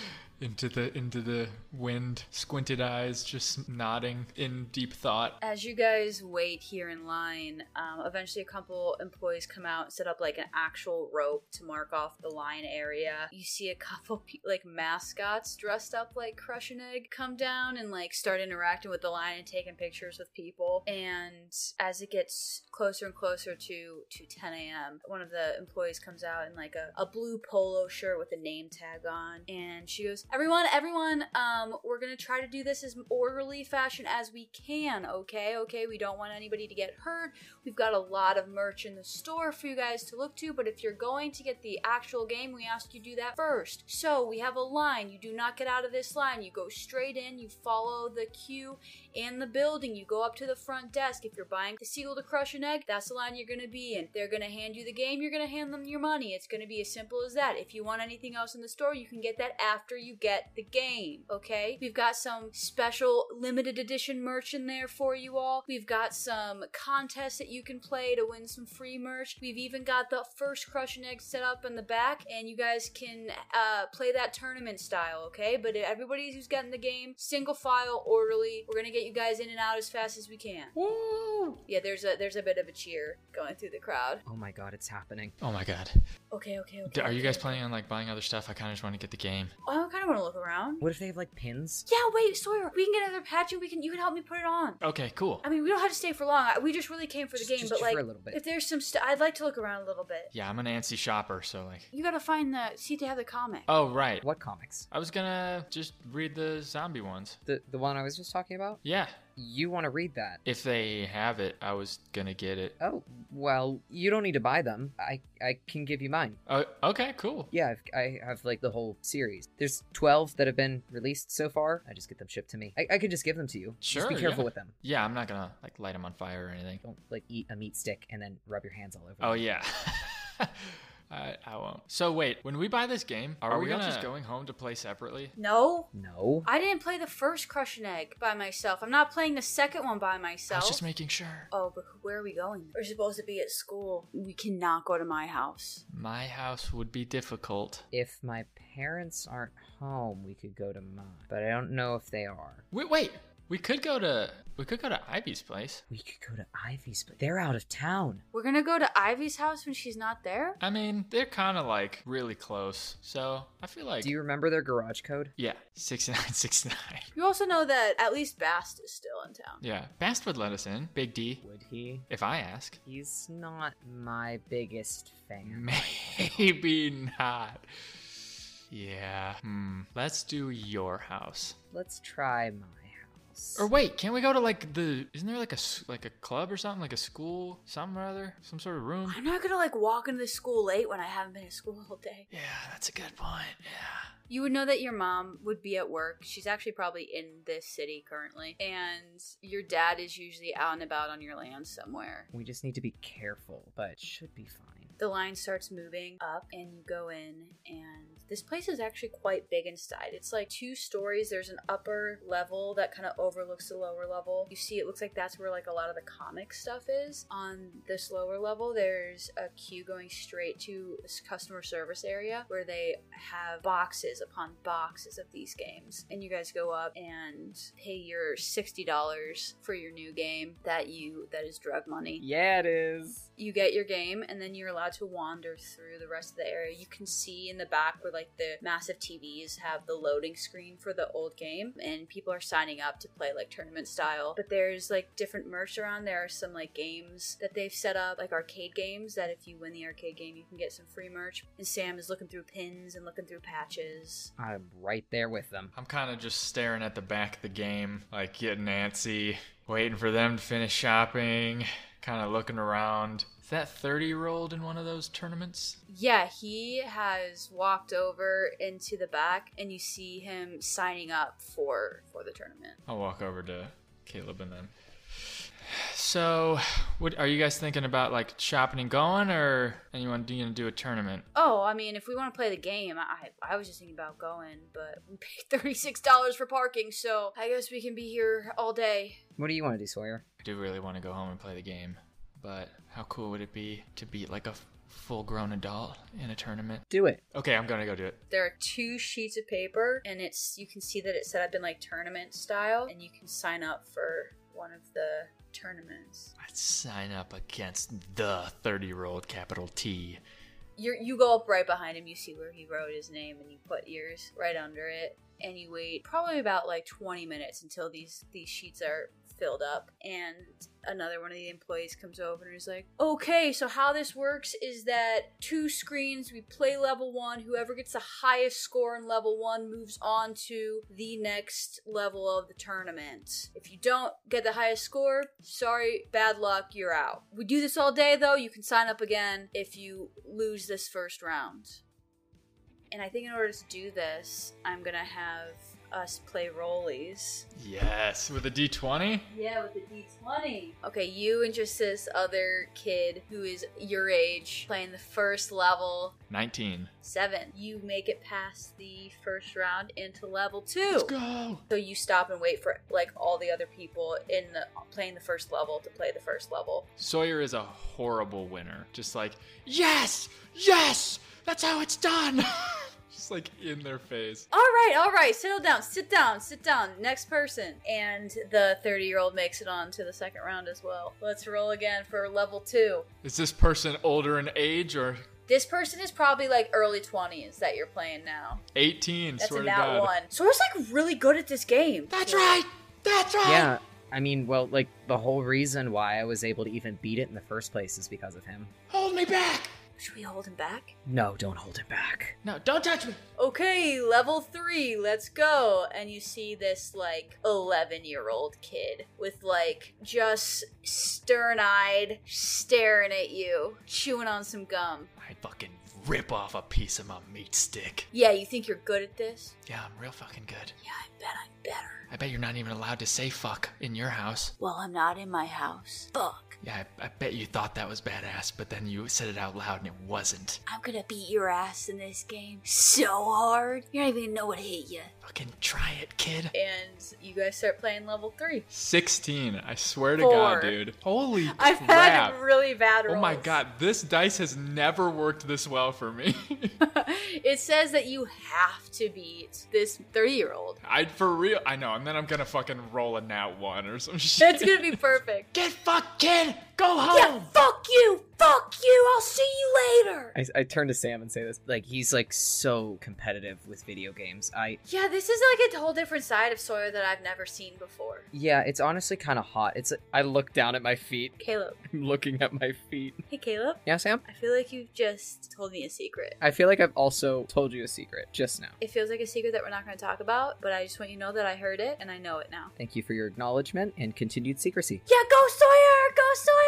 Speaker 5: into the into the wind, squinted eyes, just nodding in deep thought.
Speaker 7: As you guys wait here in line, um, eventually a couple employees come out and set up like an actual rope to mark off the line area. You see a couple pe- like mascots dressed up like Crush an Egg come down and like start interacting with the line and taking pictures with people. And as it gets closer and closer to to 10 a.m., one of the employees comes out in like a, a blue polo shirt with a name tag on, and she goes, "Everyone, everyone, um, we're gonna try to do this as orderly fashion as we can. Okay, okay. We don't want anybody to get hurt. We've got a lot of merch in the store for you guys to look to, but if you're going to get the actual game, we ask you do that first. So we have a line. You do not get out of this line. You go straight in. You follow the queue in the building. You go up to the front desk. If you're buying the seagull to crush an egg, that's the line you're going to be in. They're going to hand you the game. You're going to hand them your money. It's going to be as simple as that. If you want anything else in the store, you can get that after you
Speaker 1: you get the game, okay? We've got some special limited edition merch in there for you all. We've got some contests that you can play to win some free merch. We've even got the first crush and egg set up in the back, and you guys can uh, play that tournament style, okay? But everybody who's getting the game, single file, orderly. We're gonna get you guys in and out as fast as we can.
Speaker 6: Woo!
Speaker 1: Yeah, there's a there's a bit of a cheer going through the crowd.
Speaker 4: Oh my god, it's happening.
Speaker 5: Oh my god.
Speaker 1: Okay, okay, okay.
Speaker 5: D- Are you
Speaker 1: okay.
Speaker 5: guys planning on like buying other stuff? I kind of just want to get the game.
Speaker 1: I kind of want to look around.
Speaker 4: What if they have like pins?
Speaker 1: Yeah, wait, Sawyer, we can get another patch. and We can you can help me put it on.
Speaker 5: Okay, cool.
Speaker 1: I mean, we don't have to stay for long. I- We just really came for
Speaker 4: Just-
Speaker 1: the game,
Speaker 4: just
Speaker 1: but like,
Speaker 4: for a little bit.
Speaker 1: if there's some stuff, I'd like to look around a little bit.
Speaker 5: Yeah, I'm an antsy shopper, so like.
Speaker 1: You gotta find the see if they have the comic.
Speaker 5: Oh right.
Speaker 4: What comics?
Speaker 5: I was gonna just read the zombie ones.
Speaker 4: The the one I was just talking about?
Speaker 5: Yeah,
Speaker 4: You want to read that?
Speaker 5: if they have it, I was gonna get it.
Speaker 4: Oh, well, you don't need to buy them. I I can give you mine.
Speaker 5: Oh, okay, cool.
Speaker 4: Yeah, I've, I have like the whole series. There's 12 that have been released so far. I just get them shipped to me. I, I could just give them to you. Just
Speaker 5: Sure,
Speaker 4: be careful
Speaker 5: yeah.
Speaker 4: with them.
Speaker 5: Yeah, I'm not gonna like light them on fire or anything.
Speaker 4: Don't like eat a meat stick and then rub your hands all over.
Speaker 5: Oh
Speaker 4: them.
Speaker 5: yeah. I, I won't. So wait, when we buy this game, are,
Speaker 4: Are
Speaker 5: we,
Speaker 4: we all
Speaker 5: gonna... just
Speaker 4: just
Speaker 5: going home to play separately?
Speaker 1: No,
Speaker 4: No.
Speaker 1: I didn't play the first Crush an Egg by myself. I'm not playing the second one by
Speaker 5: I
Speaker 1: myself.
Speaker 5: was just making sure.
Speaker 1: oh, but where are we going? We're supposed to be at school. We cannot go to my house.
Speaker 5: My house would be difficult.
Speaker 4: If my parents aren't home, we could go to mine, but I don't know if they are.
Speaker 5: Wait, wait. We could go to we could go to Ivy's place.
Speaker 4: We could go to Ivy's, but they're out of town.
Speaker 1: We're gonna go to Ivy's house when she's not there.
Speaker 5: I mean, they're kind of like really close, so I feel like
Speaker 4: Do you remember their garage code?
Speaker 5: yeah, sixty nine, sixty nine.
Speaker 1: You also know that at least Bast is still in town.
Speaker 5: Yeah, Bast would let us in. Big D,
Speaker 4: Would he?
Speaker 5: if I ask.
Speaker 4: He's not my biggest fan.
Speaker 5: Maybe not. Yeah. Hmm. Let's do your house.
Speaker 4: Let's try my house.
Speaker 5: Or wait, can't we go to like the? Isn't there like a s- like a club or something, like a school, something or other, some sort of room?
Speaker 1: I'm not gonna like walk into the school late when I haven't been at school all day.
Speaker 5: Yeah, that's a good point. Yeah.
Speaker 1: You would know that your mom would be at work. She's actually probably in this city currently. And your dad is usually out and about on your land somewhere.
Speaker 4: We just need to be careful, but it should be fine.
Speaker 1: The line starts moving up, and you go in, and this place is actually quite big inside. It's like two stories. There's an upper level that kind of overlooks the lower level. You see, it looks like that's where like a lot of the comic stuff is. On this lower level, there's a queue going straight to this customer service area where they have boxes upon boxes of these games, and you guys go up and pay your sixty dollars for your new game that you that is drug money
Speaker 6: Yeah, it is.
Speaker 1: you get your game and then you're allowed to wander through the rest of the area you can see in the back where like the massive tvs have the loading screen for the old game and people are signing up to play like tournament style but there's like different merch around there are some like games that they've set up like arcade games that if you win the arcade game you can get some free merch and sam is looking through pins and looking through patches
Speaker 4: I'm right there with them.
Speaker 5: I'm kind of just staring at the back of the game, like getting antsy, waiting for them to finish shopping, kind of looking around. Is that thirty year old in one of those tournaments?
Speaker 1: yeah he has walked over into the back and you see him signing up for for the tournament
Speaker 5: I'll walk over to Caleb and then. So, what are you guys thinking about, like shopping and going, or anyone do you gonna do a tournament?
Speaker 1: Oh, I mean, if we want to play the game, I I was just thinking about going, but we paid thirty six dollars for parking, so I guess we can be here all day.
Speaker 4: What do you want to do, Sawyer?
Speaker 5: I do really want to go home and play the game, but how cool would it be to beat like a f- full-grown adult in a tournament?
Speaker 4: Do it.
Speaker 5: Okay, I'm gonna go do it.
Speaker 1: There are two sheets of paper, and it's you can see that it's set up in like tournament style, and you can sign up for one of the tournaments.
Speaker 5: Let's sign up against the 30-year-old capital T.
Speaker 1: You you go up right behind him, you see where he wrote his name, and you put yours right under it, and you wait probably about like twenty minutes until these these sheets are filled up and another one of the employees comes over and is like, okay, so how this works is that two screens, we play level one. Whoever gets the highest score in level one moves on to the next level of the tournament. If you don't get the highest score, sorry, bad luck, you're out. We do this all day though. You can sign up again if you lose this first round. And I think in order to do this, I'm gonna have us play rollies.
Speaker 5: Yes, with a d20?
Speaker 1: Yeah, with the d20. Okay, you and just this other kid who is your age playing the first level
Speaker 5: 19.
Speaker 1: seven. You make it past the first round into level two.
Speaker 5: Let's go!
Speaker 1: So you stop and wait for like all the other people in the playing the first level to play the first level.
Speaker 5: Sawyer is a horrible winner. Just like, yes! Yes! That's how it's done! Just like in their face.
Speaker 1: All right, all right, settle down, sit down, sit down. Next person, and the thirty-year-old makes it on to the second round as well. Let's roll again for level two.
Speaker 5: Is this person older in age or
Speaker 1: This person is probably like early twenties that you're playing now.
Speaker 5: 18?
Speaker 1: That's
Speaker 5: swear
Speaker 1: in
Speaker 5: to
Speaker 1: that
Speaker 5: God.
Speaker 1: one. So it's like really good at this game.
Speaker 5: That's right! That's right!
Speaker 4: Yeah. I mean, well, like the whole reason why I was able to even beat it in the first place is because of him.
Speaker 5: Hold me back!
Speaker 1: Should we hold him back?
Speaker 4: No, don't hold it back.
Speaker 5: No, don't touch me!
Speaker 1: Okay, level three, let's go. And you see this like 11 year old kid with like just stern eyed staring at you, chewing on some gum.
Speaker 5: I fucking rip off a piece of my meat stick.
Speaker 1: Yeah, you think you're good at this?
Speaker 5: Yeah, I'm real fucking good.
Speaker 1: Yeah, I bet I'm better.
Speaker 5: I bet you're not even allowed to say fuck in your house.
Speaker 1: Well, I'm not in my house. Fuck.
Speaker 5: Yeah, I, I bet you thought that was badass, but then you said it out loud and it wasn't.
Speaker 1: I'm gonna beat your ass in this game so hard. You don't even gonna know what hit you.
Speaker 5: Fucking try it, kid.
Speaker 1: And you guys start playing level three.
Speaker 5: 16. I swear to
Speaker 1: Four.
Speaker 5: God, dude. Holy
Speaker 1: I've
Speaker 5: crap.
Speaker 1: had really bad rolls.
Speaker 5: oh my God, this dice has never worked this well for me.
Speaker 1: it says that you have to beat this 30 year old.
Speaker 5: I for real. I know, and then I'm gonna fucking roll a nat one or some shit.
Speaker 1: That's gonna be perfect.
Speaker 5: Get fucked, kid. Go
Speaker 1: Yeah,
Speaker 5: home.
Speaker 1: fuck you! Fuck you! I'll see you later!
Speaker 6: I, I turn to Sam and say this.
Speaker 4: Like he's like so competitive with video games. I
Speaker 1: Yeah, this is like a whole different side of Sawyer that I've never seen before.
Speaker 4: yeah, it's honestly kind of hot. It's
Speaker 6: I look down at my feet.
Speaker 1: Caleb.
Speaker 6: I'm looking at my feet.
Speaker 1: Hey, Caleb.
Speaker 4: yeah, Sam.
Speaker 1: I feel like you've just told me a secret.
Speaker 6: I feel like I've also told you a secret just now.
Speaker 1: It feels like a secret that we're not gonna talk about, but I just want you to know that I heard it and I know it now.
Speaker 4: Thank you for your acknowledgement and continued secrecy.
Speaker 1: Yeah, go Sawyer! Go Sawyer!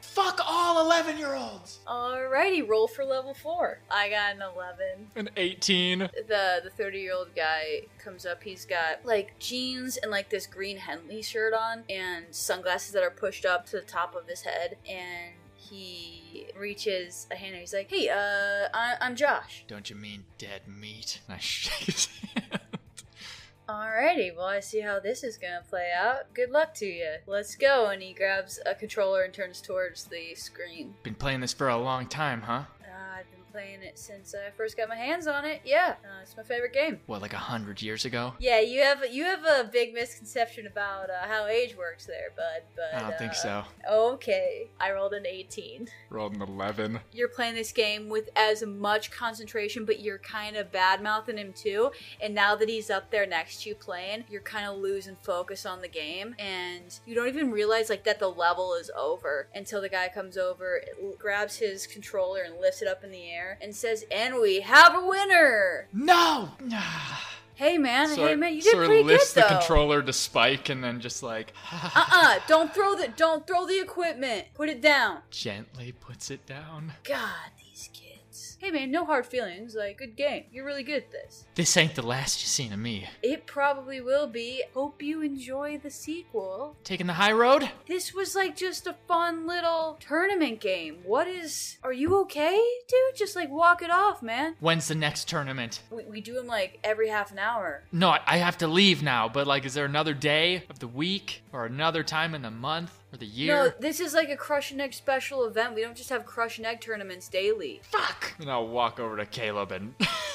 Speaker 5: Fuck all 11 year olds.
Speaker 1: Alrighty, roll for level four. I got an 11.
Speaker 5: An 18.
Speaker 1: the the 30 year old guy comes up he's got like jeans and like this green henley shirt on and sunglasses that are pushed up to the top of his head and he reaches a hand and he's like hey uh I- i'm josh
Speaker 5: Don't you mean dead meat? And I shake his hand.
Speaker 1: alrighty well i see how this is gonna play out good luck to you let's go and he grabs a controller and turns towards the screen
Speaker 5: Been playing this for a long time, huh?
Speaker 1: uh, i've been playing it since i first got my hands on it yeah uh, it's my favorite game
Speaker 5: What, like a hundred years ago?
Speaker 1: Yeah, you have you have a big misconception about uh, how age works there, bud. But
Speaker 5: I don't think
Speaker 1: uh,
Speaker 5: so.
Speaker 1: Okay, I rolled an eighteen.
Speaker 5: Rolled an 11.
Speaker 1: You're playing this game with as much concentration, but you're kind of bad mouthing him too. And now that he's up there next to you playing, you're kind of losing focus on the game, and you don't even realize like that the level is over until the guy comes over, l- grabs his controller, and lifts it up in the air and says, "And we have a winner!"
Speaker 5: No!
Speaker 1: Hey man, hey man, you did
Speaker 5: of
Speaker 1: pretty
Speaker 5: lifts
Speaker 1: good
Speaker 5: the
Speaker 1: though.
Speaker 5: controller to Spike and then just like
Speaker 1: uh-uh don't throw the don't throw the equipment put it down
Speaker 5: gently puts it down.
Speaker 1: god these kids hey man no hard feelings like good game you're really good at this
Speaker 5: This ain't the last you seen of me.
Speaker 1: it probably will be hope you enjoy the sequel
Speaker 5: Taking the high road?
Speaker 1: this was like just a fun little tournament game what is are you okay dude just like walk it off man
Speaker 5: When's the next tournament?
Speaker 1: we, we do them like every half an hour
Speaker 5: No, I, I have to leave now, but like, is there another day of the week or another time in the month or the year?
Speaker 1: no this is like a crush and egg special event we don't just have crush and egg tournaments daily
Speaker 5: Fuck! And I'll walk over to Caleb and.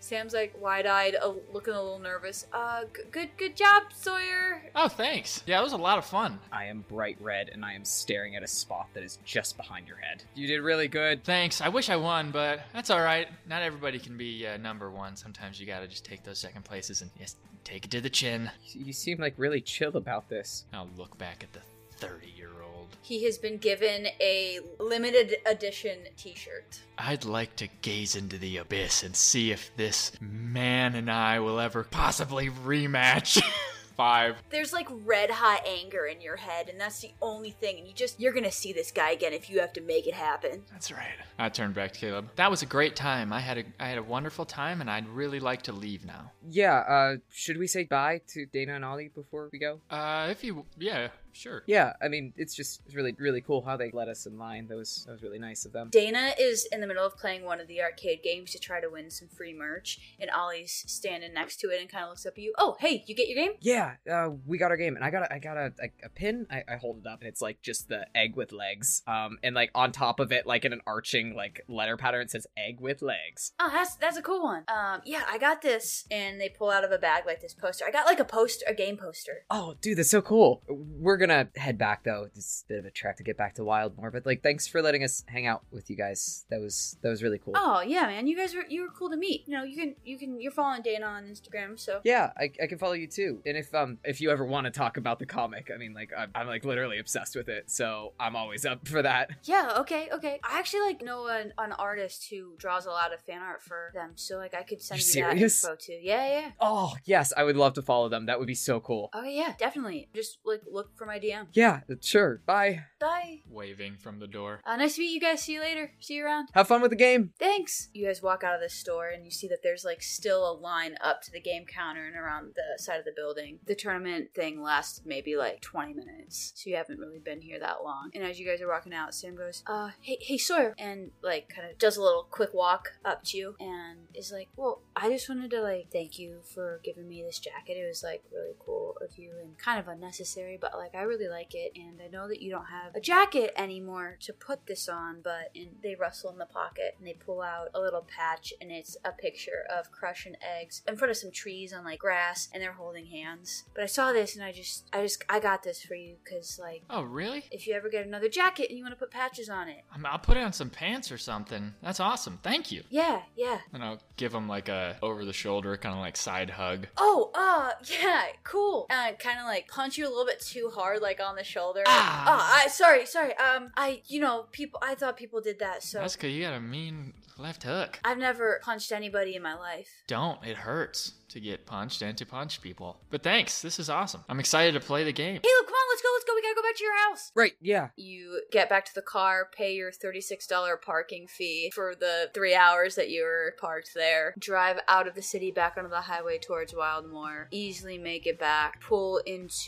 Speaker 1: Sam's like wide-eyed, uh, looking a little nervous. Uh, g- good, good job, Sawyer.
Speaker 5: oh, thanks. Yeah, it was a lot of fun.
Speaker 4: I am bright red and I am staring at a spot that is just behind your head.
Speaker 6: You did really good.
Speaker 5: Thanks. I wish I won, but that's all right. Not everybody can be uh, number one. Sometimes you gotta just take those second places and just take it to the chin.
Speaker 6: You seem like really chill about this.
Speaker 5: I'll look back at the 30 year old.
Speaker 1: He has been given a limited edition T-shirt.
Speaker 5: I'd like to gaze into the abyss and see if this man and I will ever possibly rematch. five.
Speaker 1: There's like red hot anger in your head, and that's the only thing. And you just, you're gonna see this guy again if you have to make it happen.
Speaker 5: That's right. I turned back to Caleb. That was a great time. I had a I had a wonderful time, and I'd really like to leave now.
Speaker 4: Yeah, uh, should we say bye to Dana and Ollie before we go?
Speaker 5: Uh, if you, yeah, sure.
Speaker 4: Yeah, I mean, it's just it's really, really cool how they let us in line. That was, that was really nice of them.
Speaker 1: Dana is in the middle of playing one of the arcade games to try to win some free merch, and Ollie's standing next to it and kind of looks up at you. Oh, hey, you get your game?
Speaker 4: Yeah, uh, we got our game, and I got a, I got a, a, a pin. I, I hold it up, and it's like just the egg with legs. Um, and like on top of it, like in an arching like letter pattern, it says egg with legs.
Speaker 1: Oh, that's that's a cool one. Um, yeah, I got this, and they pull out of a bag like this poster. I got like a poster, a game poster.
Speaker 4: Oh, dude, that's so cool. We're gonna head back though. It's a bit of a trek to get back to Wildmore, but like, thanks for letting us hang out with you guys. That was that was really cool.
Speaker 1: Oh yeah, man, you guys were you were cool to meet. You know, you can you can you're following Dana on Instagram, so
Speaker 4: Yeah, I, I can follow you too. And if um if you ever want to talk about the comic, I mean, like I'm, I'm like literally obsessed with it, so I'm always up for that.
Speaker 1: Yeah, okay, okay. I actually like know an, an artist who draws a lot of fan art for them, so like I could send
Speaker 4: You're
Speaker 1: you
Speaker 4: serious?
Speaker 1: that info too. Yeah, yeah.
Speaker 4: Oh yes, I would love to follow them. That would be so cool.
Speaker 1: Okay, yeah, definitely. Just like look for my DM.
Speaker 4: Yeah, sure. Bye.
Speaker 1: Bye.
Speaker 5: Waving from the door.
Speaker 1: Uh, nice to meet you guys. See you later. See you around.
Speaker 4: Have fun with the game.
Speaker 1: Thanks. You guys walk out of this store and you see that there's like still a line up to the game counter and around the side of the building. The tournament thing lasted maybe like 20 minutes, so you haven't really been here that long. And as you guys are walking out, Sam goes, "Uh, hey, hey Sawyer," and like kind of does a little quick walk up to you and is like, "Well, I just wanted to like thank you for giving me this jacket. It was like really cool of you and kind of unnecessary, but like I really like it. And I know that you don't have a jacket anymore to put this on, but and they rustle in the pocket and they pull out a little patch and it's a picture of crushing eggs in front of some trees on like grass and they're holding hands. But I saw this and I just I just I got this for you because like
Speaker 5: Oh, really?
Speaker 1: if you ever get another jacket and you want to put patches on it.
Speaker 5: I'm, I'll put on some pants or something. That's awesome. Thank you.
Speaker 1: Yeah, yeah.
Speaker 5: And I'll give him like a over the shoulder kind of like side hug.
Speaker 1: Oh, uh, yeah, cool. Uh, kind of like punch you a little bit too hard, like on the shoulder.
Speaker 5: Ah.
Speaker 1: Oh, I, sorry, sorry. Um, I, you know, people, I thought people did that, so
Speaker 5: That's because you got a mean left hook.
Speaker 1: I've never punched anybody in my life.
Speaker 5: Don't. It hurts to get punched and to punch people. But thanks. This is awesome. I'm excited to play the game.
Speaker 1: Hey, look, come on, let's go, let's go. We gotta go back to your house.
Speaker 4: Right. Yeah.
Speaker 1: You get back to the car, pay your $36 parking fee for the three hours that you were parked there, drive out of the city back onto the highway towards Wildmore, easily make it back, pull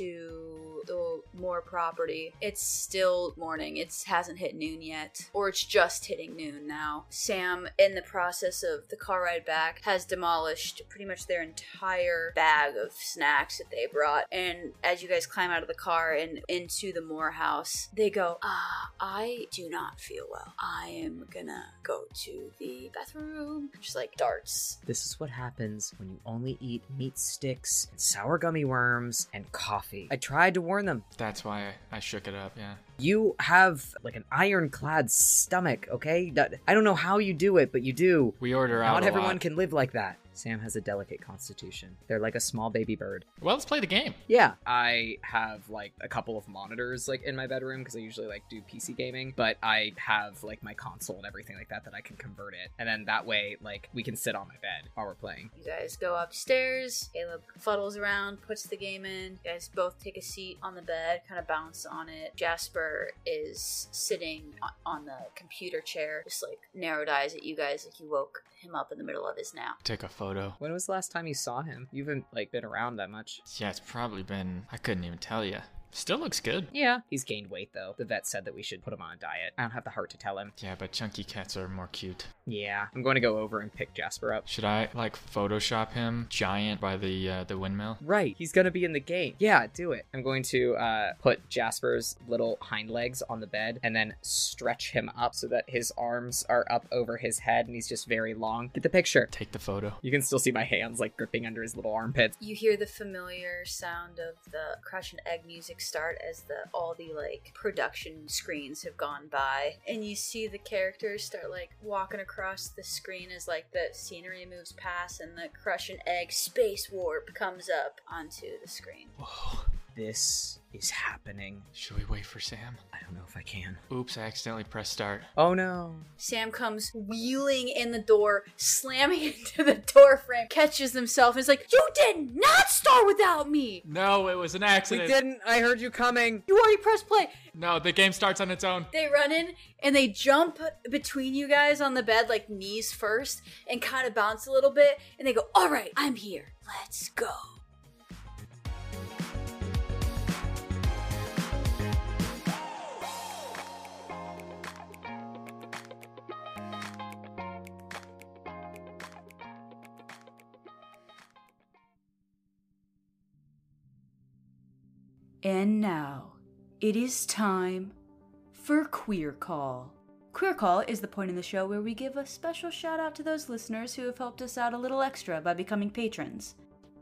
Speaker 1: into the more property. It's still morning, it hasn't hit noon yet, or it's just hitting noon now. Sam, in the process of the car ride back, has demolished pretty much their entire bag of snacks that they brought. And as you guys climb out of the car and into the Moore house, they go, Ah, I do not feel well. I am gonna go to the bathroom. Just like darts.
Speaker 4: This is what happens when you only eat meat sticks and sour gummy worms and coffee. I tried to warn them.
Speaker 5: That's why I, I shook it up. Yeah.
Speaker 4: You have like an ironclad stomach, okay? That- I don't know how you do it, but you do.
Speaker 5: We order out.
Speaker 4: Not
Speaker 5: a
Speaker 4: everyone
Speaker 5: lot.
Speaker 4: can live like that. Sam has a delicate constitution. They're like a small baby bird.
Speaker 5: Well, let's play the game.
Speaker 4: Yeah, I have like a couple of monitors like in my bedroom because I usually like do PC gaming, but I have like my console and everything like that that I can convert it, and then that way like we can sit on my bed while we're playing.
Speaker 1: You guys go upstairs. Caleb fuddles around, puts the game in. You guys both take a seat on the bed, kind of bounce on it. Jasper is sitting o- on the computer chair, just like narrowed eyes at you guys like you woke him up in the middle of his nap.
Speaker 5: Take a photo.
Speaker 4: When was the last time you saw him? You haven't like been around that much.
Speaker 5: Yeah, it's probably been. I couldn't even tell you. Still looks good.
Speaker 4: Yeah, he's gained weight though. The vet said that we should put him on a diet. I don't have the heart to tell him.
Speaker 5: Yeah, but chunky cats are more cute.
Speaker 4: Yeah, I'm going to go over and pick Jasper up.
Speaker 5: Should I like Photoshop him giant by the uh, the windmill?
Speaker 4: Right, he's gonna be in the game. Yeah, do it. I'm going to uh, put Jasper's little hind legs on the bed and then stretch him up so that his arms are up over his head and he's just very long. Get the picture.
Speaker 5: Take the photo.
Speaker 4: You can still see my hands like gripping under his little armpits.
Speaker 1: You hear the familiar sound of the crush and egg music start as the all the like production screens have gone by, and you see the characters start like walking across the screen as like the scenery moves past, and the crush and egg space warp comes up onto the screen.
Speaker 5: Whoa.
Speaker 4: this is happening.
Speaker 5: Should we wait for Sam?
Speaker 4: I don't know if I can.
Speaker 5: Oops, I accidentally pressed start.
Speaker 4: Oh no.
Speaker 8: Sam comes wheeling in the door, slamming into the door frame, catches himself, and is like, You did not start without me!
Speaker 5: No, it was an
Speaker 4: We
Speaker 5: accident.
Speaker 4: didn't. I heard you coming.
Speaker 8: You already pressed play.
Speaker 5: No, the game starts on its own.
Speaker 8: They run in and they jump between you guys on the bed, like knees first, and kind of bounce a little bit, and they go, All right, I'm here. Let's go.
Speaker 1: And now, it is time for Queer Call. Queer Call is the point in the show where we give a special shout out to those listeners who have helped us out a little extra by becoming patrons.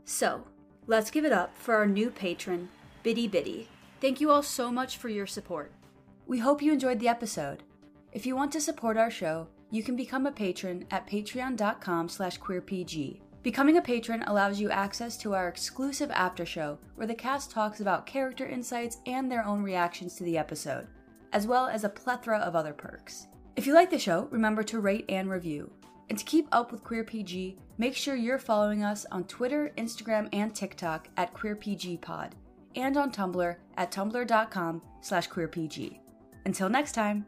Speaker 1: So, let's give it up for our new patron, Biddy Biddy. Thank you all so much for your support. We hope you enjoyed the episode. If you want to support our show, you can become a patron at patreon.com slash queerpg. Becoming a patron allows you access to our exclusive after show, where the cast talks about character insights and their own reactions to the episode, as well as a plethora of other perks. If you like the show, remember to rate and review. And to keep up with Queer PG, make sure you're following us on Twitter, Instagram, and TikTok at QueerPGPod, and on Tumblr at tumblr.com slash queerpg. Until next time!